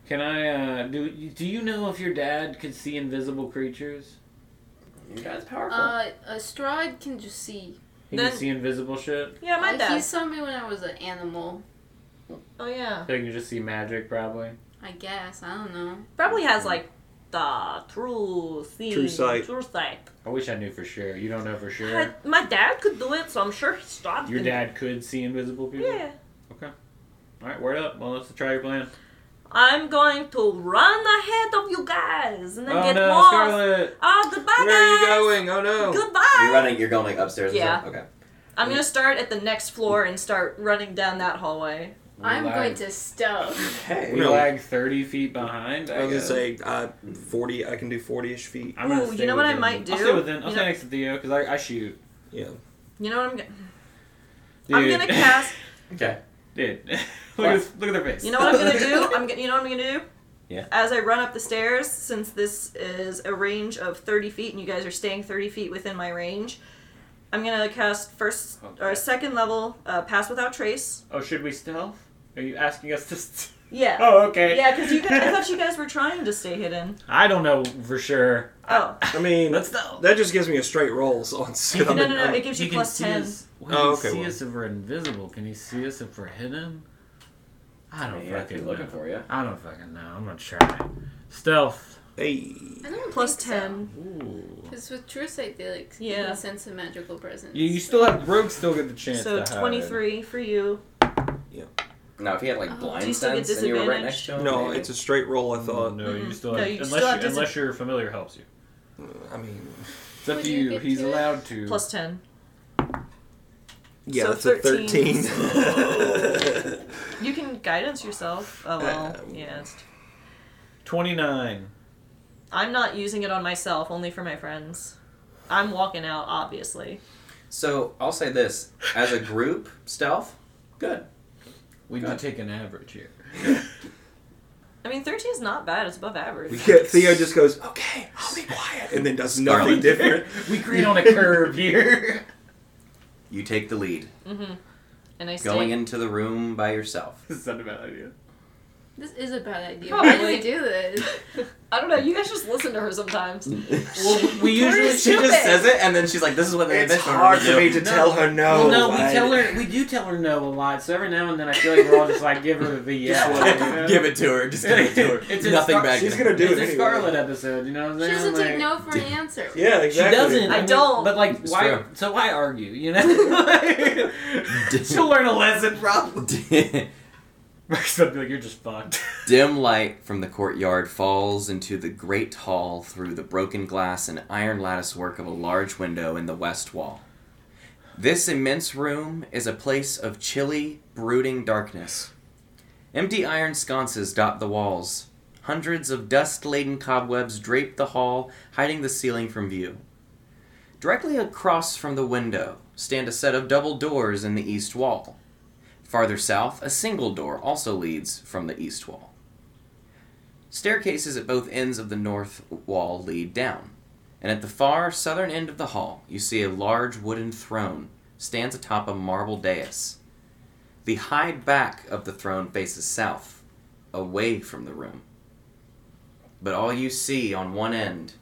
Speaker 4: Can I, uh, do, do you know if your dad could see invisible creatures? Your dad's powerful.
Speaker 3: Uh, uh, Strahd can just see.
Speaker 4: he
Speaker 2: then-
Speaker 4: can see invisible shit.
Speaker 2: Yeah, my
Speaker 3: Like,
Speaker 2: dad.
Speaker 3: He saw me when I was an animal.
Speaker 2: Oh yeah.
Speaker 4: So he can just see magic, probably.
Speaker 3: I guess I don't know.
Speaker 2: Probably has like the true seeing,
Speaker 5: True sight.
Speaker 2: True sight.
Speaker 4: I wish I knew for sure. You don't know for
Speaker 2: My,
Speaker 4: sure.
Speaker 2: my dad could do it, so I'm sure he's not.
Speaker 4: Your dad could see invisible people?
Speaker 2: Yeah.
Speaker 4: All right, word up. Well, let's try your plan.
Speaker 2: I'm going to run ahead of you guys and then
Speaker 4: Oh
Speaker 2: get
Speaker 4: no,
Speaker 2: lost.
Speaker 4: Scarlet!
Speaker 2: Oh, goodbye,
Speaker 5: Where are you
Speaker 2: guys.
Speaker 5: going? Oh no.
Speaker 2: Goodbye.
Speaker 1: You're running. You're going like upstairs. and
Speaker 2: Yeah.
Speaker 1: stuff? Okay.
Speaker 2: I'm gonna start at the next floor and start running down that hallway.
Speaker 3: I'm
Speaker 4: Relax.
Speaker 3: going to stub.
Speaker 1: Okay.
Speaker 4: We
Speaker 5: No.
Speaker 4: lag 30 feet behind.
Speaker 5: I
Speaker 4: I,
Speaker 5: was gonna
Speaker 4: guess.
Speaker 5: say uh, forty. I can do forty-ish feet.
Speaker 4: I'm gonna
Speaker 2: Ooh, you
Speaker 4: stay
Speaker 2: know what I
Speaker 4: within-
Speaker 2: might
Speaker 4: I'll
Speaker 2: do?
Speaker 4: stay within. I'll
Speaker 2: You
Speaker 4: stay
Speaker 2: know-
Speaker 4: next to Theo because I, I shoot.
Speaker 5: Yeah.
Speaker 2: You know what I'm gonna?
Speaker 4: Dude.
Speaker 2: I'm gonna cast.
Speaker 1: Okay.
Speaker 4: Dude, [laughs] look,
Speaker 1: What?
Speaker 4: at, his- look at their face.
Speaker 2: You know what I'm gonna do? I'm gonna. You know what I'm gonna do?
Speaker 1: Yeah.
Speaker 2: As I run up the stairs, since this is a range of 30 feet, and you guys are staying 30 feet within my range, I'm gonna cast first or second level uh, pass without trace.
Speaker 4: Oh, should we stealth? Are you asking us to? [laughs] St-
Speaker 2: [laughs] Yeah.
Speaker 4: oh, okay.
Speaker 2: Yeah, because you guys,
Speaker 4: [laughs]
Speaker 2: I thought you guys were trying to stay hidden.
Speaker 4: I don't know for sure.
Speaker 2: Oh.
Speaker 5: I mean,
Speaker 4: Let's stealth.
Speaker 5: that just gives me a straight roll. So on
Speaker 2: No, no, no. It gives you plus 10.
Speaker 4: Well,
Speaker 5: Oh,
Speaker 4: he can
Speaker 5: okay,
Speaker 4: see
Speaker 5: well.
Speaker 4: us if we're invisible. Can he see us if we're hidden? I don't
Speaker 1: Yeah, if
Speaker 4: fucking
Speaker 1: he's
Speaker 4: know.
Speaker 1: looking for you.
Speaker 4: I don't fucking know. I'm gonna try. Stealth.
Speaker 5: Hey.
Speaker 3: [laughs] I don't
Speaker 2: Plus
Speaker 3: think so.
Speaker 2: 10.
Speaker 4: Ooh.
Speaker 3: Because with true sight, they like
Speaker 2: Yeah.
Speaker 3: can sense a magical presence.
Speaker 4: You, you still have rogues. Still get the chance.
Speaker 2: So
Speaker 4: to hide.
Speaker 2: 23 for you.
Speaker 1: Now, if he had like
Speaker 3: Oh, do
Speaker 1: blind
Speaker 2: you still get
Speaker 1: sense and you were right
Speaker 2: disadvantage?
Speaker 1: next to him,
Speaker 5: No,
Speaker 1: maybe.
Speaker 5: it's a straight roll. I
Speaker 4: Oh,
Speaker 5: thought.
Speaker 4: no, you
Speaker 2: Mm-mm.
Speaker 4: still
Speaker 2: Mm-hmm. No,
Speaker 4: have,
Speaker 2: you
Speaker 4: unless,
Speaker 2: still have
Speaker 4: you,
Speaker 2: dis-
Speaker 4: unless your familiar helps you.
Speaker 5: I mean,
Speaker 4: It's up
Speaker 3: Would
Speaker 4: to
Speaker 3: you
Speaker 4: you.
Speaker 3: get
Speaker 4: He's
Speaker 3: to it?
Speaker 4: allowed to.
Speaker 2: Plus 10.
Speaker 5: yeah,
Speaker 2: So
Speaker 5: that's a
Speaker 2: 13.
Speaker 5: thirteen. [laughs]
Speaker 2: You can guidance yourself. Oh,
Speaker 4: Uh,
Speaker 2: well.
Speaker 5: Um,
Speaker 2: Yeah. it's-
Speaker 4: Twenty-nine.
Speaker 2: I'm not using it on myself, only for my friends. I'm walking out, obviously.
Speaker 1: So I'll say this: as a group, stealth, good.
Speaker 4: We
Speaker 1: Got
Speaker 4: do
Speaker 1: it.
Speaker 4: take an average here.
Speaker 2: I mean, 13 is not bad. It's above average.
Speaker 5: yeah, Theo just goes, "Okay, I'll be quiet," and then does nothing different.
Speaker 4: we create on a curve here. [laughs]
Speaker 1: You take the lead,
Speaker 2: And I stay.
Speaker 1: going into the room by yourself.
Speaker 4: This is not a bad idea.
Speaker 3: This is a bad idea.
Speaker 2: Probably.
Speaker 3: Why do we
Speaker 4: [laughs]
Speaker 3: do this?
Speaker 2: I don't know. You guys just listen to her sometimes.
Speaker 1: [laughs]
Speaker 4: Well, we
Speaker 1: Usually,
Speaker 4: usually
Speaker 1: she just says it, and then she's like, "This is what they
Speaker 5: It's
Speaker 1: eventually
Speaker 5: hard
Speaker 1: do."
Speaker 5: for me to
Speaker 4: No.
Speaker 5: tell her no.
Speaker 1: Oh,
Speaker 4: Well, no, we
Speaker 5: I-
Speaker 4: tell her. We do tell her no a lot. So every now and then, I feel like we're all just like give her the yeah. you know?
Speaker 1: give it to her. Just give it to her.
Speaker 5: [laughs]
Speaker 4: It's a
Speaker 1: Nothing
Speaker 4: scar-
Speaker 1: bad.
Speaker 5: she's
Speaker 1: can
Speaker 5: gonna
Speaker 1: happen.
Speaker 4: It's
Speaker 5: do it
Speaker 4: a
Speaker 5: anyway.
Speaker 4: Scarlet episode. You know what I'm
Speaker 3: She
Speaker 4: saying?
Speaker 3: doesn't take
Speaker 4: Like,
Speaker 3: no for an
Speaker 4: [laughs]
Speaker 3: answer.
Speaker 5: Yeah,
Speaker 4: She
Speaker 5: exactly.
Speaker 4: doesn't.
Speaker 2: I
Speaker 4: mean,
Speaker 2: don't.
Speaker 4: But like,
Speaker 1: It's
Speaker 4: why?
Speaker 1: true.
Speaker 4: So why argue? You [laughs] know. She'll learn a lesson,
Speaker 1: [laughs]
Speaker 4: probably.
Speaker 1: Dim-
Speaker 4: I'd be like, you're just fucked.
Speaker 1: Dim light from the courtyard falls into the great hall through the broken glass and iron lattice work of a large window in the west wall. This immense room is a place of chilly, brooding darkness. Empty iron sconces dot the walls. Hundreds of dust laden cobwebs drape the hall, hiding the ceiling from view. Directly across from the window stand a set of double doors in the east wall. Farther south, a single door also leads from the east wall. Staircases at both ends of the north wall lead down, and at the far southern end of the hall, you see a large wooden throne stands atop a marble dais. The high back of the throne faces south, away from the room. But all you see on one end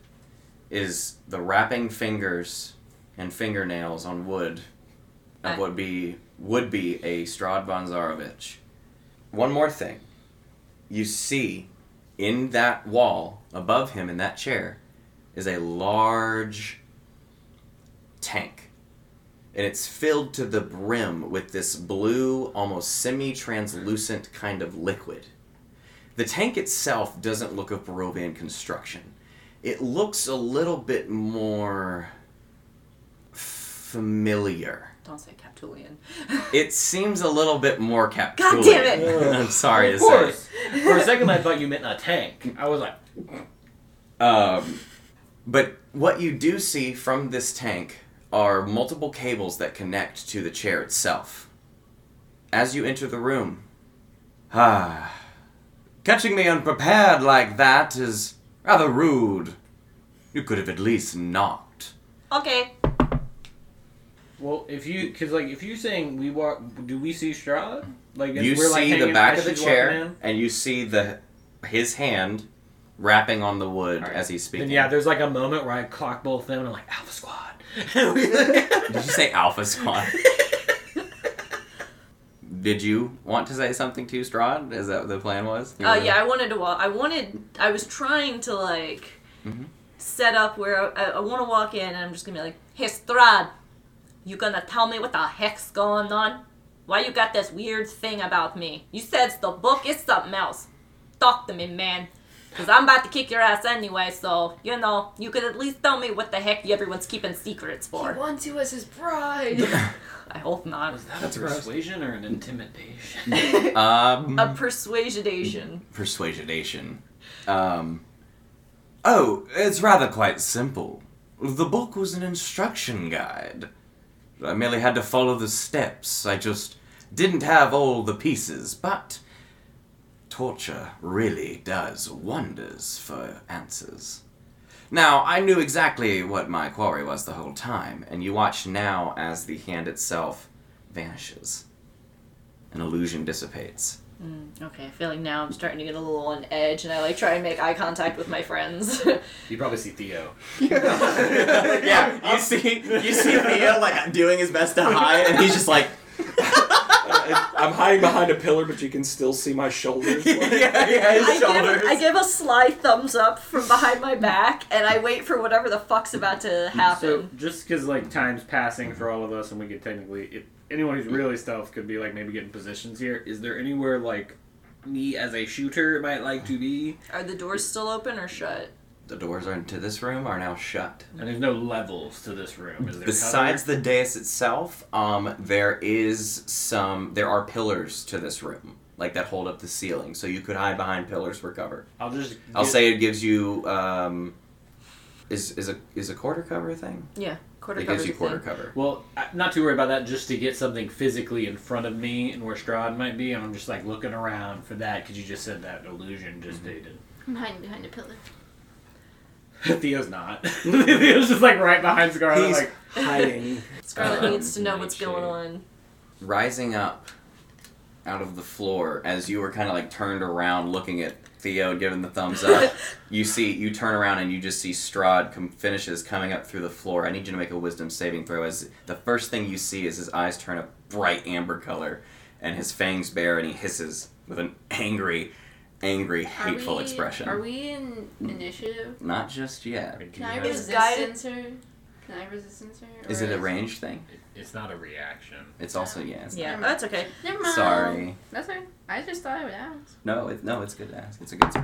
Speaker 1: is the wrapping fingers and fingernails on wood of
Speaker 2: I-
Speaker 1: what be would be a Strad von Zarovich. One more thing. You see in that wall above him in that chair is a large tank. And it's filled to the brim with this blue, almost semi translucent kind of liquid. The tank itself doesn't look of Barovian construction. It looks a little bit more familiar.
Speaker 2: Don't say Captulian.
Speaker 1: It seems a little bit more Captulian.
Speaker 2: God damn
Speaker 1: [laughs]
Speaker 2: it!
Speaker 1: I'm sorry to
Speaker 4: Of
Speaker 1: say.
Speaker 3: [laughs]
Speaker 4: course. For a second, I thought you meant a tank. I was like,
Speaker 1: Um, but what you do see from this tank are multiple cables that connect to the chair itself. As you enter the room, ah, catching me unprepared like that is rather rude. You could have at least knocked.
Speaker 2: okay.
Speaker 4: well, if you, because like, if you saying we walk, do we see Strahd? Like, as
Speaker 1: You
Speaker 4: we're, like,
Speaker 1: see the
Speaker 4: hanging
Speaker 1: back
Speaker 4: out
Speaker 1: of the
Speaker 4: as she's walking
Speaker 1: chair,
Speaker 4: in?
Speaker 1: and you see the his hand rapping on the wood
Speaker 4: Alright.
Speaker 1: as he's speaking.
Speaker 4: Then yeah, there's like a moment where I clock both them, and I'm like Alpha Squad. [laughs] And we-
Speaker 1: Did you say Alpha Squad? [laughs] Did you want to say something to Strahd? Is that what the plan was? You
Speaker 2: Uh,
Speaker 1: were-
Speaker 2: yeah, I wanted to walk. I wanted. I was trying to like
Speaker 1: Mm-hmm.
Speaker 2: set up where I, I want to walk in, and I'm just gonna be like, "Hey, Strad, you gonna tell me what the heck's going on? Why you got this weird thing about me? You said it's the book. It's something else. Talk to me, man." Cause I'm about to kick your ass anyway, so you know you could at least tell me what the heck everyone's keeping secrets
Speaker 3: He
Speaker 2: for.
Speaker 3: wants you as his bride.
Speaker 4: [laughs]
Speaker 2: I hope not.
Speaker 4: Was that
Speaker 5: That's
Speaker 4: a
Speaker 5: gross.
Speaker 4: persuasion or an
Speaker 1: [laughs]
Speaker 4: intimidation?
Speaker 1: Um,
Speaker 2: A persuasionation.
Speaker 1: persuasionation. Um, oh, it's rather quite simple. The book was an instruction guide. I merely had to follow the steps. I just didn't have all the pieces, but torture really does wonders for answers. Now, I knew exactly what my quarry was the whole time, and you watch now as the hand itself vanishes. An illusion dissipates.
Speaker 2: Okay, I feel like now I'm starting to get a little on edge, and I like try and make eye contact with my friends.
Speaker 4: [laughs]
Speaker 2: [laughs]
Speaker 4: You probably see Theo.
Speaker 1: yeah, you see, you see Theo like doing his best to hide, and he's just like,
Speaker 5: I'm hiding behind a pillar, but you can still see my
Speaker 1: [laughs] [laughs]
Speaker 5: shoulders.
Speaker 1: yeah, yeah,
Speaker 2: I
Speaker 1: his
Speaker 2: give, I
Speaker 1: shoulders.
Speaker 2: give a sly thumbs up from behind my back, and I wait for whatever the fuck's about to
Speaker 4: So
Speaker 2: happen.
Speaker 4: just because like time's passing for all of us, and we could technically, if anyone who's really stealth could be like maybe getting positions here. Is there anywhere like me as a shooter might like to be?
Speaker 2: Are the doors still open or shut?
Speaker 1: The doors are into this room are now shut.
Speaker 4: And there's no levels to this room. Is there
Speaker 1: Besides the dais itself, um, there is some. There are pillars to this room, like that hold up the ceiling, so you could hide behind pillars for cover.
Speaker 4: cover? I'll just.
Speaker 1: I'll
Speaker 4: get-
Speaker 1: say it gives you. Um, is is a is a quarter cover a thing?
Speaker 2: Yeah, quarter
Speaker 1: it
Speaker 2: cover.
Speaker 1: gives you quarter cover.
Speaker 4: Well, I- not to worry about that. Just to get something physically in front of me and where Strahd might be, and I'm just like looking around for that because you just said that illusion just dated. [laughs]
Speaker 3: I'm hiding behind a pillar.
Speaker 4: Theo's not. [laughs] Theo's just like right behind Scarlet.
Speaker 5: He's
Speaker 4: like
Speaker 5: hiding.
Speaker 2: Scarlet
Speaker 1: Um,
Speaker 2: needs to know what's
Speaker 4: nightshade.
Speaker 2: going on.
Speaker 1: rising up out of the floor as you were kind of like turned around looking at Theo giving the thumbs
Speaker 3: [laughs]
Speaker 1: up. you see, you turn around and you just see Strahd com- finishes coming up through the floor. I need you to make a wisdom saving throw as the first thing you see is his eyes turn a bright amber color and his fangs bare and he hisses with an angry, angry,
Speaker 3: Are
Speaker 1: hateful
Speaker 3: we-
Speaker 1: expression.
Speaker 3: Are we in initiative?
Speaker 1: Not just yet.
Speaker 3: Can I
Speaker 2: Is
Speaker 3: resist
Speaker 2: guided-
Speaker 3: her? Can I resistance her?
Speaker 1: Is
Speaker 3: or
Speaker 1: it a range thing?
Speaker 4: It's not a reaction.
Speaker 1: It's also yeah. It's
Speaker 2: Yeah,
Speaker 3: not-
Speaker 2: that's okay.
Speaker 3: Never mind.
Speaker 1: Sorry.
Speaker 3: That's fine. I just thought I would ask.
Speaker 1: No, it, no, it's good to ask. It's a good
Speaker 4: No,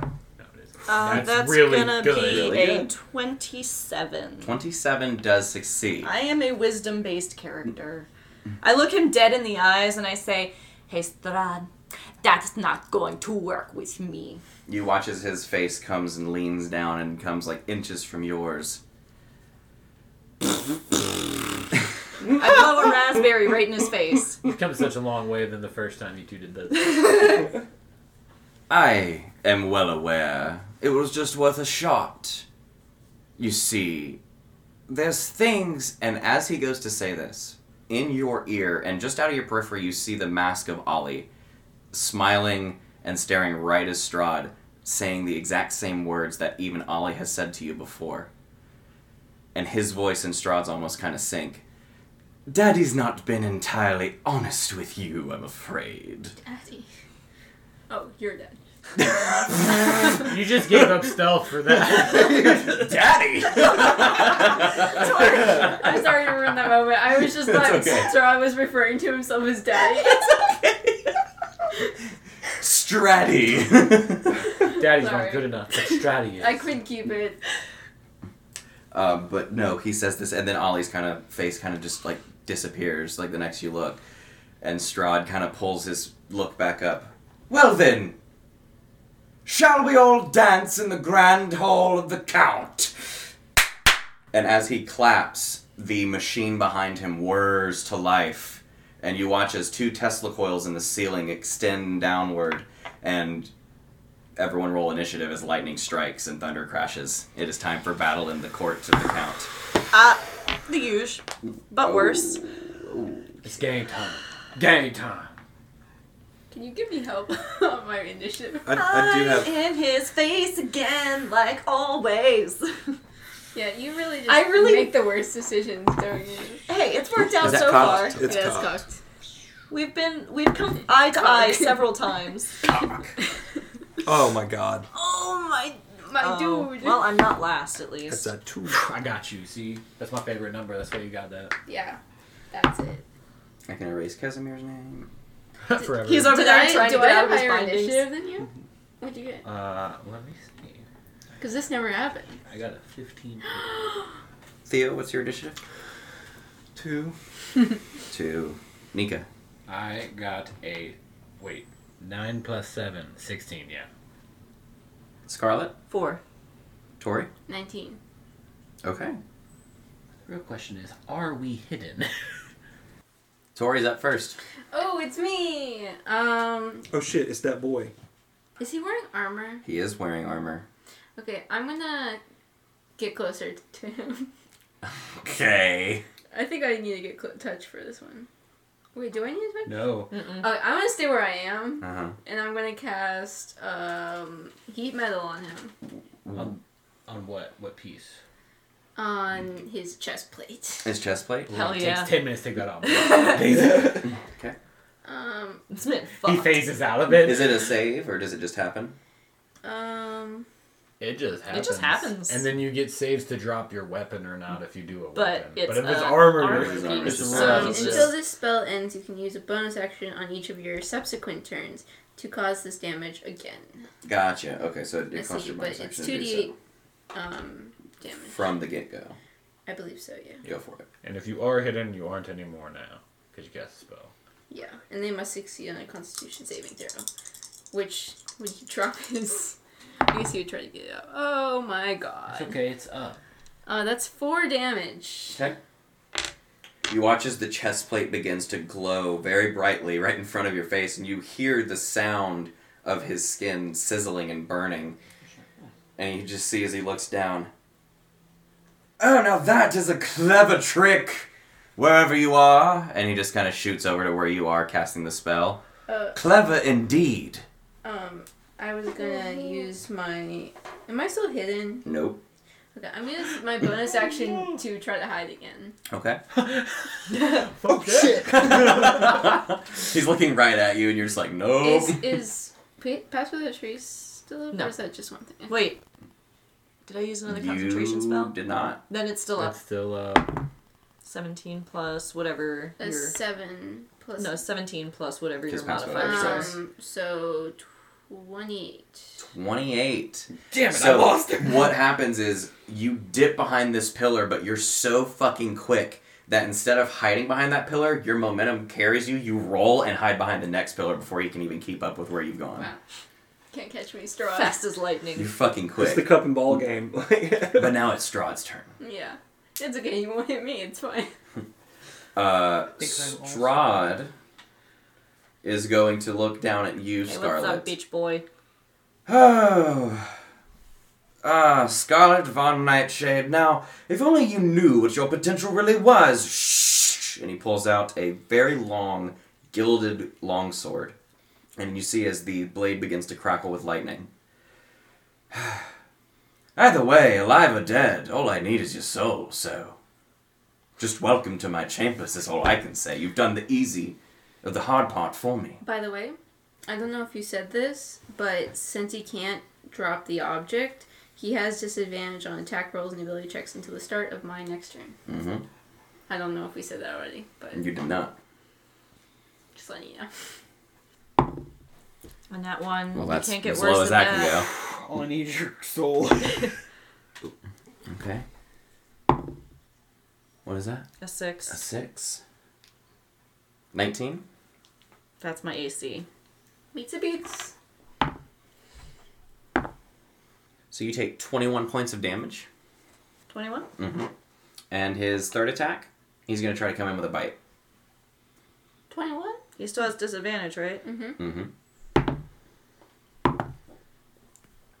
Speaker 4: it isn't.
Speaker 2: Um, that's,
Speaker 4: really
Speaker 2: gonna
Speaker 4: good.
Speaker 2: be
Speaker 1: Really
Speaker 2: a
Speaker 1: good.
Speaker 2: twenty-seven.
Speaker 1: twenty-seven. Does succeed.
Speaker 2: I am a wisdom based character. I look him dead in the eyes and I say, Hey, Strad, that's not going to work with me.
Speaker 1: You watch as his face comes and leans down and comes like inches from yours.
Speaker 2: I blow a raspberry right in his face.
Speaker 4: [laughs] You've come such a long way than the first time you two did this.
Speaker 1: I am well aware. It was just worth a shot. You see, there's things, and as he goes to say this, in your ear and just out of your periphery, you see the mask of Ollie, smiling and staring right at Strahd, saying the exact same words that even Ollie has said to you before. And his voice and Strahd's almost kind of sync. Daddy's not been entirely honest with you, I'm afraid.
Speaker 3: Daddy. Oh, you're
Speaker 1: [laughs]
Speaker 3: dead.
Speaker 4: you just gave up stealth for that.
Speaker 1: [laughs] Daddy!
Speaker 3: I'm sorry to ruin that moment. I was just
Speaker 1: That's
Speaker 3: like,
Speaker 1: okay.
Speaker 3: Sir, I was referring to himself as daddy. [laughs]
Speaker 1: Stratty!
Speaker 4: Daddy's
Speaker 3: Sorry.
Speaker 4: not good enough. That's strategy.
Speaker 3: I couldn't keep it.
Speaker 1: Um, but no, he says this, and then Ollie's kind of face kind of just like disappears, like the next you look, and Strahd kind of pulls his look back up. Well then, shall we all dance in the grand hall of the Count? And as he claps, the machine behind him whirs to life, and you watch as two Tesla coils in the ceiling extend downward, and everyone roll initiative as lightning strikes and thunder crashes. It is time for battle in the courts of the Count.
Speaker 2: Uh, The huge, but worse.
Speaker 4: It's game time. Game time.
Speaker 3: Can you give me help [laughs] on my initiative?
Speaker 5: I, I do have.
Speaker 2: in his face again, like always. [laughs]
Speaker 3: Yeah, you really just
Speaker 2: I really-
Speaker 3: make the worst decisions, don't you?
Speaker 2: hey, it's worked out
Speaker 1: Is that
Speaker 2: so
Speaker 1: cocked?
Speaker 2: far.
Speaker 5: It's
Speaker 3: yeah,
Speaker 5: cocked.
Speaker 3: it's cocked.
Speaker 2: We've been we've come eye to eye several times.
Speaker 5: Oh my god,
Speaker 2: [laughs] Oh my
Speaker 3: [laughs] My
Speaker 2: oh,
Speaker 3: dude.
Speaker 2: Well, I'm not last at
Speaker 5: that's
Speaker 2: least.
Speaker 5: a two.
Speaker 4: I got you. See, that's my favorite number. That's why you got that.
Speaker 3: yeah, that's it.
Speaker 1: I can erase Casimir's name.
Speaker 4: Forever.
Speaker 2: He's over
Speaker 3: Did
Speaker 2: there
Speaker 3: I,
Speaker 2: trying
Speaker 3: do
Speaker 2: to get
Speaker 3: I
Speaker 2: out
Speaker 3: have
Speaker 2: of his
Speaker 3: higher
Speaker 2: bindings.
Speaker 3: initiative than you? What'd you get?
Speaker 4: Uh, let me see.
Speaker 3: Because this never happened.
Speaker 4: I got a 15.
Speaker 1: Theo, what's your initiative?
Speaker 5: Two.
Speaker 1: Two. Nika.
Speaker 4: I got a. Wait. 9 plus 7. 16, yeah.
Speaker 1: Scarlet.
Speaker 2: Four.
Speaker 1: Tori.
Speaker 3: 19.
Speaker 1: Okay.
Speaker 4: Real question is are we hidden? [laughs]
Speaker 1: Tori's up first.
Speaker 3: Oh, it's me. Um,
Speaker 5: Oh shit, it's that [laughs] boy.
Speaker 3: is he wearing armor?
Speaker 1: He is wearing armor.
Speaker 3: Okay, I'm gonna get closer to him.
Speaker 1: Okay.
Speaker 3: I think I need to get cl- touch for this one. Wait, do I need to touch?
Speaker 4: no.
Speaker 3: Oh, I'm gonna stay where I am,
Speaker 1: Uh huh.
Speaker 3: and I'm gonna cast um heat metal on him
Speaker 4: On, on what? What piece?
Speaker 3: on his chest plate.
Speaker 1: His chest plate.
Speaker 2: Hell
Speaker 4: it
Speaker 2: yeah.
Speaker 4: takes 10 minutes to take
Speaker 2: [laughs]
Speaker 4: that off.
Speaker 1: Okay.
Speaker 3: Um,
Speaker 2: It's been
Speaker 4: he
Speaker 2: fucked.
Speaker 4: phases out of it.
Speaker 1: Is it a save or does it just happen?
Speaker 3: um,
Speaker 4: It just happens.
Speaker 2: just happens.
Speaker 4: And then you get saves to drop your weapon or not if you do a
Speaker 2: But
Speaker 4: weapon.
Speaker 2: it's
Speaker 4: but if it's
Speaker 2: a
Speaker 4: armor,
Speaker 2: armor
Speaker 1: piece,
Speaker 4: it's, it's
Speaker 1: so
Speaker 3: So
Speaker 4: wrong.
Speaker 2: it's
Speaker 3: until
Speaker 2: just-
Speaker 3: this spell ends, you can use a bonus action on each of your subsequent turns to cause this damage again.
Speaker 1: Gotcha. Okay, so it,
Speaker 3: I
Speaker 1: it costs
Speaker 3: see,
Speaker 1: your
Speaker 3: but
Speaker 1: bonus
Speaker 3: it's
Speaker 1: action to
Speaker 3: two d
Speaker 1: do
Speaker 3: eight um damage.
Speaker 1: so. From the get go.
Speaker 3: I believe so. Yeah.
Speaker 1: Go for it.
Speaker 4: And if you are hidden, you aren't anymore now because you cast a spell.
Speaker 3: Yeah, and they must succeed on a Constitution saving throw, which would you [laughs] drop his? I guess he would try to get it out. Oh my god.
Speaker 4: okay, it's up.
Speaker 3: Uh, that's four damage.
Speaker 1: Okay. You watch as the chest plate begins to glow very brightly right in front of your face, and you hear the sound of his skin sizzling and burning. And you just see as he looks down. Oh, now that is a clever trick! Wherever you are, and he just kind of shoots over to where you are casting the spell.
Speaker 3: Uh.
Speaker 1: clever indeed.
Speaker 3: Um, I was gonna use my. Am I still hidden?
Speaker 1: Nope.
Speaker 3: Okay, I'm gonna use
Speaker 1: [laughs]
Speaker 3: my bonus action to try to hide again.
Speaker 1: Okay. [laughs]
Speaker 4: Oh, shit!
Speaker 1: He's looking right at you, and you're just like, nope.
Speaker 3: Is is pa- pass without a trace still up,
Speaker 2: No.
Speaker 3: or is that just one thing?
Speaker 2: Wait. Did I use another concentration
Speaker 1: you
Speaker 2: spell?
Speaker 1: did not.
Speaker 2: Then it's still up.
Speaker 4: That's still uh,
Speaker 2: 17 plus whatever
Speaker 3: That's
Speaker 2: your
Speaker 3: seven plus.
Speaker 2: no 17 plus whatever your
Speaker 1: Just pass without
Speaker 2: modifier
Speaker 1: a
Speaker 2: is.
Speaker 1: trace.
Speaker 3: um, so twenty-eight.
Speaker 1: 28.
Speaker 4: damn it!
Speaker 1: So
Speaker 4: I lost it.
Speaker 1: what happens is you dip behind this pillar, but you're so fucking quick that instead of hiding behind that pillar, your momentum carries you. You roll and hide behind the next pillar before you can even keep up with where you've gone.
Speaker 3: Wow. Can't catch me, straw.
Speaker 2: Fast as
Speaker 1: You're
Speaker 2: lightning.
Speaker 1: fucking
Speaker 5: It's the
Speaker 1: quick.
Speaker 5: cup and ball game. [laughs]
Speaker 1: but now it's Strahd's turn.
Speaker 3: [laughs] Yeah. It's okay, you won't hit me, it's fine.
Speaker 1: Uh,
Speaker 4: Think I'm awesome.
Speaker 1: Strahd is going to look down at you,
Speaker 2: Hey, what's up,
Speaker 1: Scarlet.
Speaker 2: beach boy?
Speaker 1: Oh. Ah, Scarlet von Nightshade. Now, if only you knew what your potential really was. Shh. And he pulls out a very long, gilded longsword. And you see as the blade begins to crackle with lightning. [sighs] Either way, alive or dead, all I need is your soul, so. Just welcome to my chambers is all I can say. You've done the easy, the hard part for me.
Speaker 3: By the way, I don't know if you said this, but since he can't drop the object, he has disadvantage on attack rolls and ability checks until the start of my next turn.
Speaker 1: Mm-hmm.
Speaker 3: I don't know if we said that already, but
Speaker 1: You did not.
Speaker 3: just letting you know.
Speaker 2: And that one,
Speaker 1: Well,
Speaker 2: you
Speaker 1: that's
Speaker 2: can't get
Speaker 1: as
Speaker 2: worse [laughs]
Speaker 1: low as
Speaker 2: than
Speaker 1: that can go.
Speaker 7: I need your soul.
Speaker 1: Okay. What is that?
Speaker 2: A
Speaker 1: A
Speaker 2: six.
Speaker 1: six. Nineteen.
Speaker 2: That's my AC.
Speaker 3: Meets a beats.
Speaker 1: So you take twenty-one points of damage,
Speaker 2: 21?
Speaker 1: Mm. and his third attack, he's gonna try to come in with a bite.
Speaker 3: 21?
Speaker 2: He still has disadvantage, right?
Speaker 1: Mm-hmm.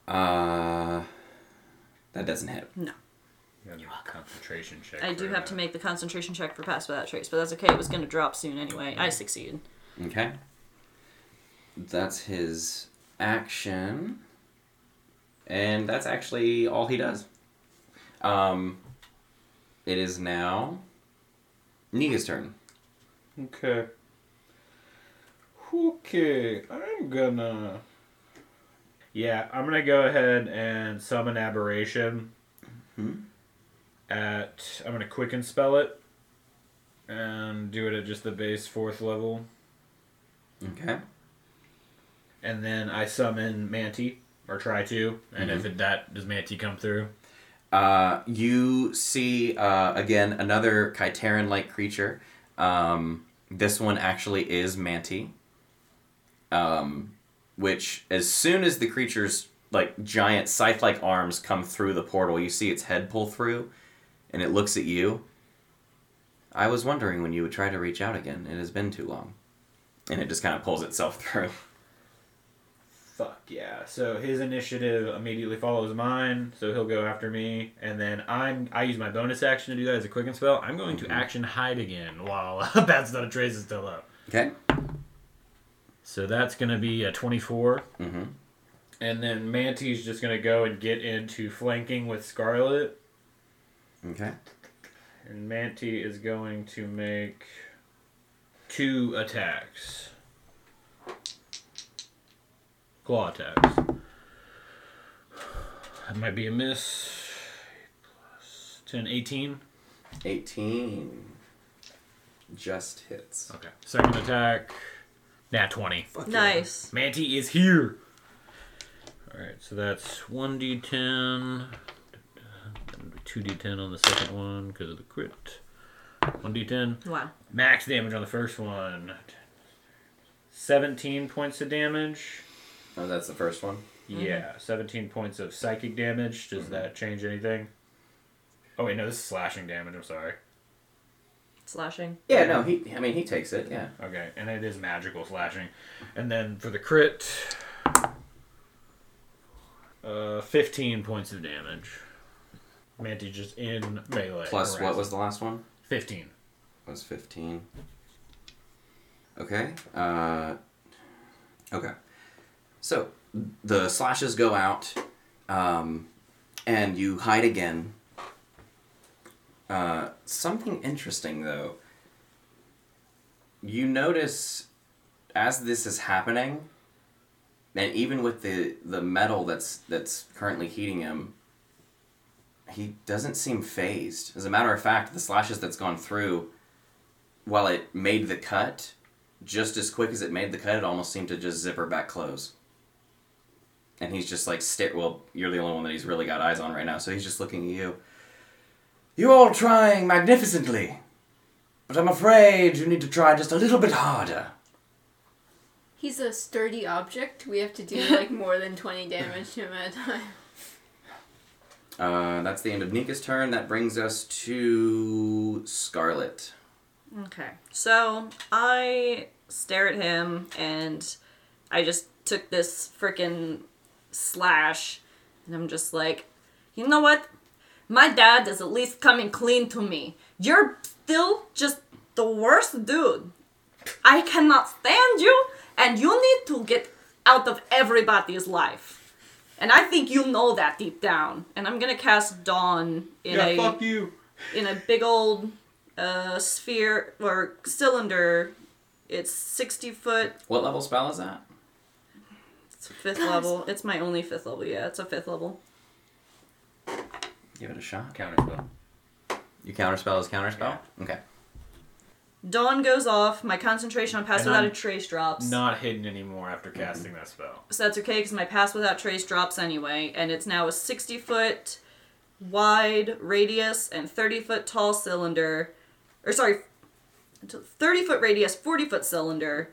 Speaker 1: Uh, that doesn't hit.
Speaker 2: No.
Speaker 8: You have a concentration check.
Speaker 2: I
Speaker 8: for
Speaker 2: do have to
Speaker 8: that.
Speaker 2: make the concentration check for Pass Without Trace, but that's okay. It was going to drop soon anyway. I succeeded.
Speaker 1: Okay. That's his action. And that's actually all he does. Um, it is now Niga's turn.
Speaker 4: Okay. Okay, I'm gonna. Yeah, I'm gonna go ahead and summon aberration.
Speaker 1: Mhm.
Speaker 4: At I'm gonna quicken spell it, and do it at just the base fourth level,
Speaker 1: Okay.
Speaker 4: and then I summon Manti or try to, and if it, that does Manti come through?
Speaker 1: Uh, you see uh, again another Kaitaran like creature. Um, this one actually is Manti. Um, which, as soon as the creature's like giant scythe like arms come through the portal, you see its head pull through and it looks at you. I was wondering when you would try to reach out again. It has been too long. And it just kind of pulls itself [laughs] through.
Speaker 4: Fuck yeah! So his initiative immediately follows mine, so he'll go after me, and then I'm I use my bonus action to do that as a quicken spell. I'm going to action hide again while [laughs] Bats Not a Trace is still up.
Speaker 1: Okay?
Speaker 4: So that's gonna be a 24,
Speaker 1: Mm-hmm.
Speaker 4: and then Manti's just gonna go and get into flanking with Scarlet,
Speaker 1: Okay.
Speaker 4: and Manti is going to make two attacks, claw attacks. That might be a miss. Plus 10, 18.
Speaker 1: 18. Just hits.
Speaker 4: Okay. Second attack. Nat 20.
Speaker 5: Fuck yeah.
Speaker 2: Nice.
Speaker 4: Manti is here. All right, so that's 1d10. 2d10 on the second one because of the crit. 1d10.
Speaker 2: Wow.
Speaker 4: Max damage on the first one. 17 points of damage.
Speaker 1: Oh, that's the first one.
Speaker 4: Yeah, 17 points of psychic damage. Does
Speaker 1: Mm-hmm.
Speaker 4: that change anything? Oh, wait, no, this is slashing damage. I'm sorry.
Speaker 2: Slashing.
Speaker 1: Yeah, no, he. I mean, he takes it. Yeah.
Speaker 4: Okay, and it is magical slashing. And then for the crit, uh, 15 points of damage. Manti just in melee.
Speaker 1: Plus, what
Speaker 4: harassing.
Speaker 1: was the last one?
Speaker 4: 15.
Speaker 1: Was fifteen. Okay. Uh, okay. So the slashes go out, um, and you hide again. Uh, something interesting though. You notice as this is happening, and even with the the metal that's that's currently heating him, he doesn't seem phased. As a matter of fact, the slashes that's gone through, while it made the cut, just as quick as it made the cut, it almost seemed to just zipper back close. And he's just like stare. Well, you're the only one that he's really got eyes on right now, so he's just looking at you. You all trying magnificently, but I'm afraid you need to try just a little bit harder.
Speaker 3: He's a sturdy object. We have to [laughs] do like more than 20 damage to him at a time. [laughs]
Speaker 1: Uh, that's the end of Nika's turn. That brings us to Scarlet.
Speaker 2: Okay. So I stare at him and I just took this freaking slash and I'm just like, you know what? My dad is at least coming clean to me. You're still just the worst dude. I cannot stand you and you need to get out of everybody's life. And I think you know that deep down. And I'm gonna cast Dawn in a
Speaker 4: you.
Speaker 2: in a big old uh, sphere or cylinder. It's 60 foot,
Speaker 1: What level spell is that?
Speaker 2: it's fifth level. It's my only fifth level, yeah, it's a fifth level.
Speaker 1: Give it a shot.
Speaker 8: counter spell.
Speaker 1: You counterspell is counterspell? Okay.
Speaker 2: Dawn goes off, my concentration on Pass
Speaker 4: And
Speaker 2: Without
Speaker 4: I'm
Speaker 2: a Trace drops.
Speaker 4: Not hidden anymore after casting that spell.
Speaker 2: So that's okay because my Pass Without Trace drops anyway, and it's now a 60 foot wide radius and 30 foot tall cylinder, or sorry, 30 foot radius, 40 foot cylinder.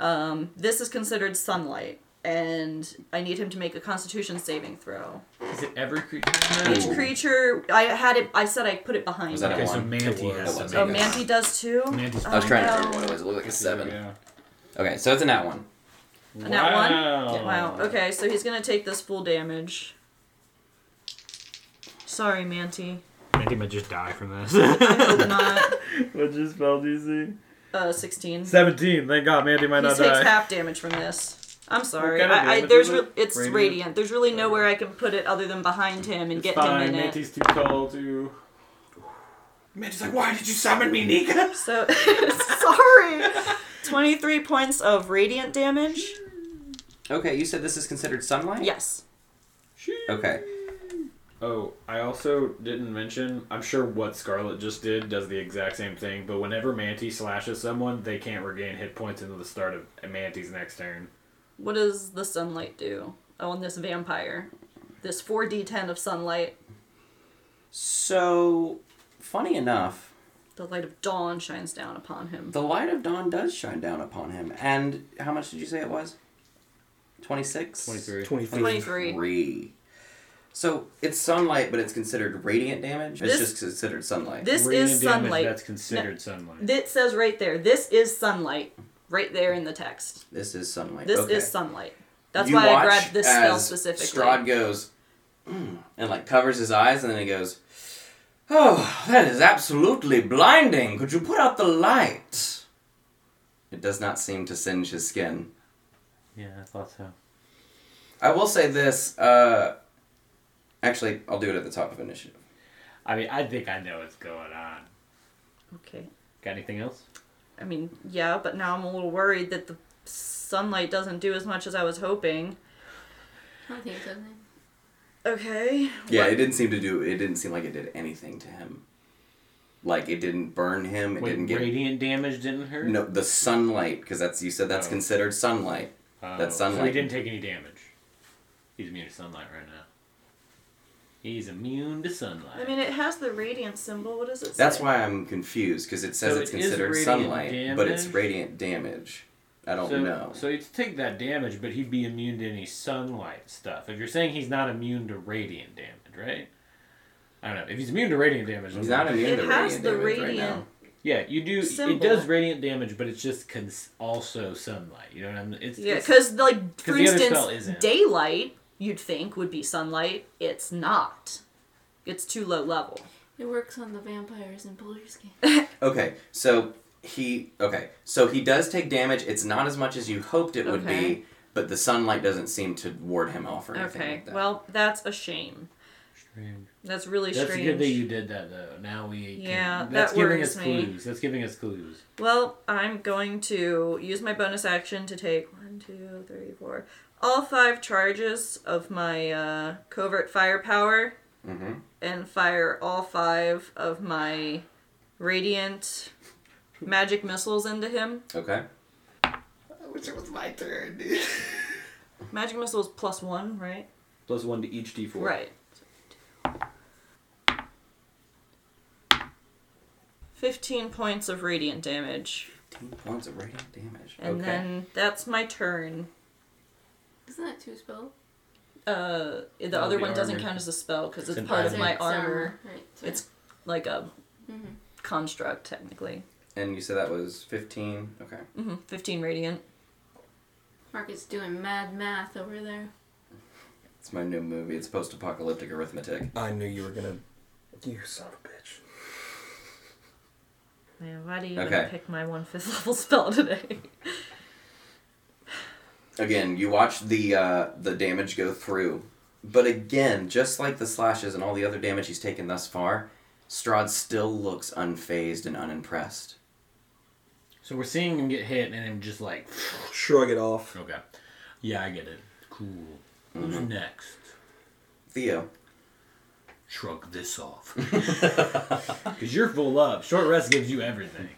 Speaker 2: Um, this is considered sunlight, and I need him to make a Constitution saving throw.
Speaker 4: Is it every creature?
Speaker 2: Each creature, I had it. I said I put it behind.
Speaker 1: Was that
Speaker 2: me.
Speaker 4: Okay, so
Speaker 1: One,
Speaker 4: Manti
Speaker 7: two,
Speaker 4: has
Speaker 1: one.
Speaker 4: to
Speaker 2: Oh,
Speaker 4: make it.
Speaker 2: Manti does too.
Speaker 4: Manti's-
Speaker 1: I was trying to
Speaker 2: Oh,
Speaker 1: remember what it was. It looked like a seven. Okay, so it's a nat one.
Speaker 2: And that
Speaker 4: Wow.
Speaker 2: one? Wow. Okay, so he's gonna take this full damage. Sorry, Manti.
Speaker 4: Manti might just die from this. [laughs]
Speaker 2: Hope not.
Speaker 4: What's your spell DC?
Speaker 2: Uh, 16. He
Speaker 4: 17. Thank God, Manti might not
Speaker 2: takes
Speaker 4: die.
Speaker 2: half damage from this. I'm sorry.
Speaker 4: What kind of
Speaker 2: I, I,
Speaker 4: damage
Speaker 2: there's
Speaker 4: is it?
Speaker 2: re- it's radiant.
Speaker 4: Radiant?
Speaker 2: There's really nowhere I can put it other than behind him and
Speaker 4: It's
Speaker 2: get
Speaker 4: fine.
Speaker 2: him in
Speaker 4: Manti's too tall to.
Speaker 5: Manti's like, why did you summon me, Nika?
Speaker 2: it. So [laughs] sorry. 23 points of radiant damage.
Speaker 1: Okay, you said this is considered sunlight?
Speaker 2: Yes.
Speaker 1: Okay.
Speaker 4: Oh, I also didn't mention. I'm sure what Scarlet just did does the exact same thing, but whenever Manti slashes someone, they can't regain hit points until the start of Manti's next turn.
Speaker 2: What does the sunlight do? Oh, on this vampire. This 4d10 of sunlight.
Speaker 1: So, funny enough,
Speaker 2: The light of dawn shines down upon him.
Speaker 1: the light of dawn does shine down upon him. And how much did you say it was? 26?
Speaker 5: 23.
Speaker 2: 23.
Speaker 1: Three. So, it's sunlight, but it's considered radiant damage? It's
Speaker 2: This-
Speaker 1: just considered sunlight.
Speaker 2: This
Speaker 4: Radiant
Speaker 2: is
Speaker 4: damage,
Speaker 2: sunlight.
Speaker 4: That's considered sunlight.
Speaker 2: It says right there. This is sunlight. Right there in the text.
Speaker 1: This is sunlight.
Speaker 2: This
Speaker 1: okay.
Speaker 2: is sunlight. That's
Speaker 1: You
Speaker 2: why I
Speaker 1: watch
Speaker 2: grabbed this spell
Speaker 1: as
Speaker 2: specifically.
Speaker 1: Strahd goes "Mm," and like covers his eyes and then he goes, "Oh, that is absolutely blinding. Could you put out the light?" It does not seem to singe his skin.
Speaker 4: yeah, I thought so.
Speaker 1: I will say this. Uh, actually, I'll do it at the top of initiative.
Speaker 4: I mean, I think I know what's going on.
Speaker 2: Okay.
Speaker 4: Got anything else?
Speaker 2: I mean, yeah, but now I'm a little worried that the sunlight doesn't do as much as I was hoping.
Speaker 3: I don't think it does anything.
Speaker 2: Okay.
Speaker 1: Yeah,
Speaker 2: What-
Speaker 1: it didn't seem to do. It didn't seem like it did anything to him. Like it didn't burn him. It
Speaker 4: Wait,
Speaker 1: didn't get
Speaker 4: radiant damage didn't hurt.
Speaker 1: no the sunlight because that's you said that's
Speaker 4: Oh.
Speaker 1: considered sunlight.
Speaker 4: Oh,
Speaker 1: That's
Speaker 4: So he
Speaker 1: sunlight.
Speaker 4: didn't take any damage. He's immune to sunlight right now. He's immune to sunlight.
Speaker 2: I mean, it has the radiant symbol. What does it say?
Speaker 1: That's why I'm confused because it says
Speaker 4: So
Speaker 1: it's
Speaker 4: it is
Speaker 1: considered
Speaker 4: radiant
Speaker 1: sunlight, but it's
Speaker 4: damage?
Speaker 1: radiant damage. I don't
Speaker 4: so,
Speaker 1: know.
Speaker 4: So he'd take that damage, but he'd be immune to any sunlight stuff. If you're saying he's not immune to radiant damage, right? I don't know. If he's immune to radiant damage,
Speaker 1: He's
Speaker 4: I'm
Speaker 1: not immune
Speaker 2: It
Speaker 1: to
Speaker 2: has
Speaker 1: radiant
Speaker 2: the
Speaker 1: damage right
Speaker 2: radiant-
Speaker 1: now.
Speaker 4: Yeah, you do. It
Speaker 2: Symbol.
Speaker 4: does radiant damage, but it's just cons- also sunlight. You know what I mean? It's,
Speaker 2: Yeah,
Speaker 4: it's-
Speaker 2: because like for
Speaker 4: the other spell
Speaker 2: instance,
Speaker 4: isn't.
Speaker 2: daylight you'd think would be sunlight. It's not. It's too low level.
Speaker 3: It works on the vampires in Baldur's Gate.
Speaker 1: Okay, so he okay, so he does take damage. It's not as much as you hoped it would
Speaker 2: Okay.
Speaker 1: be, but the sunlight doesn't seem to ward him off or anything.
Speaker 2: Okay.
Speaker 1: like that.
Speaker 2: Well, that's a shame. That's really
Speaker 4: That's
Speaker 2: strange.
Speaker 4: good that you did that though. Now we
Speaker 2: Yeah,
Speaker 4: can, that's
Speaker 2: that
Speaker 4: giving
Speaker 2: worries
Speaker 4: us
Speaker 2: me.
Speaker 4: clues. That's giving us clues.
Speaker 2: Well, I'm going to use my bonus action to take one, two, three, four, all five charges of my uh, covert firepower,
Speaker 4: Mm-hmm.
Speaker 1: Mhm.
Speaker 2: and fire all five of my radiant magic missiles into him.
Speaker 1: okay.
Speaker 5: I wish it was my turn, dude.
Speaker 2: Magic missiles plus one, right?
Speaker 4: Plus one to each D four.
Speaker 2: Right. 15 points of radiant damage.
Speaker 1: Ten points of radiant damage.
Speaker 2: And
Speaker 1: okay.
Speaker 2: then that's my turn.
Speaker 3: Isn't that two spell?
Speaker 2: Uh, the
Speaker 4: That'll
Speaker 2: other
Speaker 4: be
Speaker 2: one doesn't
Speaker 4: armor.
Speaker 2: count as a spell because it's,
Speaker 4: an
Speaker 2: part of
Speaker 4: item. Mm-hmm.
Speaker 2: my
Speaker 3: It's
Speaker 2: armor.
Speaker 3: Right. so-
Speaker 2: It's like a
Speaker 3: Mhm.
Speaker 2: construct, technically.
Speaker 1: And you said that was fifteen. Okay.
Speaker 2: hmm 15 radiant.
Speaker 3: Mark is doing mad math over there.
Speaker 1: It's my new movie. It's post-apocalyptic arithmetic.
Speaker 5: I knew you were gonna. You son of a bitch.
Speaker 2: Man, why do you
Speaker 1: Okay.
Speaker 2: even pick my one fifth [laughs] level spell today?
Speaker 1: again you watch the uh, the damage go through but again just like the slashes and all the other damage he's taken thus far strahd still looks unfazed and unimpressed
Speaker 4: So we're seeing him get hit and him just like
Speaker 5: Shrug it off.
Speaker 4: Okay. Yeah, I get it. Cool. Who's
Speaker 7: Mm-hmm.
Speaker 4: next?
Speaker 1: theo
Speaker 4: Shrug this off. [laughs] Because you're full up. Short rest gives you everything.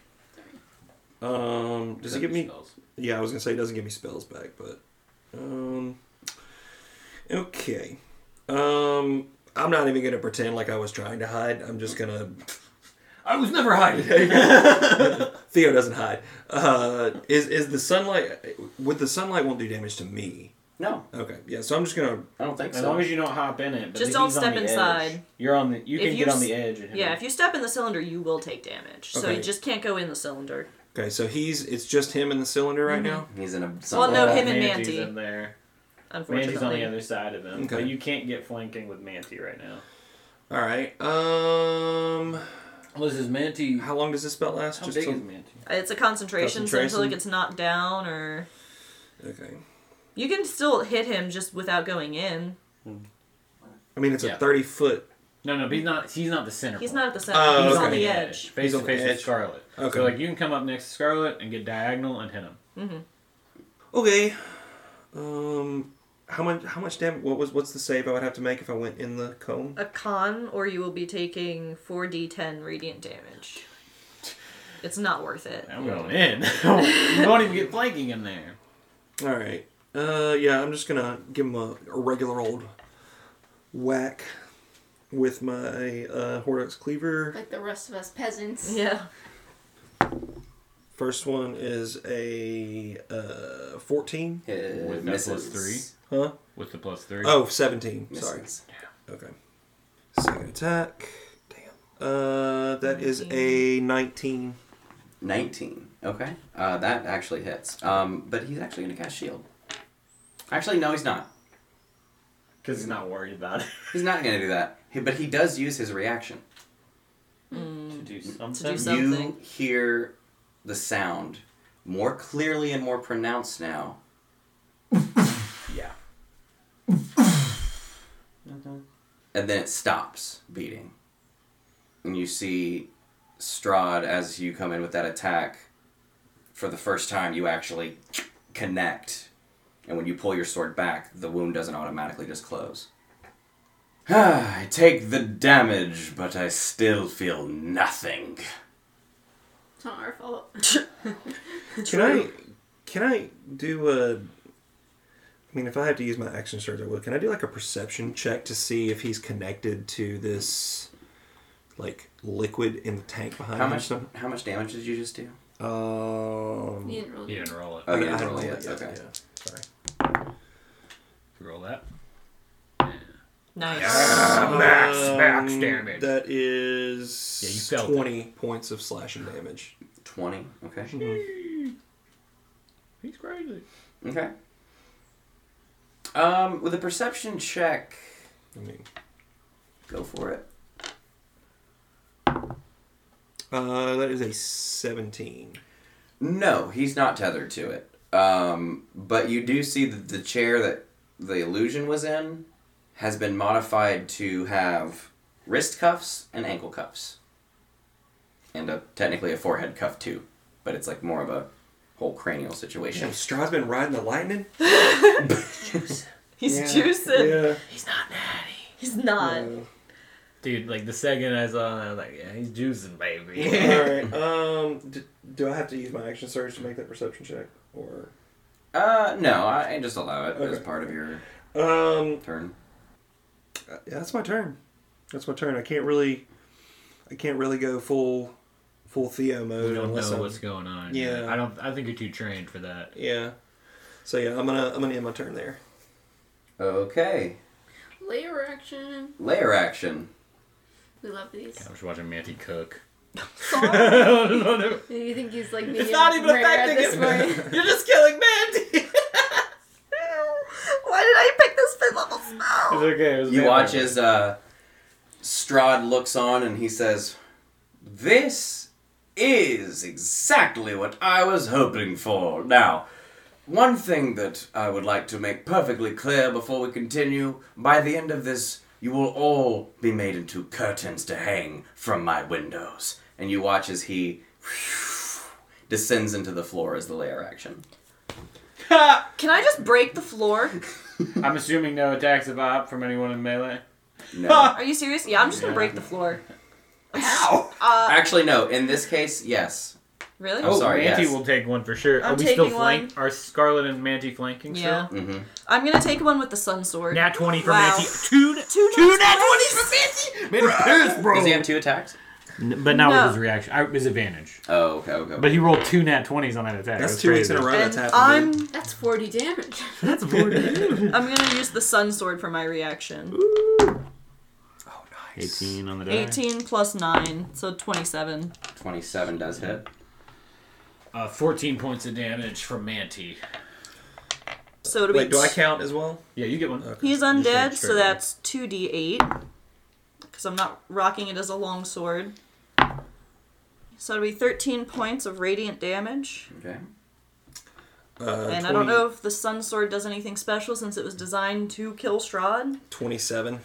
Speaker 5: Um, does it give me?
Speaker 4: Spells.
Speaker 5: Yeah, I was gonna say it doesn't give me spells back, but um, okay. Um, I'm not even gonna pretend like I was trying to hide. I'm just gonna. [laughs]
Speaker 4: I was never hiding.
Speaker 5: Theo doesn't hide. Uh, is is the sunlight? Would the sunlight won't do damage to me?
Speaker 1: No,
Speaker 5: Okay, yeah. So I'm just gonna.
Speaker 1: I don't think
Speaker 7: As
Speaker 1: so.
Speaker 7: long as you don't hop in it. But
Speaker 2: Just
Speaker 7: he's
Speaker 2: don't
Speaker 7: on
Speaker 2: step
Speaker 7: the edge.
Speaker 2: inside.
Speaker 7: You're on the. You
Speaker 2: If
Speaker 7: can
Speaker 2: you
Speaker 7: get on
Speaker 2: s-
Speaker 7: the edge. and hit
Speaker 2: [laughs] Yeah,
Speaker 7: him.
Speaker 2: if you step in the cylinder, you will take damage. So
Speaker 5: Okay.
Speaker 2: you just can't go in the cylinder.
Speaker 5: Okay, so he's it's just him in the cylinder right
Speaker 7: Mm-hmm.
Speaker 5: now.
Speaker 1: He's in a.
Speaker 2: Well, no,
Speaker 7: Uh,
Speaker 2: him and
Speaker 7: Manty's
Speaker 2: Manty.
Speaker 7: in there. Manty's on
Speaker 2: Unfortunately,
Speaker 7: the other side of him.
Speaker 5: Okay.
Speaker 7: But you can't get flanking with Manty right now.
Speaker 5: All right. Um,
Speaker 4: Was his manty?
Speaker 5: how long does this spell last?
Speaker 7: How big
Speaker 5: till-
Speaker 7: is Manty?
Speaker 2: it's a concentration, so until
Speaker 5: Concentration.
Speaker 2: it gets knocked down, or
Speaker 5: okay.
Speaker 2: you can still hit him just without going in.
Speaker 5: I mean, it's
Speaker 4: Yeah.
Speaker 5: a thirty foot.
Speaker 4: No, no, but he's not. He's not the center.
Speaker 2: He's
Speaker 4: point.
Speaker 2: not at the center;
Speaker 5: Oh,
Speaker 2: he's on
Speaker 5: okay.
Speaker 2: the edge.
Speaker 4: Face
Speaker 5: He's
Speaker 4: to
Speaker 5: on the
Speaker 4: face with
Speaker 5: edge.
Speaker 4: Scarlet.
Speaker 5: Okay.
Speaker 4: So like you can come up next to Scarlet and get diagonal and hit him.
Speaker 5: Okay. Um, how much? How much damage? What was? What's the save I would have to make if I went in the cone?
Speaker 2: A con, or you will be taking four d10 radiant damage. It's not worth it.
Speaker 4: I'm going in. [laughs] you don't even get flanking in there.
Speaker 5: All right. Uh, yeah, I'm just gonna give him a, a regular old whack with my uh, Hordex cleaver.
Speaker 3: Like the rest of us peasants.
Speaker 2: Yeah,
Speaker 5: First one is a uh, 14.
Speaker 1: Uh,
Speaker 4: With that plus
Speaker 1: misses.
Speaker 5: Huh?
Speaker 4: With the plus three.
Speaker 5: Oh, 17. Sorry.
Speaker 1: Misses.
Speaker 5: Okay. Second attack. Damn. Uh, that is a 19.
Speaker 1: 19. Okay. Uh, that actually hits. Um, but he's actually going to cast shield. Actually, no, he's not.
Speaker 4: Because he's not worried about it.
Speaker 1: He's not going to do that. He- But he does use his reaction.
Speaker 7: To
Speaker 4: [laughs]
Speaker 7: do something.
Speaker 2: something.
Speaker 1: You hear the sound more clearly and more pronounced now.
Speaker 7: Yeah. Uh-huh.
Speaker 1: And then it stops beating. And you see Strahd as you come in with that attack. For the first time, you actually connect. And when you pull your sword back, the wound doesn't automatically just close. [sighs] I take the damage, but I still feel nothing.
Speaker 3: It's not our fault. [laughs]
Speaker 5: Can I can I do a? I mean, if I have to use my action surge, I will. Can I do like a perception check to see if he's connected to this, like liquid in the tank behind
Speaker 1: How
Speaker 5: him? Um, or
Speaker 1: much?
Speaker 5: something?
Speaker 1: How much damage did you just do?
Speaker 5: Um,
Speaker 3: You didn't roll.
Speaker 4: He didn't roll it.
Speaker 1: Oh,
Speaker 5: I
Speaker 1: you
Speaker 5: haven't
Speaker 1: didn't roll yet.
Speaker 5: rolled yet,
Speaker 1: Okay.
Speaker 5: yeah. Sorry.
Speaker 4: Roll that.
Speaker 2: nice.
Speaker 4: max, max
Speaker 5: Um,
Speaker 4: damage.
Speaker 5: That is
Speaker 4: Yeah, you felt it.
Speaker 5: twenty points of slashing damage.
Speaker 1: Twenty. Okay.
Speaker 5: Hmm.
Speaker 4: He's crazy.
Speaker 1: Okay. Um, with a perception check,
Speaker 5: I mean,
Speaker 1: go for it.
Speaker 5: uh, that is a seventeen.
Speaker 1: No, he's not tethered to it. Um, but you do see that the chair that the illusion was in has been modified to have wrist cuffs and ankle cuffs, and a, technically a forehead cuff too. But it's like more of a whole cranial situation.
Speaker 5: Damn, Strahd's been riding the lightning.
Speaker 2: He's
Speaker 5: Yeah.
Speaker 2: juicing.
Speaker 5: Yeah.
Speaker 4: He's not natty.
Speaker 2: He's not.
Speaker 4: Dude, like the second I saw him, I was like, yeah, he's juicing, baby.
Speaker 5: All right. Um, d- do I have to use my action surge to make that perception check, or
Speaker 1: Uh, no, I, I just allow it as
Speaker 5: Okay.
Speaker 1: part of your
Speaker 5: um?
Speaker 1: turn.
Speaker 5: uh, Yeah, that's my turn. That's my turn. I can't really, I can't really go full, full Theo mode
Speaker 4: We don't
Speaker 5: unless
Speaker 4: know
Speaker 5: I'm,
Speaker 4: what's going on.
Speaker 5: Yeah.
Speaker 4: I don't. I think you're too trained for that.
Speaker 5: Yeah. So yeah, I'm gonna I'm gonna end my turn there.
Speaker 1: Okay,
Speaker 3: Layer action.
Speaker 1: layer action.
Speaker 3: We love these.
Speaker 4: I'm just watching Manty cook. [laughs]
Speaker 3: You think he's like medium
Speaker 2: not even
Speaker 3: rare at
Speaker 2: affecting
Speaker 3: this
Speaker 2: him. [laughs]
Speaker 3: point?
Speaker 2: You're just killing Mandy. Why did I pick this fifth level spell?
Speaker 7: okay.
Speaker 1: You watch as uh, Strahd looks on and he says, This is exactly what I was hoping for. Now, one thing that I would like to make perfectly clear before we continue by the end of this, you will all be made into curtains to hang from my windows. And you watch as he [sighs] descends into the floor as the layer action.
Speaker 2: Can I just break the floor?
Speaker 7: I'm assuming no attacks of op from anyone in melee.
Speaker 1: [laughs] No.
Speaker 2: Are you serious? Yeah, I'm just gonna break the floor.
Speaker 1: Actually, no. In this case, yes.
Speaker 2: Really?
Speaker 1: I'm
Speaker 4: oh,
Speaker 1: sorry,
Speaker 4: Manty
Speaker 1: yes.
Speaker 4: will take one for sure.
Speaker 2: I'm
Speaker 4: Are we still
Speaker 2: taking one.
Speaker 4: flank? Are Scarlet and Manty flanking?
Speaker 2: Yeah.
Speaker 1: Mm-hmm.
Speaker 2: I'm gonna take one with the sun sword.
Speaker 4: Still? Nat twenty for
Speaker 2: Wow.
Speaker 4: Manty. Two,
Speaker 2: Two
Speaker 4: two
Speaker 2: nat
Speaker 4: nat
Speaker 2: 20s.
Speaker 4: twenties for Manty. Man, pissed, bro.
Speaker 1: Does he have two attacks?
Speaker 4: N- but not
Speaker 2: No.
Speaker 4: with his reaction. I, his advantage.
Speaker 1: Oh, okay, okay.
Speaker 4: But he rolled two nat twenties on that attack.
Speaker 5: That's
Speaker 4: It was
Speaker 5: two weeks in a
Speaker 4: crazy.
Speaker 5: row
Speaker 2: And
Speaker 5: that's happened.
Speaker 2: I'm
Speaker 3: That's 40
Speaker 2: [laughs]
Speaker 3: damage.
Speaker 4: That's [laughs] forty.
Speaker 2: I'm gonna use the sun sword for my reaction.
Speaker 5: Oh, nice.
Speaker 4: Eighteen on the die.
Speaker 2: 18 plus 9, so 27.
Speaker 1: 27 does hit.
Speaker 9: Uh, 14 points of damage from Manti.
Speaker 2: So it'll
Speaker 5: Wait,
Speaker 2: be
Speaker 5: do I count as well?
Speaker 9: Yeah, you get one.
Speaker 2: He's
Speaker 5: You're
Speaker 2: undead,
Speaker 5: straight
Speaker 2: so
Speaker 5: away.
Speaker 2: that's 2d8. Because I'm not rocking it as a long sword. So it'll be 13 points of radiant damage.
Speaker 1: Okay.
Speaker 5: Uh,
Speaker 2: and I don't know if the sun sword does anything special since it was designed to kill Strahd.
Speaker 5: 27.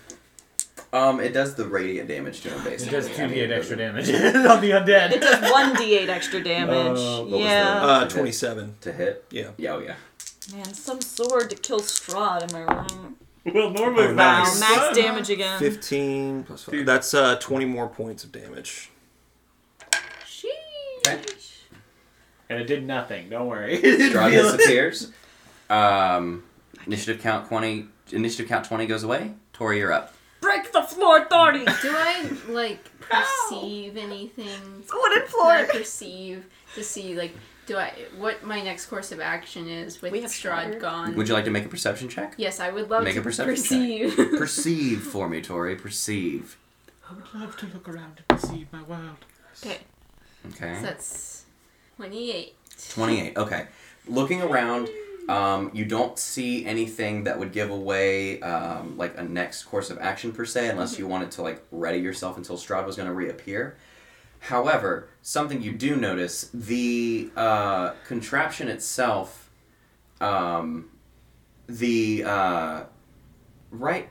Speaker 1: Um, it does the radiant damage to him,
Speaker 9: It
Speaker 1: basically.
Speaker 9: does
Speaker 1: I mean,
Speaker 9: 2d8
Speaker 1: it
Speaker 9: extra
Speaker 1: doesn't-
Speaker 9: damage
Speaker 4: [laughs]
Speaker 9: on the
Speaker 2: It
Speaker 9: undead.
Speaker 2: does [laughs] 1d8 extra damage.
Speaker 1: Uh, what was
Speaker 2: yeah.
Speaker 1: the-
Speaker 5: Uh, 27.
Speaker 1: To hit?
Speaker 5: Yeah.
Speaker 2: Uh-huh.
Speaker 1: Yeah, oh yeah. [laughs]
Speaker 2: Man, some sword to kill Strahd, am I wrong?
Speaker 9: well, normally
Speaker 5: Oh,
Speaker 2: Wow,
Speaker 5: Nice.
Speaker 2: max damage again.
Speaker 5: 15 plus 5.
Speaker 9: Dude.
Speaker 5: That's uh, 20 more points of damage.
Speaker 3: Sheesh.
Speaker 9: And it did nothing, don't
Speaker 4: [laughs]
Speaker 9: worry.
Speaker 1: Strahd disappears. Um, initiative count 20. Initiative count 20 goes away. Tori, you're up.
Speaker 2: Break the floor, Thorny!
Speaker 3: Do I, like, perceive anything?
Speaker 2: Wooden
Speaker 3: Can I
Speaker 2: floor!
Speaker 3: [laughs] perceive to see, like, do I, what my next course of action is with
Speaker 2: We have
Speaker 3: Strahd
Speaker 2: Strahd.
Speaker 3: gone?
Speaker 1: Would you like to make a perception check?
Speaker 3: Yes, I would love
Speaker 1: Make
Speaker 3: to
Speaker 1: a perception check. [laughs]
Speaker 3: perceive.
Speaker 1: Perceive for me, Tori. Perceive.
Speaker 9: I would love to look around and perceive my world.
Speaker 3: okay,
Speaker 1: Okay.
Speaker 3: [laughs] so that's 28.
Speaker 1: 28. Okay. Looking around, um, you don't see anything that would give away um, like a next course of action per se, unless you wanted to like ready yourself until Strahd was going to reappear. However, something you do notice the uh, contraption itself, um, the uh, right,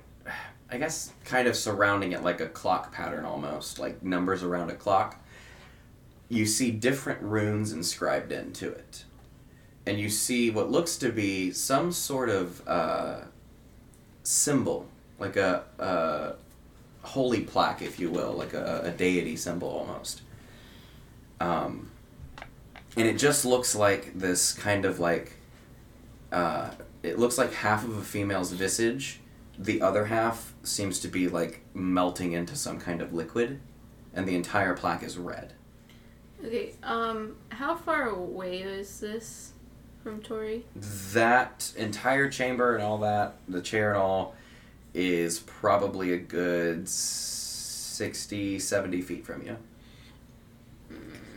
Speaker 1: I guess, kind of surrounding it like a clock pattern almost, like numbers around a clock you see different runes inscribed into it. And you see what looks to be some sort of uh, symbol, like a, a holy plaque, if you will, like a, a deity symbol almost. Um, and it just looks like this kind of like. Uh, it looks like half of a female's visage. The other half seems to be like melting into some kind of liquid, and the entire plaque is red.
Speaker 3: Okay, um, how far away is this from Tori?
Speaker 1: that entire chamber and all that, the chair and all, is probably a good 60, 70 feet from you.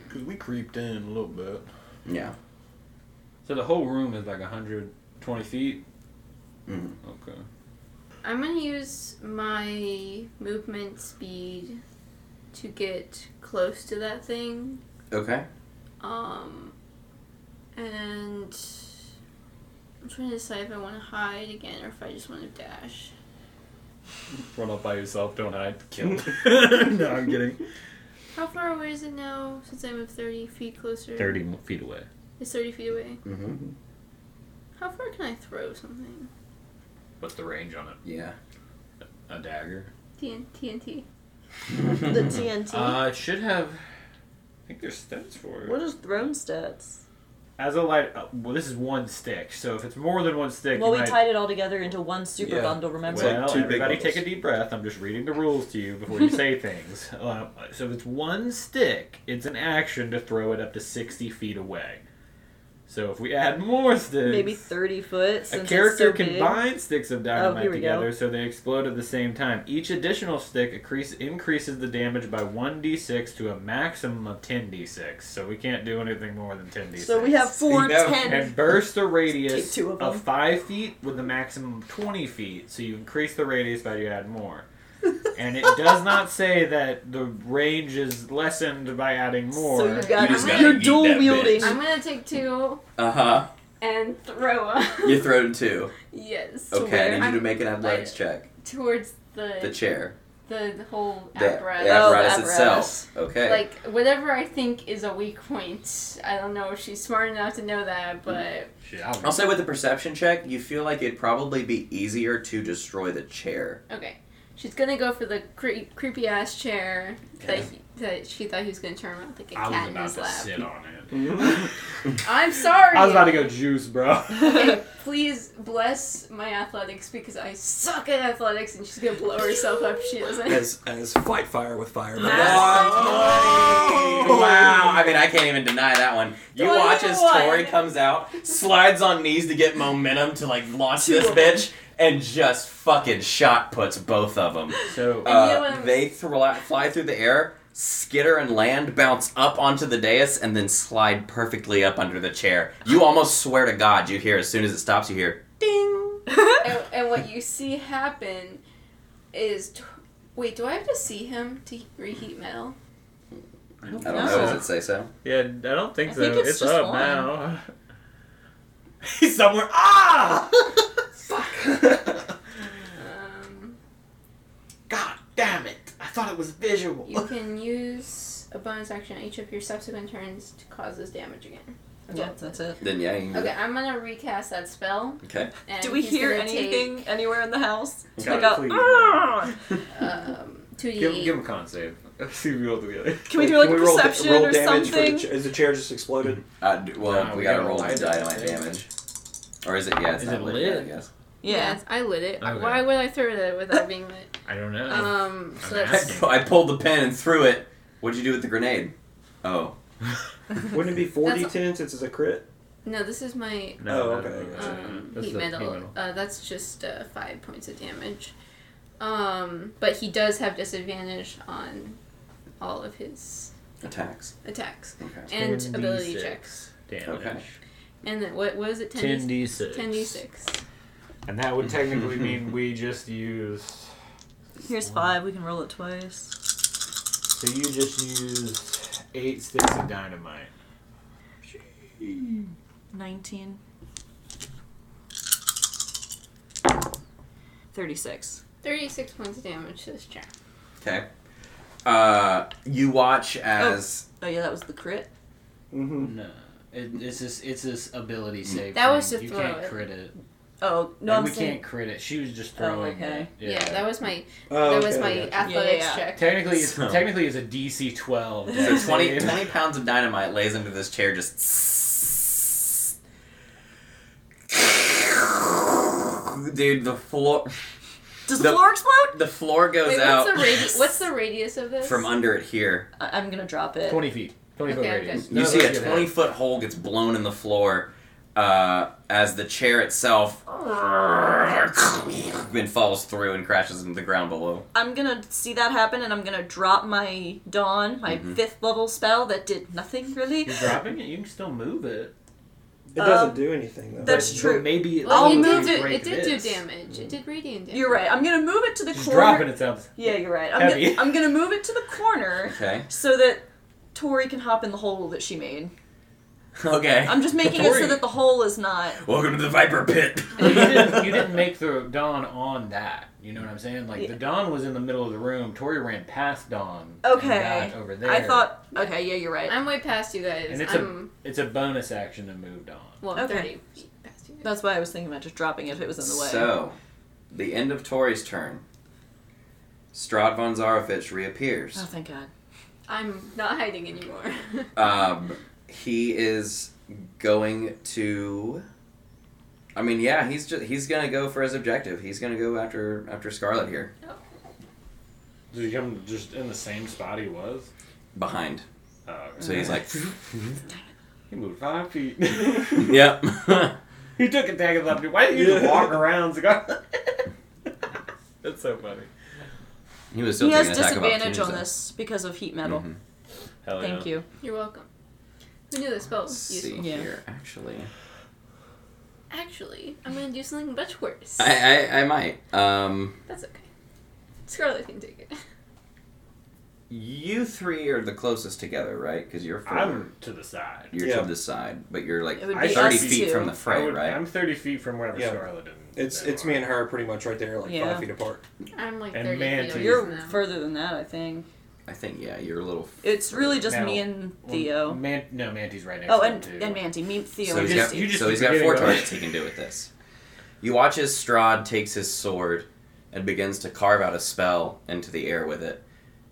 Speaker 4: Cause we creeped in a little bit.
Speaker 1: Yeah.
Speaker 4: So the whole room is like hundred twenty feet.
Speaker 1: Mhm.
Speaker 5: Mm-hmm.
Speaker 4: Okay.
Speaker 3: I'm gonna use my movement speed to get close to that thing.
Speaker 1: Okay.
Speaker 3: Um, and I'm trying to decide if I want to hide again or if I just want to dash.
Speaker 9: Run up by yourself, don't hide,
Speaker 5: [laughs]
Speaker 9: kill. no, I'm kidding.
Speaker 3: How far away is it now since I moved 30 feet closer?
Speaker 9: 30 mo- feet away.
Speaker 3: It's 30 feet away.
Speaker 1: Mm-hmm.
Speaker 3: How far can I throw something?
Speaker 9: What's the range on it?
Speaker 1: Yeah.
Speaker 9: A dagger?
Speaker 3: TN- TNT.
Speaker 2: The
Speaker 1: [laughs]
Speaker 2: TNT.
Speaker 4: Uh, it should have. I think there's stats for it.
Speaker 2: what is throne stats?
Speaker 4: As a light, uh, well, this is one stick. So if it's more than one stick,
Speaker 2: Well,
Speaker 4: you
Speaker 2: we
Speaker 4: might-
Speaker 2: tied it all together into one super
Speaker 5: Yeah.
Speaker 2: bundle, remember?
Speaker 5: It's like
Speaker 4: Well,
Speaker 5: two big
Speaker 4: everybody
Speaker 5: bubbles.
Speaker 4: take a deep breath. I'm just reading the rules to you before you
Speaker 5: [laughs]
Speaker 4: say things. Uh, so if it's one stick, it's an action to throw it up to 60 feet away. So if we add more sticks,
Speaker 2: Maybe 30 foot. Since
Speaker 4: a character
Speaker 2: it's so
Speaker 4: can
Speaker 2: big. Oh,
Speaker 4: bind sticks of dynamite
Speaker 2: here we go.
Speaker 4: together so they explode at the same time. Each additional stick increase, increases the damage by 1d6 to a maximum of 10d6. So we can't do anything more than 10d6.
Speaker 2: So we have four
Speaker 5: Yeah.
Speaker 2: ten.
Speaker 4: And burst a radius
Speaker 2: Take two
Speaker 4: of,
Speaker 2: of them.
Speaker 4: five feet with a maximum of twenty feet. So you increase the radius by you add
Speaker 2: [laughs]
Speaker 4: more. and it does not say that the range is lessened by adding more.
Speaker 2: So you got
Speaker 1: You just
Speaker 2: you
Speaker 1: gotta
Speaker 2: are
Speaker 1: eat
Speaker 2: dual
Speaker 1: that
Speaker 2: wielding.
Speaker 3: I'm gonna take two
Speaker 1: Uh huh.
Speaker 3: and throw them.
Speaker 1: [laughs] You're thrown two.
Speaker 3: yes. to
Speaker 1: Okay,
Speaker 3: where
Speaker 1: I need
Speaker 3: I'm
Speaker 1: you to make an athletics check.
Speaker 3: towards
Speaker 1: The
Speaker 3: the
Speaker 1: chair.
Speaker 3: the, the whole
Speaker 1: The
Speaker 3: apparatus.
Speaker 1: the apparatus
Speaker 2: Oh, the apparatus.
Speaker 1: itself. Okay.
Speaker 3: Like whatever I think is a weak point. I don't know if she's smart enough to know that, but
Speaker 1: Mm-hmm.
Speaker 9: Shit, I
Speaker 1: I'll say with the perception check, you feel like it'd probably be easier to destroy the chair.
Speaker 3: okay. She's gonna go for the cre- creepy ass chair that,
Speaker 5: Yeah.
Speaker 3: he, that she thought he was gonna turn around with like a
Speaker 4: I
Speaker 3: cat
Speaker 4: was
Speaker 3: in
Speaker 4: about
Speaker 3: his
Speaker 4: to
Speaker 3: lap.
Speaker 4: sit on it. [laughs]
Speaker 3: I'm sorry.
Speaker 7: I was about to go juice,
Speaker 2: [laughs]
Speaker 7: bro.
Speaker 3: Okay, please bless my athletics because I suck at athletics, and she's gonna blow herself up. if She doesn't.
Speaker 5: as as fight fire with fire. Oh.
Speaker 1: Wow, I mean, I can't even deny that one. You
Speaker 3: Twenty
Speaker 1: watch as
Speaker 3: one.
Speaker 1: Tori comes out, slides on knees to get momentum to like launch this bitch, and just fucking shot puts both of them.
Speaker 7: So
Speaker 3: And you know what
Speaker 1: Uh,
Speaker 3: I'm-
Speaker 1: they thro- fly through the air, skitter and land, bounce up onto the dais, and then slide perfectly up under the chair. You almost swear to God you hear as soon as it stops. You hear ding.
Speaker 3: And, and what you see happen is, t- wait, do I have to see him to reheat metal?
Speaker 1: I don't
Speaker 2: No.
Speaker 1: know. Does it say so?
Speaker 7: yeah, I don't think
Speaker 2: I
Speaker 7: so.
Speaker 2: think it's
Speaker 7: it's
Speaker 2: just
Speaker 7: up
Speaker 2: one.
Speaker 7: now. [laughs]
Speaker 1: He's somewhere. Ah!
Speaker 5: Fuck.
Speaker 3: Um,
Speaker 4: God damn it! I thought it was visual.
Speaker 3: you can use a bonus action on each of your subsequent turns to cause this damage again.
Speaker 2: Yeah, that's it.
Speaker 1: Then yeah. You can do
Speaker 3: Okay,
Speaker 1: it.
Speaker 3: I'm gonna recast that spell.
Speaker 1: Okay.
Speaker 2: [laughs]
Speaker 3: And
Speaker 2: Do we
Speaker 3: he's
Speaker 2: hear
Speaker 3: gonna take,
Speaker 2: anything anywhere in the house?
Speaker 1: Okay.
Speaker 2: Like a,
Speaker 7: Please.
Speaker 2: "Ah!"
Speaker 3: um,
Speaker 7: [laughs]
Speaker 3: two
Speaker 7: Give,
Speaker 3: D.
Speaker 7: give him a con save. [laughs] Let's see if we roll together.
Speaker 2: Can we do like a
Speaker 5: roll da-
Speaker 2: perception
Speaker 5: roll
Speaker 2: or
Speaker 5: damage
Speaker 2: something?
Speaker 5: For the, cha- is the chair just exploded?
Speaker 1: Uh, d- well,
Speaker 4: No,
Speaker 1: we,
Speaker 4: we
Speaker 1: gotta
Speaker 4: gotta
Speaker 1: roll
Speaker 4: light
Speaker 1: the
Speaker 4: it,
Speaker 1: dynamite
Speaker 4: I think.
Speaker 1: damage. Or is it? Yeah, it's
Speaker 4: Is
Speaker 1: not
Speaker 4: it
Speaker 1: lit.
Speaker 4: lit?
Speaker 1: I guess.
Speaker 2: yeah.
Speaker 3: Yes, I lit it.
Speaker 4: Okay.
Speaker 3: Why would I throw it at it without being lit?
Speaker 4: [laughs] I don't know.
Speaker 3: Um, so
Speaker 4: I'm
Speaker 3: that's
Speaker 4: asking.
Speaker 1: I pulled the pin and threw it. What'd you do with the grenade? Oh,
Speaker 5: Wouldn't it be four
Speaker 3: That's-
Speaker 5: d ten since it's a crit?
Speaker 3: no. This is my
Speaker 5: Oh,
Speaker 7: no,
Speaker 5: okay.
Speaker 7: no, no.
Speaker 3: um,
Speaker 7: That's
Speaker 3: heat
Speaker 7: the
Speaker 3: metal.
Speaker 7: heat metal.
Speaker 3: Uh, that's just uh, five points of damage. Um, but he does have disadvantage on all of his
Speaker 1: attacks.
Speaker 3: attacks
Speaker 1: Okay.
Speaker 3: and
Speaker 4: 10d6
Speaker 3: ability checks.
Speaker 4: Damage.
Speaker 1: Okay.
Speaker 3: And then what was it?
Speaker 4: 10
Speaker 3: 10d6.
Speaker 4: d six.
Speaker 3: 10d6.
Speaker 7: And that would technically mean we just used.
Speaker 2: Here's five. We can roll it twice.
Speaker 7: So you just used eight sticks of dynamite.
Speaker 2: 19. 36.
Speaker 3: 36 points of damage to this chap.
Speaker 1: Okay. Uh, you watch as
Speaker 2: Oh, yeah, that was the crit.
Speaker 5: Mm-hmm.
Speaker 4: No, it, it's this. It's this ability save.
Speaker 3: That was
Speaker 4: thing.
Speaker 3: to
Speaker 4: you
Speaker 3: throw
Speaker 4: can't
Speaker 3: it.
Speaker 4: crit it.
Speaker 2: Oh, no,
Speaker 4: Like,
Speaker 2: I'm
Speaker 4: we
Speaker 2: saying.
Speaker 4: can't crit it. She was just
Speaker 2: Oh,
Speaker 4: throwing
Speaker 2: okay.
Speaker 4: it.
Speaker 3: Yeah, that was my
Speaker 5: Oh,
Speaker 3: that was
Speaker 5: okay,
Speaker 3: my
Speaker 5: I gotcha.
Speaker 3: athletics
Speaker 2: Yeah, yeah, yeah.
Speaker 3: check.
Speaker 4: technically it's
Speaker 1: So-
Speaker 4: technically it's a DC twelve.
Speaker 1: so
Speaker 4: deck
Speaker 1: [laughs] 20,
Speaker 4: save.
Speaker 1: 20
Speaker 3: [laughs]
Speaker 1: pounds of dynamite lays into this chair, just. [laughs] Dude, the floor
Speaker 2: Does
Speaker 1: The-
Speaker 2: the floor explode?
Speaker 1: the floor goes
Speaker 3: Wait,
Speaker 1: out
Speaker 3: what's the,
Speaker 1: [laughs]
Speaker 3: radi- what's the radius of this?
Speaker 1: from under it here.
Speaker 2: I- I'm gonna drop it.
Speaker 4: Twenty feet. Twenty foot
Speaker 3: Okay, I'm
Speaker 4: radius.
Speaker 3: good.
Speaker 1: You
Speaker 4: No,
Speaker 1: see
Speaker 4: that's
Speaker 1: a
Speaker 4: good.
Speaker 1: 20 foot hole gets blown in the floor uh, as the chair itself [laughs] then falls through and crashes into the ground below.
Speaker 2: I'm gonna see that happen and I'm gonna drop my Dawn, my
Speaker 4: Mm-hmm.
Speaker 2: fifth level spell that did nothing really.
Speaker 4: You're dropping it. You can still move it.
Speaker 5: It doesn't
Speaker 2: Um,
Speaker 5: do anything though.
Speaker 2: that's
Speaker 4: But-
Speaker 2: true.
Speaker 4: but Maybe it
Speaker 3: Well,
Speaker 2: I'll
Speaker 3: it
Speaker 2: move
Speaker 3: did,
Speaker 4: to
Speaker 3: do,
Speaker 4: break
Speaker 3: it did
Speaker 4: this.
Speaker 3: do damage. It did radiant damage.
Speaker 2: You're right. I'm gonna move it to the
Speaker 4: Just
Speaker 2: corner.
Speaker 4: dropping it
Speaker 3: [laughs]
Speaker 4: sounds.
Speaker 2: Yeah, you're right. I'm
Speaker 4: Heavy.
Speaker 2: gonna, I'm gonna move it to the corner
Speaker 1: Okay. [laughs]
Speaker 2: so that Tori can hop in the hole that she made.
Speaker 1: Okay.
Speaker 2: I'm just making it so
Speaker 4: Tori.
Speaker 2: that the hole is not.
Speaker 1: Welcome to the Viper
Speaker 2: [laughs]
Speaker 1: Pit.
Speaker 4: you, didn't, you didn't make the dawn on that. You know what I'm saying? Like
Speaker 2: Yeah.
Speaker 4: the dawn was in the middle of the room. Tori ran past dawn. and
Speaker 2: Okay.
Speaker 4: got over there.
Speaker 2: I thought. Okay, yeah, you're right.
Speaker 3: I'm way past you guys.
Speaker 4: And it's a-
Speaker 3: I'm
Speaker 4: it's a bonus action to move dawn.
Speaker 3: well
Speaker 2: Okay.
Speaker 3: 30 feet past you guys.
Speaker 2: That's why I was thinking about just dropping it if it was in the way.
Speaker 1: So, the end of Tori's turn. Strad von Zarevich
Speaker 2: Oh,
Speaker 1: reappears.
Speaker 2: thank God.
Speaker 3: I'm not hiding anymore. [laughs]
Speaker 2: Oh.
Speaker 1: Um, he is going to. I mean, yeah, he's just, he's gonna go for his objective. He's gonna go after after Scarlet here,
Speaker 4: Did he come just in the same spot he was?
Speaker 1: behind.
Speaker 4: Oh,
Speaker 1: So he's like,
Speaker 4: [laughs]
Speaker 1: [laughs]
Speaker 4: he moved five feet.
Speaker 1: yep. [laughs]
Speaker 4: he took a tag and left me. Why didn't you just
Speaker 5: Yeah.
Speaker 4: walk around, cigar? [laughs] That's so funny.
Speaker 1: He was still
Speaker 2: He has
Speaker 1: taking an attack of
Speaker 2: disadvantage on
Speaker 1: opportunity,
Speaker 2: this because of heat metal.
Speaker 4: Mm-hmm.
Speaker 1: Mhm.
Speaker 4: Hell
Speaker 2: Thank you.
Speaker 3: You're welcome. Who knew the spell
Speaker 1: Let's
Speaker 3: was
Speaker 1: see
Speaker 3: useful?
Speaker 2: Yeah.
Speaker 1: here, actually.
Speaker 3: Actually, I'm gonna do something much worse.
Speaker 1: I, I, I might. Um,
Speaker 3: That's okay. Scarlet can take it.
Speaker 1: you three are the closest together, right? Because you're 4
Speaker 4: I'm to the side.
Speaker 1: you're
Speaker 5: Yeah.
Speaker 1: to this side, but you're like
Speaker 2: It would
Speaker 4: be
Speaker 1: thirty
Speaker 4: us
Speaker 1: feet
Speaker 2: two.
Speaker 1: from the
Speaker 4: I
Speaker 1: fray,
Speaker 4: would-
Speaker 1: right?
Speaker 4: I'm 30 feet from wherever
Speaker 5: Yeah.
Speaker 4: Scarlet and
Speaker 5: It's
Speaker 4: and
Speaker 5: it's me and her pretty much right there, like
Speaker 2: Yeah.
Speaker 5: five feet apart.
Speaker 3: I'm like
Speaker 4: And
Speaker 3: 30
Speaker 4: man,
Speaker 3: feet
Speaker 4: too.
Speaker 3: away
Speaker 2: You're
Speaker 3: from them.
Speaker 2: further than that, I think.
Speaker 1: I think yeah, you're a little. f-
Speaker 2: It's really just me
Speaker 4: Now-
Speaker 2: and
Speaker 4: Well,
Speaker 2: Theo.
Speaker 4: Man, no, Manty's right next
Speaker 2: Oh,
Speaker 4: to him
Speaker 2: and
Speaker 4: too.
Speaker 2: and Manti, me, Theo,
Speaker 1: So
Speaker 2: and
Speaker 1: he's
Speaker 4: you
Speaker 1: got,
Speaker 4: just-
Speaker 2: Manti.
Speaker 4: you just
Speaker 1: so
Speaker 4: keep
Speaker 1: he's got four
Speaker 4: forgetting about
Speaker 1: targets he can do with this. You watch as Strahd takes his sword and begins to carve out a spell into the air with it.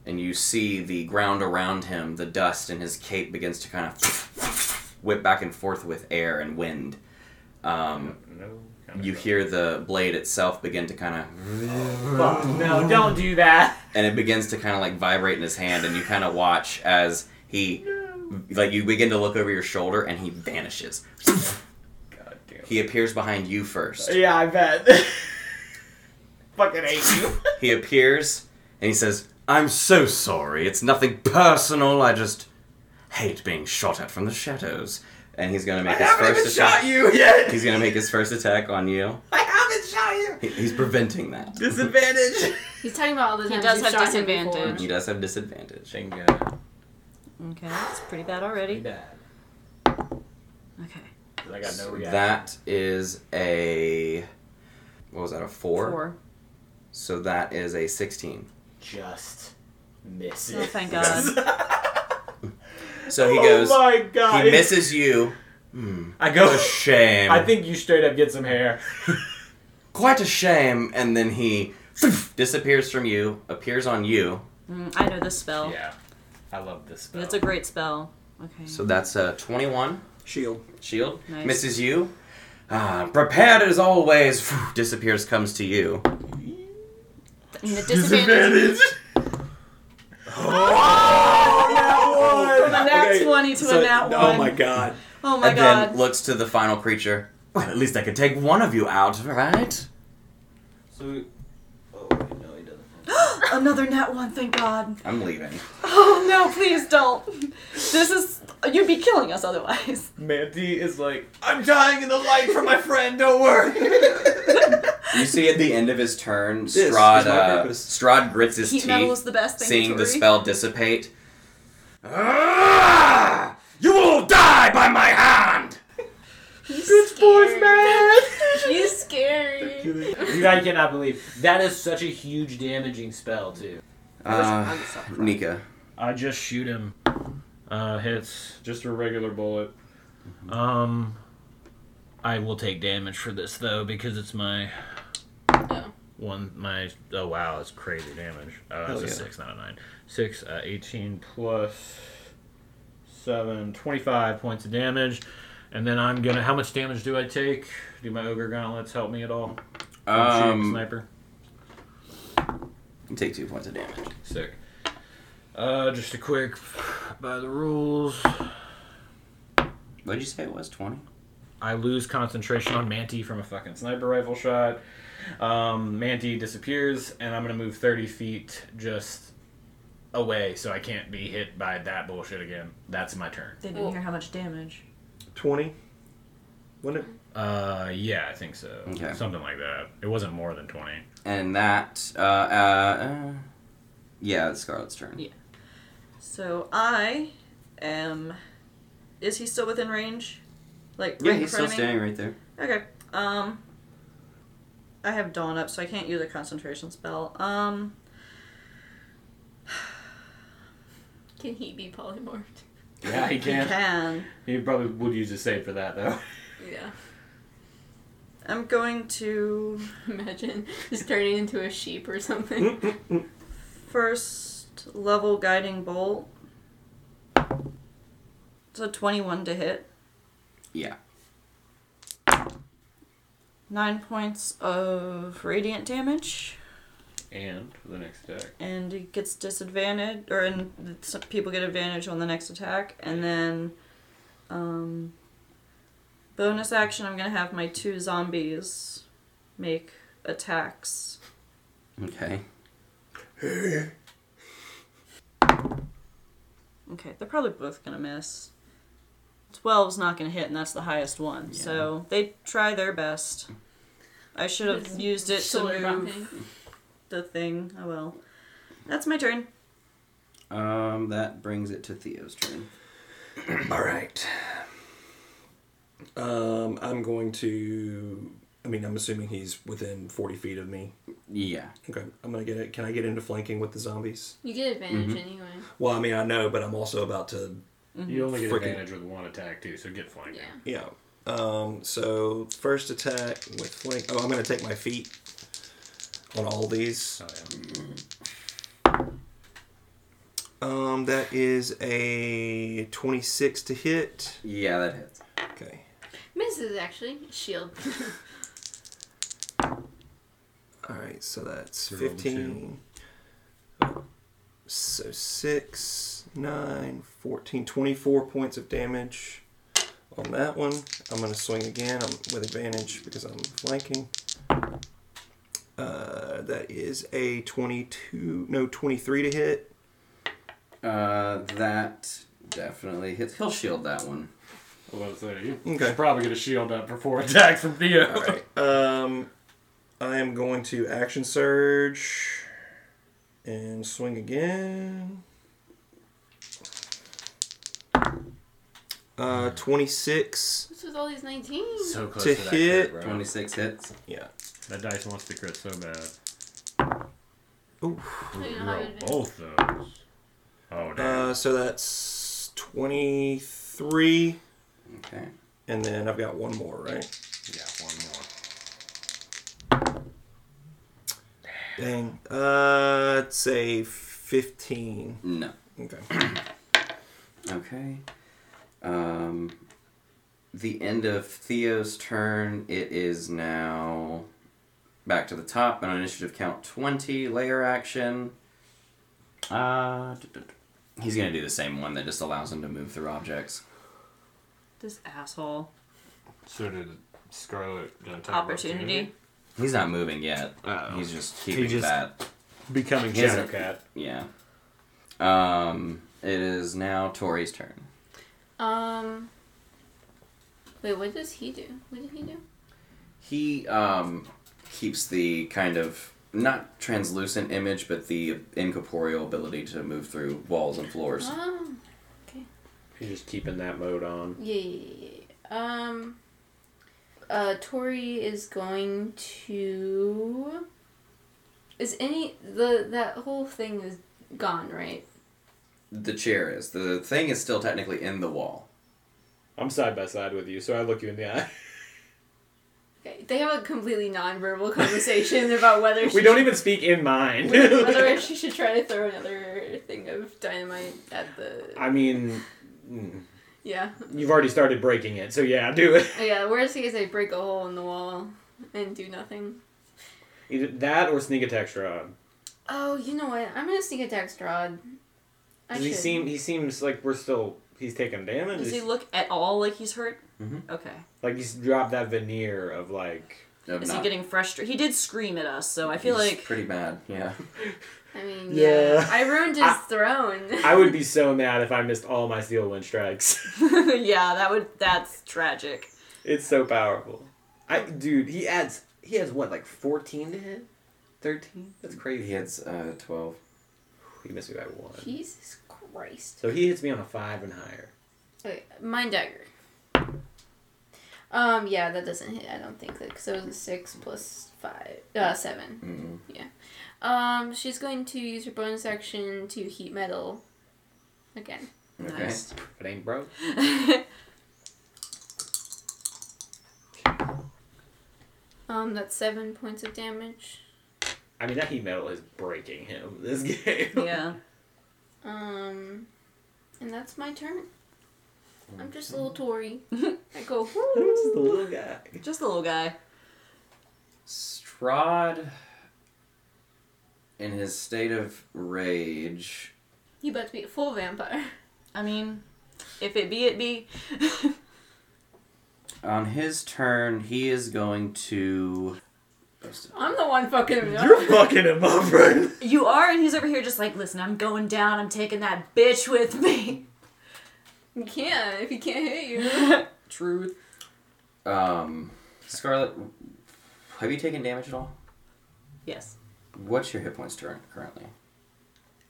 Speaker 1: And you see the ground around him, the dust in his cape begins to kind of whip back and forth with air and wind. Um,
Speaker 4: No.
Speaker 1: you hear the blade itself begin to kind of,
Speaker 4: Fuck, no, don't do that.
Speaker 1: and it begins to kind of like vibrate in his hand, and you kind of watch as he, like, you begin to look over your shoulder and he vanishes.
Speaker 4: God damn.
Speaker 1: He appears behind you first.
Speaker 4: Yeah, I bet. [laughs] Fucking hate you.
Speaker 1: He appears and he says, I'm so sorry. It's nothing personal. I just hate being shot at from the shadows. And he's gonna make his first attack.
Speaker 4: you yet.
Speaker 1: He's gonna make his first attack on you.
Speaker 4: I haven't shot you.
Speaker 1: He- He's preventing that. [laughs]
Speaker 4: Disadvantage.
Speaker 3: He's talking about all the
Speaker 2: He
Speaker 3: times
Speaker 2: does
Speaker 3: you
Speaker 2: have
Speaker 3: shot him before.
Speaker 2: disadvantage.
Speaker 1: He does have disadvantage.
Speaker 4: Thank God.
Speaker 2: Okay, that's pretty bad already. Okay.
Speaker 4: I got no
Speaker 1: So
Speaker 4: reaction.
Speaker 1: that is a what was that? A four? So that is a sixteen.
Speaker 4: just misses.
Speaker 2: Oh, thank
Speaker 5: [laughs]
Speaker 2: God.
Speaker 1: So he
Speaker 4: [laughs] oh
Speaker 1: goes.
Speaker 4: my God.
Speaker 1: He misses you. Hmm.
Speaker 4: I
Speaker 1: What
Speaker 4: go.
Speaker 1: a shame.
Speaker 4: I think you straight up get some hair.
Speaker 1: quite a shame. And then he disappears from you, appears on you.
Speaker 2: Mm, I know this spell.
Speaker 4: Yeah, I love this spell.
Speaker 2: It's
Speaker 4: [laughs]
Speaker 2: a great spell. Okay.
Speaker 1: So that's a 21
Speaker 5: Shield.
Speaker 1: shield.
Speaker 2: Nice.
Speaker 1: Misses you. Ah, prepared as always. [laughs] Disappears, comes to you.
Speaker 2: Oh
Speaker 1: [laughs]
Speaker 2: And the disadvantage.
Speaker 5: Oh,
Speaker 2: From a nat 20 to a nat
Speaker 5: Oh
Speaker 2: one.
Speaker 5: my god.
Speaker 2: Oh my
Speaker 1: and
Speaker 2: god.
Speaker 1: then looks to the final creature. Well, at least I could take one of you out, right?
Speaker 7: So, oh wait, no, he doesn't.
Speaker 2: Another nat one, thank god. [laughs]
Speaker 1: I'm leaving.
Speaker 2: Oh no, please don't. This is. You'd be killing us otherwise.
Speaker 4: Manti is like,
Speaker 7: I'm dying in the light for my friend. Don't worry.
Speaker 1: You see at the end of his turn,
Speaker 5: is
Speaker 1: Strahd,
Speaker 5: my
Speaker 1: uh,
Speaker 5: purpose.
Speaker 1: Strahd grits his
Speaker 2: Heat metal
Speaker 1: teeth,
Speaker 2: is the best thing.
Speaker 1: seeing
Speaker 2: to
Speaker 1: the
Speaker 2: read.
Speaker 1: spell dissipate. Ah! You will die by my hand!
Speaker 3: Bitch boys, man. [laughs] He's scary.
Speaker 4: you
Speaker 7: Dude, I cannot believe that is such a huge damaging spell too.
Speaker 1: Uh, Nika.
Speaker 4: I just shoot him. Uh, hits just a regular bullet. Um, I will take damage for this though because it's my
Speaker 3: Oh.
Speaker 4: one my oh wow it's crazy damage. Uh,
Speaker 1: Hell
Speaker 4: it's a
Speaker 1: yeah.
Speaker 4: six, not a nine. Six, uh, 18 plus seven, 25 points of damage. And then I'm gonna. How much damage do I take? Do my ogre gauntlets help me at all? From shooting
Speaker 1: Um,
Speaker 4: sniper.
Speaker 1: you take two points of damage.
Speaker 4: Sick. Uh, just a quick by the rules.
Speaker 1: What did you say it was? 20?
Speaker 4: I lose concentration on Manti from a fucking sniper rifle shot. Um, Manti disappears, and I'm gonna move 30 feet just away so I can't be hit by that bullshit again. That's my turn.
Speaker 2: They didn't hear how much damage.
Speaker 5: 20. Wasn't it?
Speaker 4: Uh, yeah, I think so.
Speaker 1: Okay.
Speaker 4: Something like that. It wasn't more than 20.
Speaker 1: And that, uh, uh, uh yeah, it's Scarlet's turn.
Speaker 2: Yeah. So I am. Is he still within range? Like
Speaker 1: Yeah,
Speaker 2: right in
Speaker 1: he's still
Speaker 2: front of me?
Speaker 1: standing right there.
Speaker 2: Okay. Um. I have dawn up, so I can't use a concentration spell. Um.
Speaker 3: Can he be polymorphed?
Speaker 4: Yeah, he
Speaker 2: He can.
Speaker 4: He probably would use a save for that, though.
Speaker 3: Yeah. [laughs]
Speaker 2: I'm going to
Speaker 3: Imagine just turning into a sheep or something.
Speaker 2: first level guiding bolt. It's a 21 to hit.
Speaker 1: Yeah.
Speaker 2: Nine points of radiant damage,
Speaker 4: And for the next attack.
Speaker 2: and it gets disadvantage, or and some people get advantage on the next attack, and then, um, bonus action. I'm gonna have my two zombies make attacks.
Speaker 1: Okay.
Speaker 2: Okay, they're probably both gonna miss. 12's not gonna hit, and that's the highest one. So they try their best. I [laughs] should have used it to
Speaker 3: Shoulder
Speaker 2: move
Speaker 3: bumping.
Speaker 2: the thing. Oh well. That's my turn.
Speaker 1: Um, that brings it to Theo's turn.
Speaker 5: [clears throat] All right. Um, I'm going to. I mean, I'm assuming he's within 40 feet of me.
Speaker 1: Yeah.
Speaker 5: Okay, I'm gonna get it. Can I get into flanking with the zombies?
Speaker 3: You get advantage
Speaker 2: Mm-hmm.
Speaker 3: anyway.
Speaker 5: Well, I mean, I know, but I'm also about to.
Speaker 4: You only get
Speaker 5: Frickin-
Speaker 4: advantage with one attack, too, so get flanked.
Speaker 3: Yeah.
Speaker 5: Yeah. Um. So first attack with flank. Oh, I'm gonna take my feet. on all these.
Speaker 4: Oh, yeah.
Speaker 5: Um, that is a 26 to hit.
Speaker 1: Yeah, that hits.
Speaker 5: Okay.
Speaker 3: Misses actually. Shield.
Speaker 5: All right, so that's
Speaker 7: You rolled a
Speaker 5: 15. So 6, 9, 14, 24 points of damage on that one. I'm going to swing again I'm with advantage because I'm flanking. Uh, that is a 22, no, 23 to hit.
Speaker 1: Uh, that definitely hits. He'll shield that one.
Speaker 4: Well, let's say you
Speaker 5: Okay.
Speaker 4: should probably get a shield up before attack from Theo.
Speaker 5: All right. Um, I am going to action surge and swing again. Uh, twenty six.
Speaker 3: What's with all these 19?
Speaker 4: So close
Speaker 5: To
Speaker 4: to, that
Speaker 5: hit.
Speaker 4: crit, bro.
Speaker 1: Twenty six hits.
Speaker 5: Yeah.
Speaker 4: That dice wants to crit so bad.
Speaker 5: Ooh.
Speaker 3: I don't know how
Speaker 4: Roll
Speaker 3: to do it.
Speaker 4: both those. Oh damn!
Speaker 5: Uh, so that's twenty three,
Speaker 1: Okay.
Speaker 5: and then I've got one more, right?
Speaker 4: yeah, one more.
Speaker 5: Dang. Uh, it's a fifteen.
Speaker 1: No.
Speaker 5: Okay.
Speaker 1: Okay. Um, the end of Theo's turn. It is now back to the top and on initiative count 20, layer action. Uh, duh, duh, duh. he's going to do the same one that just allows him to move through objects.
Speaker 2: This asshole.
Speaker 4: So did Scarlet attack
Speaker 2: Opportunity.
Speaker 1: He's not moving yet.
Speaker 4: Oh.
Speaker 1: He's just keeping
Speaker 4: just-
Speaker 1: that.
Speaker 4: Becoming
Speaker 1: He hasn't-
Speaker 4: Shadow Cat.
Speaker 1: Yeah. Um, it is now Tori's turn.
Speaker 10: oh.
Speaker 3: Um. Wait, what does he do? What did he do?
Speaker 1: He um, keeps the kind of not translucent image, but the incorporeal ability to move through walls and floors.
Speaker 3: Oh.
Speaker 10: He's just keeping that mode on.
Speaker 3: Yeah, yeah, yeah, yeah. Um. Uh, Tori is going to. Is any the that whole thing is gone, right?
Speaker 1: The chair is the thing is still technically in the wall.
Speaker 10: I'm side by side with you, so I look you in the
Speaker 2: [laughs]
Speaker 10: eye.
Speaker 3: Okay. They have a completely
Speaker 10: [laughs]
Speaker 3: nonverbal conversation about whether she
Speaker 10: we don't
Speaker 3: should-
Speaker 10: even speak in mind. [laughs]
Speaker 3: [laughs] whether she should try to throw another thing of dynamite at the
Speaker 10: I mean, mm,
Speaker 3: yeah
Speaker 10: you've already started breaking it, so yeah, do it.
Speaker 3: Oh, yeah. Worst case, I break a hole in the wall and do nothing.
Speaker 10: Either that or sneak attack Strahd.
Speaker 3: Oh, you know what? I'm gonna sneak attack Strahd. I
Speaker 10: 'Cause He
Speaker 3: should.
Speaker 10: seem he seems like we're still he's taking damage.
Speaker 2: Does he
Speaker 10: He's-
Speaker 2: look at all like he's hurt?
Speaker 1: Mhm.
Speaker 2: Okay.
Speaker 10: like he's dropped that veneer of like
Speaker 1: Of
Speaker 2: Is he
Speaker 1: not-
Speaker 2: getting frustrated? He did scream at us, so I feel
Speaker 1: he's
Speaker 2: like
Speaker 1: pretty bad. Yeah. [laughs]
Speaker 3: I mean, yeah.
Speaker 10: Yeah.
Speaker 3: I ruined his
Speaker 10: I-
Speaker 3: throne.
Speaker 10: [laughs] I would be so mad if I missed all my steel wind strikes. [laughs]
Speaker 2: [laughs] yeah, that would that's tragic.
Speaker 10: it's so powerful. I dude, he adds he has what like fourteen to hit, thirteen. That's crazy.
Speaker 1: He hits uh, twelve.
Speaker 10: He missed me by one.
Speaker 3: Jesus Christ.
Speaker 10: So he hits me on a five and higher.
Speaker 3: Okay, mind dagger. Um, yeah, that doesn't hit. I don't think that because it was a six plus five, uh, seven.
Speaker 1: Mm.
Speaker 3: Um, she's going to use her bonus action to heat metal again.
Speaker 1: Okay.
Speaker 2: Nice.
Speaker 10: If it ain't broke.
Speaker 3: Um, that's seven points of damage.
Speaker 10: I mean that heat metal is breaking him this [laughs] game.
Speaker 2: yeah.
Speaker 3: Um, and that's my turn. I'm just
Speaker 10: [laughs]
Speaker 3: a little Tory. I go. "Woo."
Speaker 10: Just a little guy.
Speaker 2: Just a little guy.
Speaker 1: Strahd, in his state of rage,
Speaker 3: You about to be a full vampire.
Speaker 2: I mean, if it be, it be. [laughs]
Speaker 1: on his turn, he is going to.
Speaker 3: I'm the one fucking.
Speaker 5: You're fucking him up, right?
Speaker 2: you are, and he's over here just like, listen, I'm going down. I'm taking that bitch with me. [laughs]
Speaker 3: You can't if he can't hit you.
Speaker 2: Truth.
Speaker 1: Um, Scarlet, have you taken damage at all?
Speaker 2: Yes.
Speaker 1: What's your hit points turn currently?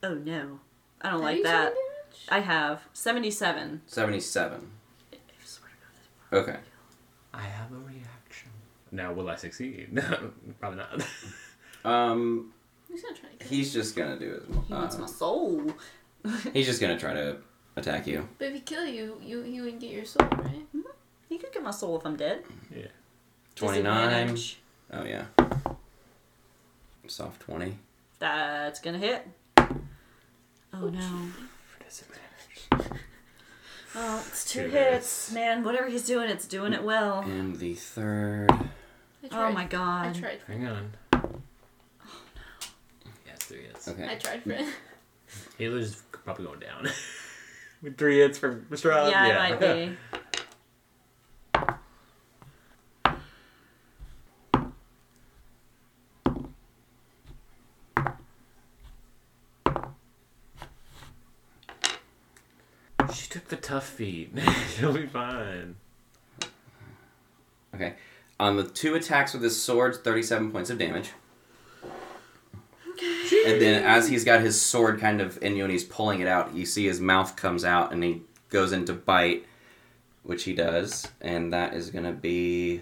Speaker 2: Oh no, I [laughs] don't
Speaker 3: Have
Speaker 2: like
Speaker 3: you
Speaker 2: that.
Speaker 3: taken damage?
Speaker 2: I have seventy-seven.
Speaker 1: Seventy-seven.
Speaker 2: I swear to God.
Speaker 1: Okay.
Speaker 4: I have a reaction. Now will I succeed? [laughs] No, probably not.
Speaker 10: [laughs]
Speaker 1: Um,
Speaker 3: He's gonna try to kill.
Speaker 1: he's just gonna do his.
Speaker 2: He wants
Speaker 1: uh,
Speaker 2: my soul.
Speaker 1: he's just gonna try to attack you.
Speaker 3: you. But if he kill you, you he wouldn't get your soul, right?
Speaker 2: He could get my soul if I'm dead.
Speaker 1: Twenty-nine.
Speaker 2: Disadvantage.
Speaker 1: Oh yeah. Oh, Soft 20.
Speaker 2: That's gonna hit. Oh no. Oh, it's two,
Speaker 4: Two
Speaker 2: hits.
Speaker 4: hits.
Speaker 2: man. Whatever he's doing, it's doing it well.
Speaker 1: And the third.
Speaker 3: I
Speaker 2: Oh
Speaker 3: tried.
Speaker 2: my
Speaker 3: I
Speaker 2: god.
Speaker 3: tried.
Speaker 4: Hang on.
Speaker 10: Oh,
Speaker 4: Yeah, three hits.
Speaker 1: Okay.
Speaker 3: I
Speaker 2: [laughs]
Speaker 3: tried for it.
Speaker 4: Healer's probably going down. [laughs]
Speaker 10: With three hits from Mr.
Speaker 2: Yeah,
Speaker 4: Uh,
Speaker 10: Allen?
Speaker 2: it might be.
Speaker 4: she took the tough feet. [laughs] She'll be fine.
Speaker 1: Okay. On the two attacks with his sword, 37 points of damage. Okay. And then as he's got his sword kind of in you and he's pulling it out, you see his mouth comes out and he goes into bite, which he does. And that is going to be.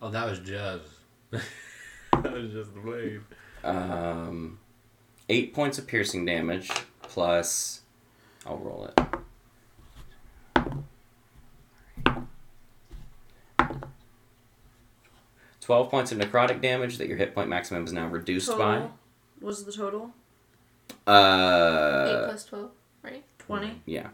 Speaker 4: Oh, that was just. [laughs] that was just the blade.
Speaker 1: Um, eight points of piercing damage plus. I'll roll it. Twelve points of necrotic damage that your hit point maximum is now reduced
Speaker 2: Total was the total
Speaker 1: by.
Speaker 3: Eight
Speaker 1: Uh,
Speaker 3: plus twelve, right?
Speaker 4: Mm.
Speaker 2: twenty.
Speaker 1: yeah.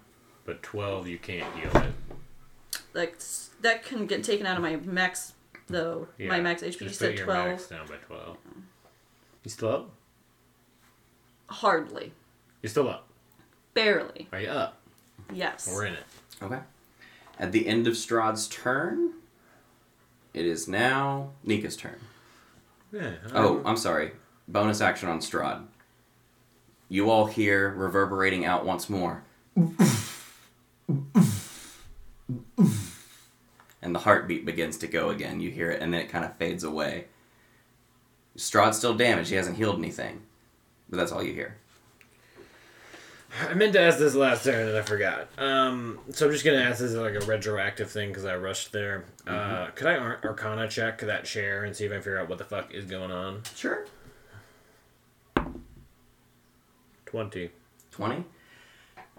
Speaker 4: But 12, you can't heal it.
Speaker 2: Like s- that can get taken out of my max, though. My
Speaker 4: Yeah,
Speaker 2: max HP. You
Speaker 4: Just
Speaker 2: said
Speaker 4: put your
Speaker 2: twelve.
Speaker 4: max down by 12. You still up?
Speaker 2: Hardly,
Speaker 4: You're still up.
Speaker 2: barely.
Speaker 4: Are you up?
Speaker 2: Yes.
Speaker 4: We're in it.
Speaker 1: Okay. At the end of Strahd's turn, it is now Nika's turn.
Speaker 4: Yeah.
Speaker 1: Oh, I'm sorry. Bonus action on Strahd. You all hear reverberating out once more. and the heartbeat begins to go again. You hear it, and then it kind of fades away. Strahd's still damaged. He hasn't healed anything. But that's all you hear.
Speaker 4: I meant to ask this last turn and I forgot. Um, so I'm just gonna ask this as like a retroactive thing because I rushed there. Uh, could I ar- Arcana check that chair and see if I can figure out what the fuck is going on?
Speaker 1: Sure.
Speaker 4: Twenty.
Speaker 1: 20.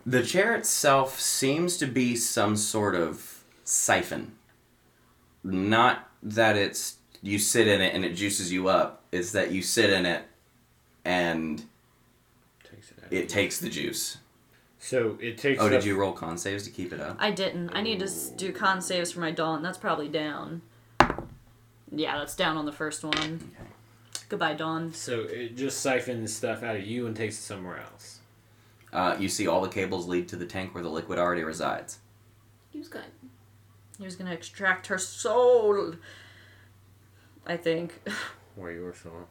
Speaker 1: The chair itself seems to be some sort of siphon. Not that it's you sit in it and it juices you up, it's that you sit in it and
Speaker 4: Takes it out.
Speaker 1: it takes the juice.
Speaker 4: so it takes.
Speaker 1: Oh, did
Speaker 4: up-
Speaker 1: you roll con saves to keep it up?
Speaker 2: I didn't. I need to s- do con saves for my Dawn. That's probably down. Yeah, that's down on the first one.
Speaker 1: Okay.
Speaker 2: Goodbye, Dawn.
Speaker 4: So it just siphons stuff out of you and takes it somewhere else.
Speaker 1: Uh, you see all the cables lead to the tank where the liquid already resides.
Speaker 3: He was gone.
Speaker 2: He was gonna extract her soul. I think. [laughs]
Speaker 4: Or your soul.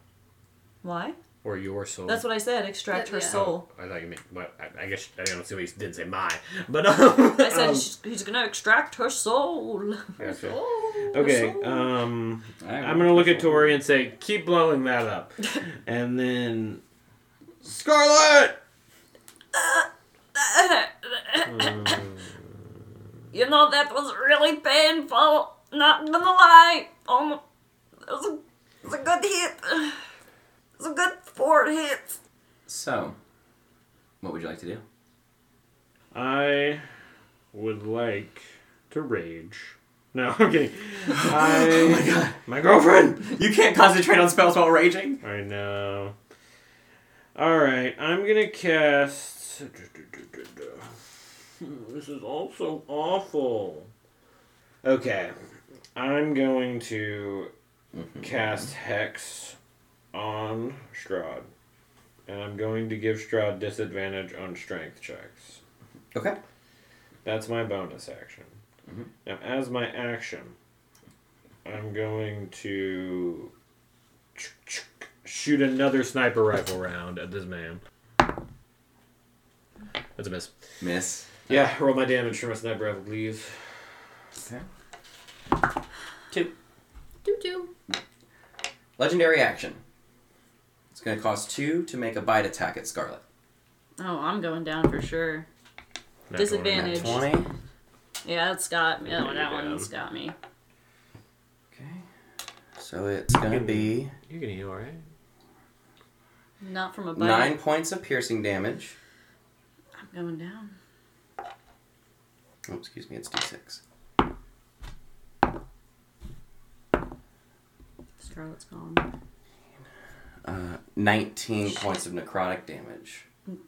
Speaker 2: Why?
Speaker 4: Or your soul.
Speaker 2: That's what I said. Extract
Speaker 3: That-
Speaker 2: her
Speaker 3: yeah.
Speaker 2: soul.
Speaker 4: I thought you meant. Well, I, I guess I don't see what you didn't say. My, [laughs] but um,
Speaker 2: I said
Speaker 4: um,
Speaker 2: sh he's gonna extract her soul. [laughs]
Speaker 4: gotcha.
Speaker 3: Oh.
Speaker 4: Okay.
Speaker 2: soul.
Speaker 4: Um. I'm gonna look at Tori and say, "Keep blowing
Speaker 2: [laughs]
Speaker 4: that up," and then Scarlet.
Speaker 2: you know that was really painful. Not gonna lie. Um, it was a, it was a good hit. [sighs] It's a good four hits.
Speaker 1: So, what would you like to do? [laughs]
Speaker 4: I would like to rage. No, [laughs] I'm kidding. I, oh my god, my girlfriend.
Speaker 1: You can't concentrate on spells while raging.
Speaker 4: I know. All right, I'm gonna cast. Hmm, This is also awful. Okay, I'm going to cast Hex on Strahd. And I'm going to give Strahd disadvantage on strength checks.
Speaker 1: Okay.
Speaker 4: That's my bonus action. Now, as my action, I'm going to shoot another sniper rifle round at this man. That's a miss.
Speaker 1: Miss.
Speaker 4: Yeah, roll my damage for my sniper rifle, please.
Speaker 1: Okay. Two.
Speaker 3: Doo doo.
Speaker 1: Legendary action. It's going to cost two to make a bite attack at Scarlet.
Speaker 2: Oh, I'm going down for sure.
Speaker 4: Not
Speaker 2: Disadvantage.
Speaker 1: Nat
Speaker 2: Damage.
Speaker 1: 20.
Speaker 2: Yeah, that's got me.
Speaker 4: Yeah,
Speaker 2: Oh, that
Speaker 4: you got
Speaker 2: one's
Speaker 4: him.
Speaker 2: got me.
Speaker 1: Okay. So it's going to be
Speaker 4: going. You're gonna heal, right?
Speaker 2: Not from a bite.
Speaker 1: nine points of piercing damage.
Speaker 2: I'm going down.
Speaker 1: Oh, excuse me, it's d6.
Speaker 2: Scarlet's gone.
Speaker 1: Uh, 19 points of necrotic damage.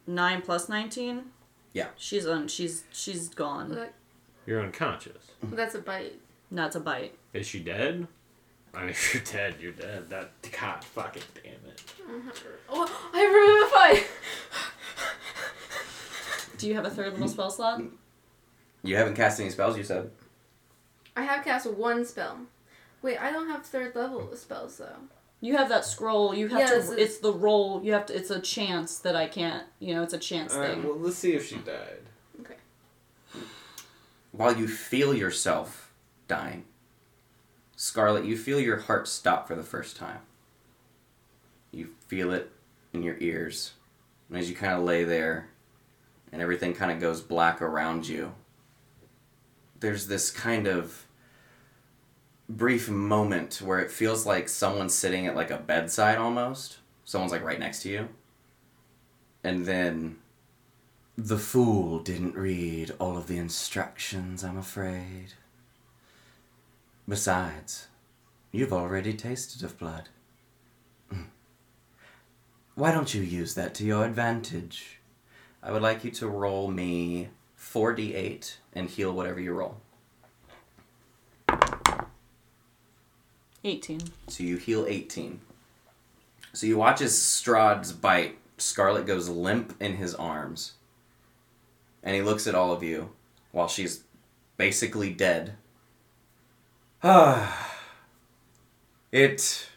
Speaker 2: Nine plus nineteen.
Speaker 1: Yeah.
Speaker 2: She's on. She's she's gone.
Speaker 3: That-
Speaker 4: You're unconscious.
Speaker 3: that's a bite.
Speaker 2: That's a bite.
Speaker 4: Is she dead? I mean, [laughs] if you're dead, you're dead. That God, fucking damn it.
Speaker 3: Oh, I remember five.
Speaker 2: Do you have a third little spell slot?
Speaker 1: You haven't cast any spells, you said?
Speaker 3: [laughs] I have cast one spell. Wait, I don't have third level spells though.
Speaker 2: You have that scroll. You have
Speaker 3: Yeah,
Speaker 2: to.
Speaker 3: it's
Speaker 2: It's,
Speaker 3: a-
Speaker 2: the roll. You have to. It's a chance that I can't. You know, it's a chance
Speaker 10: All right,
Speaker 2: thing.
Speaker 10: well, let's see if she died.
Speaker 1: While you feel yourself dying, Scarlet, you feel your heart stop for the first time. You feel it in your ears. And as you kind of lay there and everything kind of goes black around you, there's this kind of brief moment where it feels like someone's sitting at like a bedside almost. Someone's like right next to you. And then the fool didn't read all of the instructions, I'm afraid. Besides, you've already tasted of blood. Mm. Why don't you use that to your advantage? I would like you to roll me 4d8 and heal whatever you roll.
Speaker 2: Eighteen.
Speaker 1: So you heal 18. So you watch as Strahd's bite, Scarlet goes limp in his arms. And he looks at all of you while she's basically dead. [sighs] Ah. it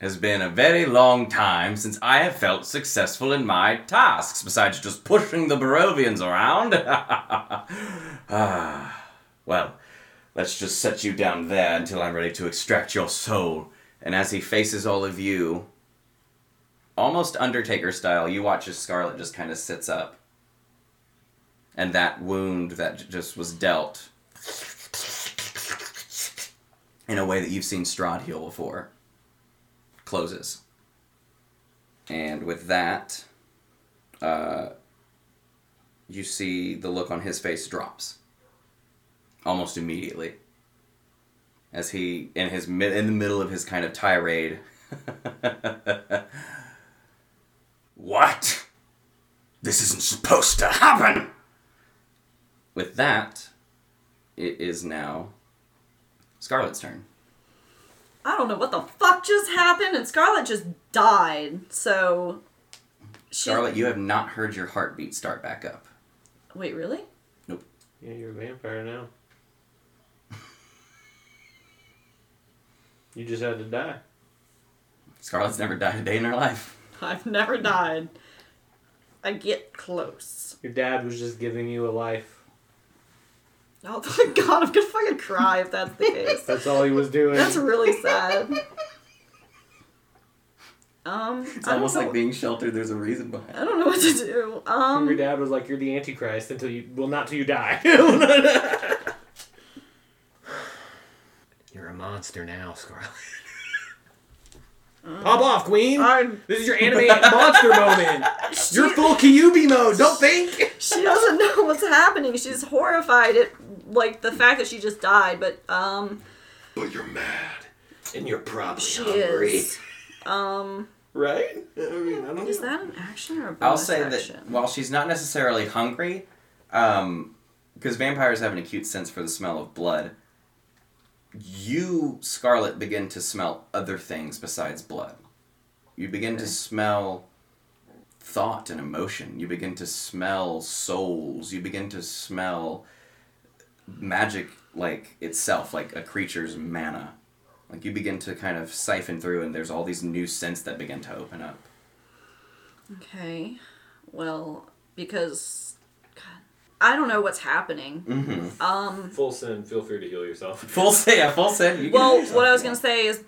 Speaker 1: has been a very long time since I have felt successful in my tasks, besides just pushing the Barovians around. [laughs] ah. Well, Let's just set you down there until I'm ready to extract your soul. And as he faces all of you, almost Undertaker style, you watch as Scarlet just kind of sits up. And that wound that j- just was dealt in a way that you've seen Strahd heal before closes. And with that, uh, you see the look on his face drops almost immediately as he in his mid in the middle of his kind of tirade [laughs] what this isn't supposed to happen with that it is now scarlet's turn
Speaker 2: I don't know what the fuck just happened, and Scarlet just died. So. She,
Speaker 1: scarlet you have not heard your heartbeat start back up
Speaker 2: Wait, really?
Speaker 4: Yeah, you're a vampire now. you just had to die.
Speaker 1: scarlet's never died a day in her life
Speaker 2: I've never died. I get close.
Speaker 4: Your dad was just giving you a life.
Speaker 2: Oh [laughs] my god, I'm gonna fucking cry if that's the case.
Speaker 4: That's all he was doing.
Speaker 2: That's really sad. Um,
Speaker 1: it's
Speaker 2: I don't,
Speaker 1: almost
Speaker 2: know,
Speaker 1: like being sheltered there's a reason behind
Speaker 2: I don't know what to do.
Speaker 4: Your
Speaker 2: Um,
Speaker 4: dad was like, "You're the Antichrist until you, well, not till you die." [laughs] You're a monster now, Scarlet. Pop off, Queen!
Speaker 2: I'm-
Speaker 4: This is your anime monster moment.
Speaker 2: she,
Speaker 10: You're full Kyuubi mode. Don't think.
Speaker 2: she doesn't know [laughs] what's happening. She's horrified at like the fact that she just died, but um,
Speaker 10: But you're mad, and you're probably
Speaker 2: she is. Um,
Speaker 10: right? I mean, I don't
Speaker 2: is that an action or a bonus
Speaker 1: I'll say that
Speaker 2: action?
Speaker 1: while she's not necessarily hungry, because vampires have an acute sense for the smell of blood, you, Scarlet, begin to smell other things besides blood. You begin to smell thought and emotion. You begin to smell souls. You begin to smell magic like itself, like a creature's mana. Like you begin to kind of siphon through, and there's all these new scents that begin to open up.
Speaker 2: Okay, well, because God, I don't know what's happening.
Speaker 1: Mm-hmm.
Speaker 2: Um,
Speaker 4: Full sin. Feel free to heal yourself.
Speaker 1: Full send, yeah, full send. You can
Speaker 2: well,
Speaker 1: do something.
Speaker 2: what I was gonna say is,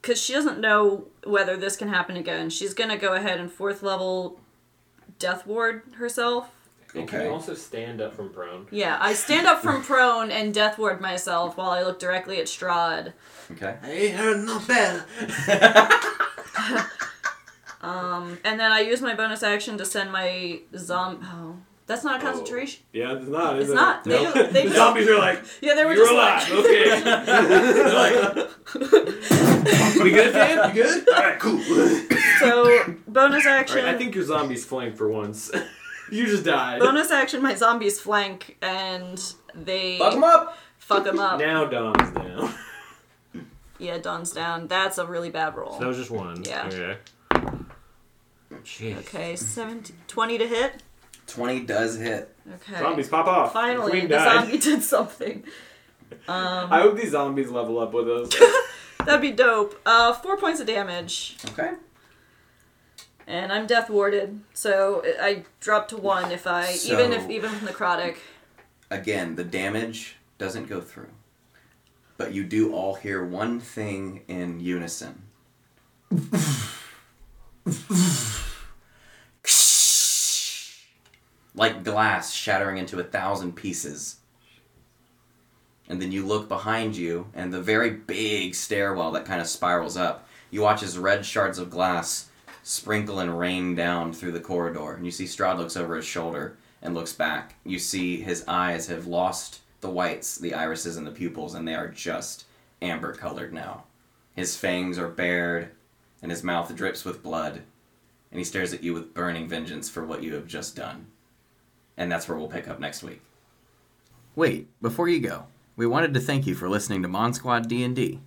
Speaker 2: because she doesn't know whether this can happen again, she's gonna go ahead and fourth level death ward herself.
Speaker 4: And Can
Speaker 1: Okay.
Speaker 4: you also stand up from prone?
Speaker 2: Yeah, I stand
Speaker 1: [laughs]
Speaker 2: up from prone and death ward myself while I look directly at Strahd.
Speaker 1: Okay.
Speaker 10: I ain't heard no bell.
Speaker 2: [laughs] Um, and then I use my bonus action to send my zom. Oh, that's not a concentration.
Speaker 4: Yeah, it's not.
Speaker 2: It's not. They, they just,
Speaker 4: are like,
Speaker 2: yeah, they were [laughs]
Speaker 4: "You're
Speaker 2: just like,
Speaker 4: okay. They're like,
Speaker 10: We good, Dan? You
Speaker 4: [laughs]
Speaker 10: good? All right, cool.
Speaker 2: [laughs] So bonus
Speaker 10: All
Speaker 2: action.
Speaker 10: right, I think your zombie's flying for once. [laughs] you just died.
Speaker 2: bonus action. My zombies flank and they
Speaker 10: Fuck 'em up.
Speaker 2: Fuck 'em up.
Speaker 10: Now Dom's down.
Speaker 2: Yeah, Dawn's down. That's a really bad roll.
Speaker 4: That was just one.
Speaker 2: Yeah.
Speaker 4: Okay. Jeez.
Speaker 2: Okay, 17, 20 to hit.
Speaker 1: 20 does hit.
Speaker 2: Okay.
Speaker 10: Zombies pop off.
Speaker 2: Finally,
Speaker 10: Queen
Speaker 2: the
Speaker 10: died.
Speaker 2: zombie [laughs] did something. Um,
Speaker 10: I hope these zombies level up with us.
Speaker 4: [laughs]
Speaker 2: that'd be dope. Uh, four points of damage,
Speaker 1: Okay.
Speaker 2: and I'm death warded, so I I drop to one if I even if
Speaker 1: So-
Speaker 2: even with necrotic.
Speaker 1: Again, the damage doesn't go through. But you do all hear one thing in unison. [laughs] like glass shattering into a thousand pieces. And then you look behind you, and the very big stairwell that kind of spirals up, you watch as red shards of glass sprinkle and rain down through the corridor. And you see Strahd looks over his shoulder and looks back. You see his eyes have lost the whites, the irises, and the pupils, and they are just amber colored now. His fangs are bared, and his mouth drips with blood, and he stares at you with burning vengeance for what you have just done. And that's where we'll pick up next week. Wait, before you go, we wanted to thank you for listening to Mon Squad D&D.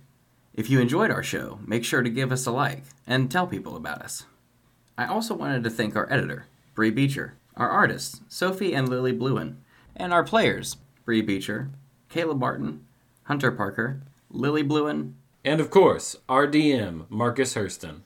Speaker 1: If you enjoyed our show, make sure to give us a like and tell people about us. I also wanted to thank our editor, Bree Beecher, our artists, Sophie and Lily Bluen, and our players, Bree Beecher, Caleb Martin, Hunter Parker, Lily Bluen,
Speaker 4: And of course, RDM Marcus Hurston.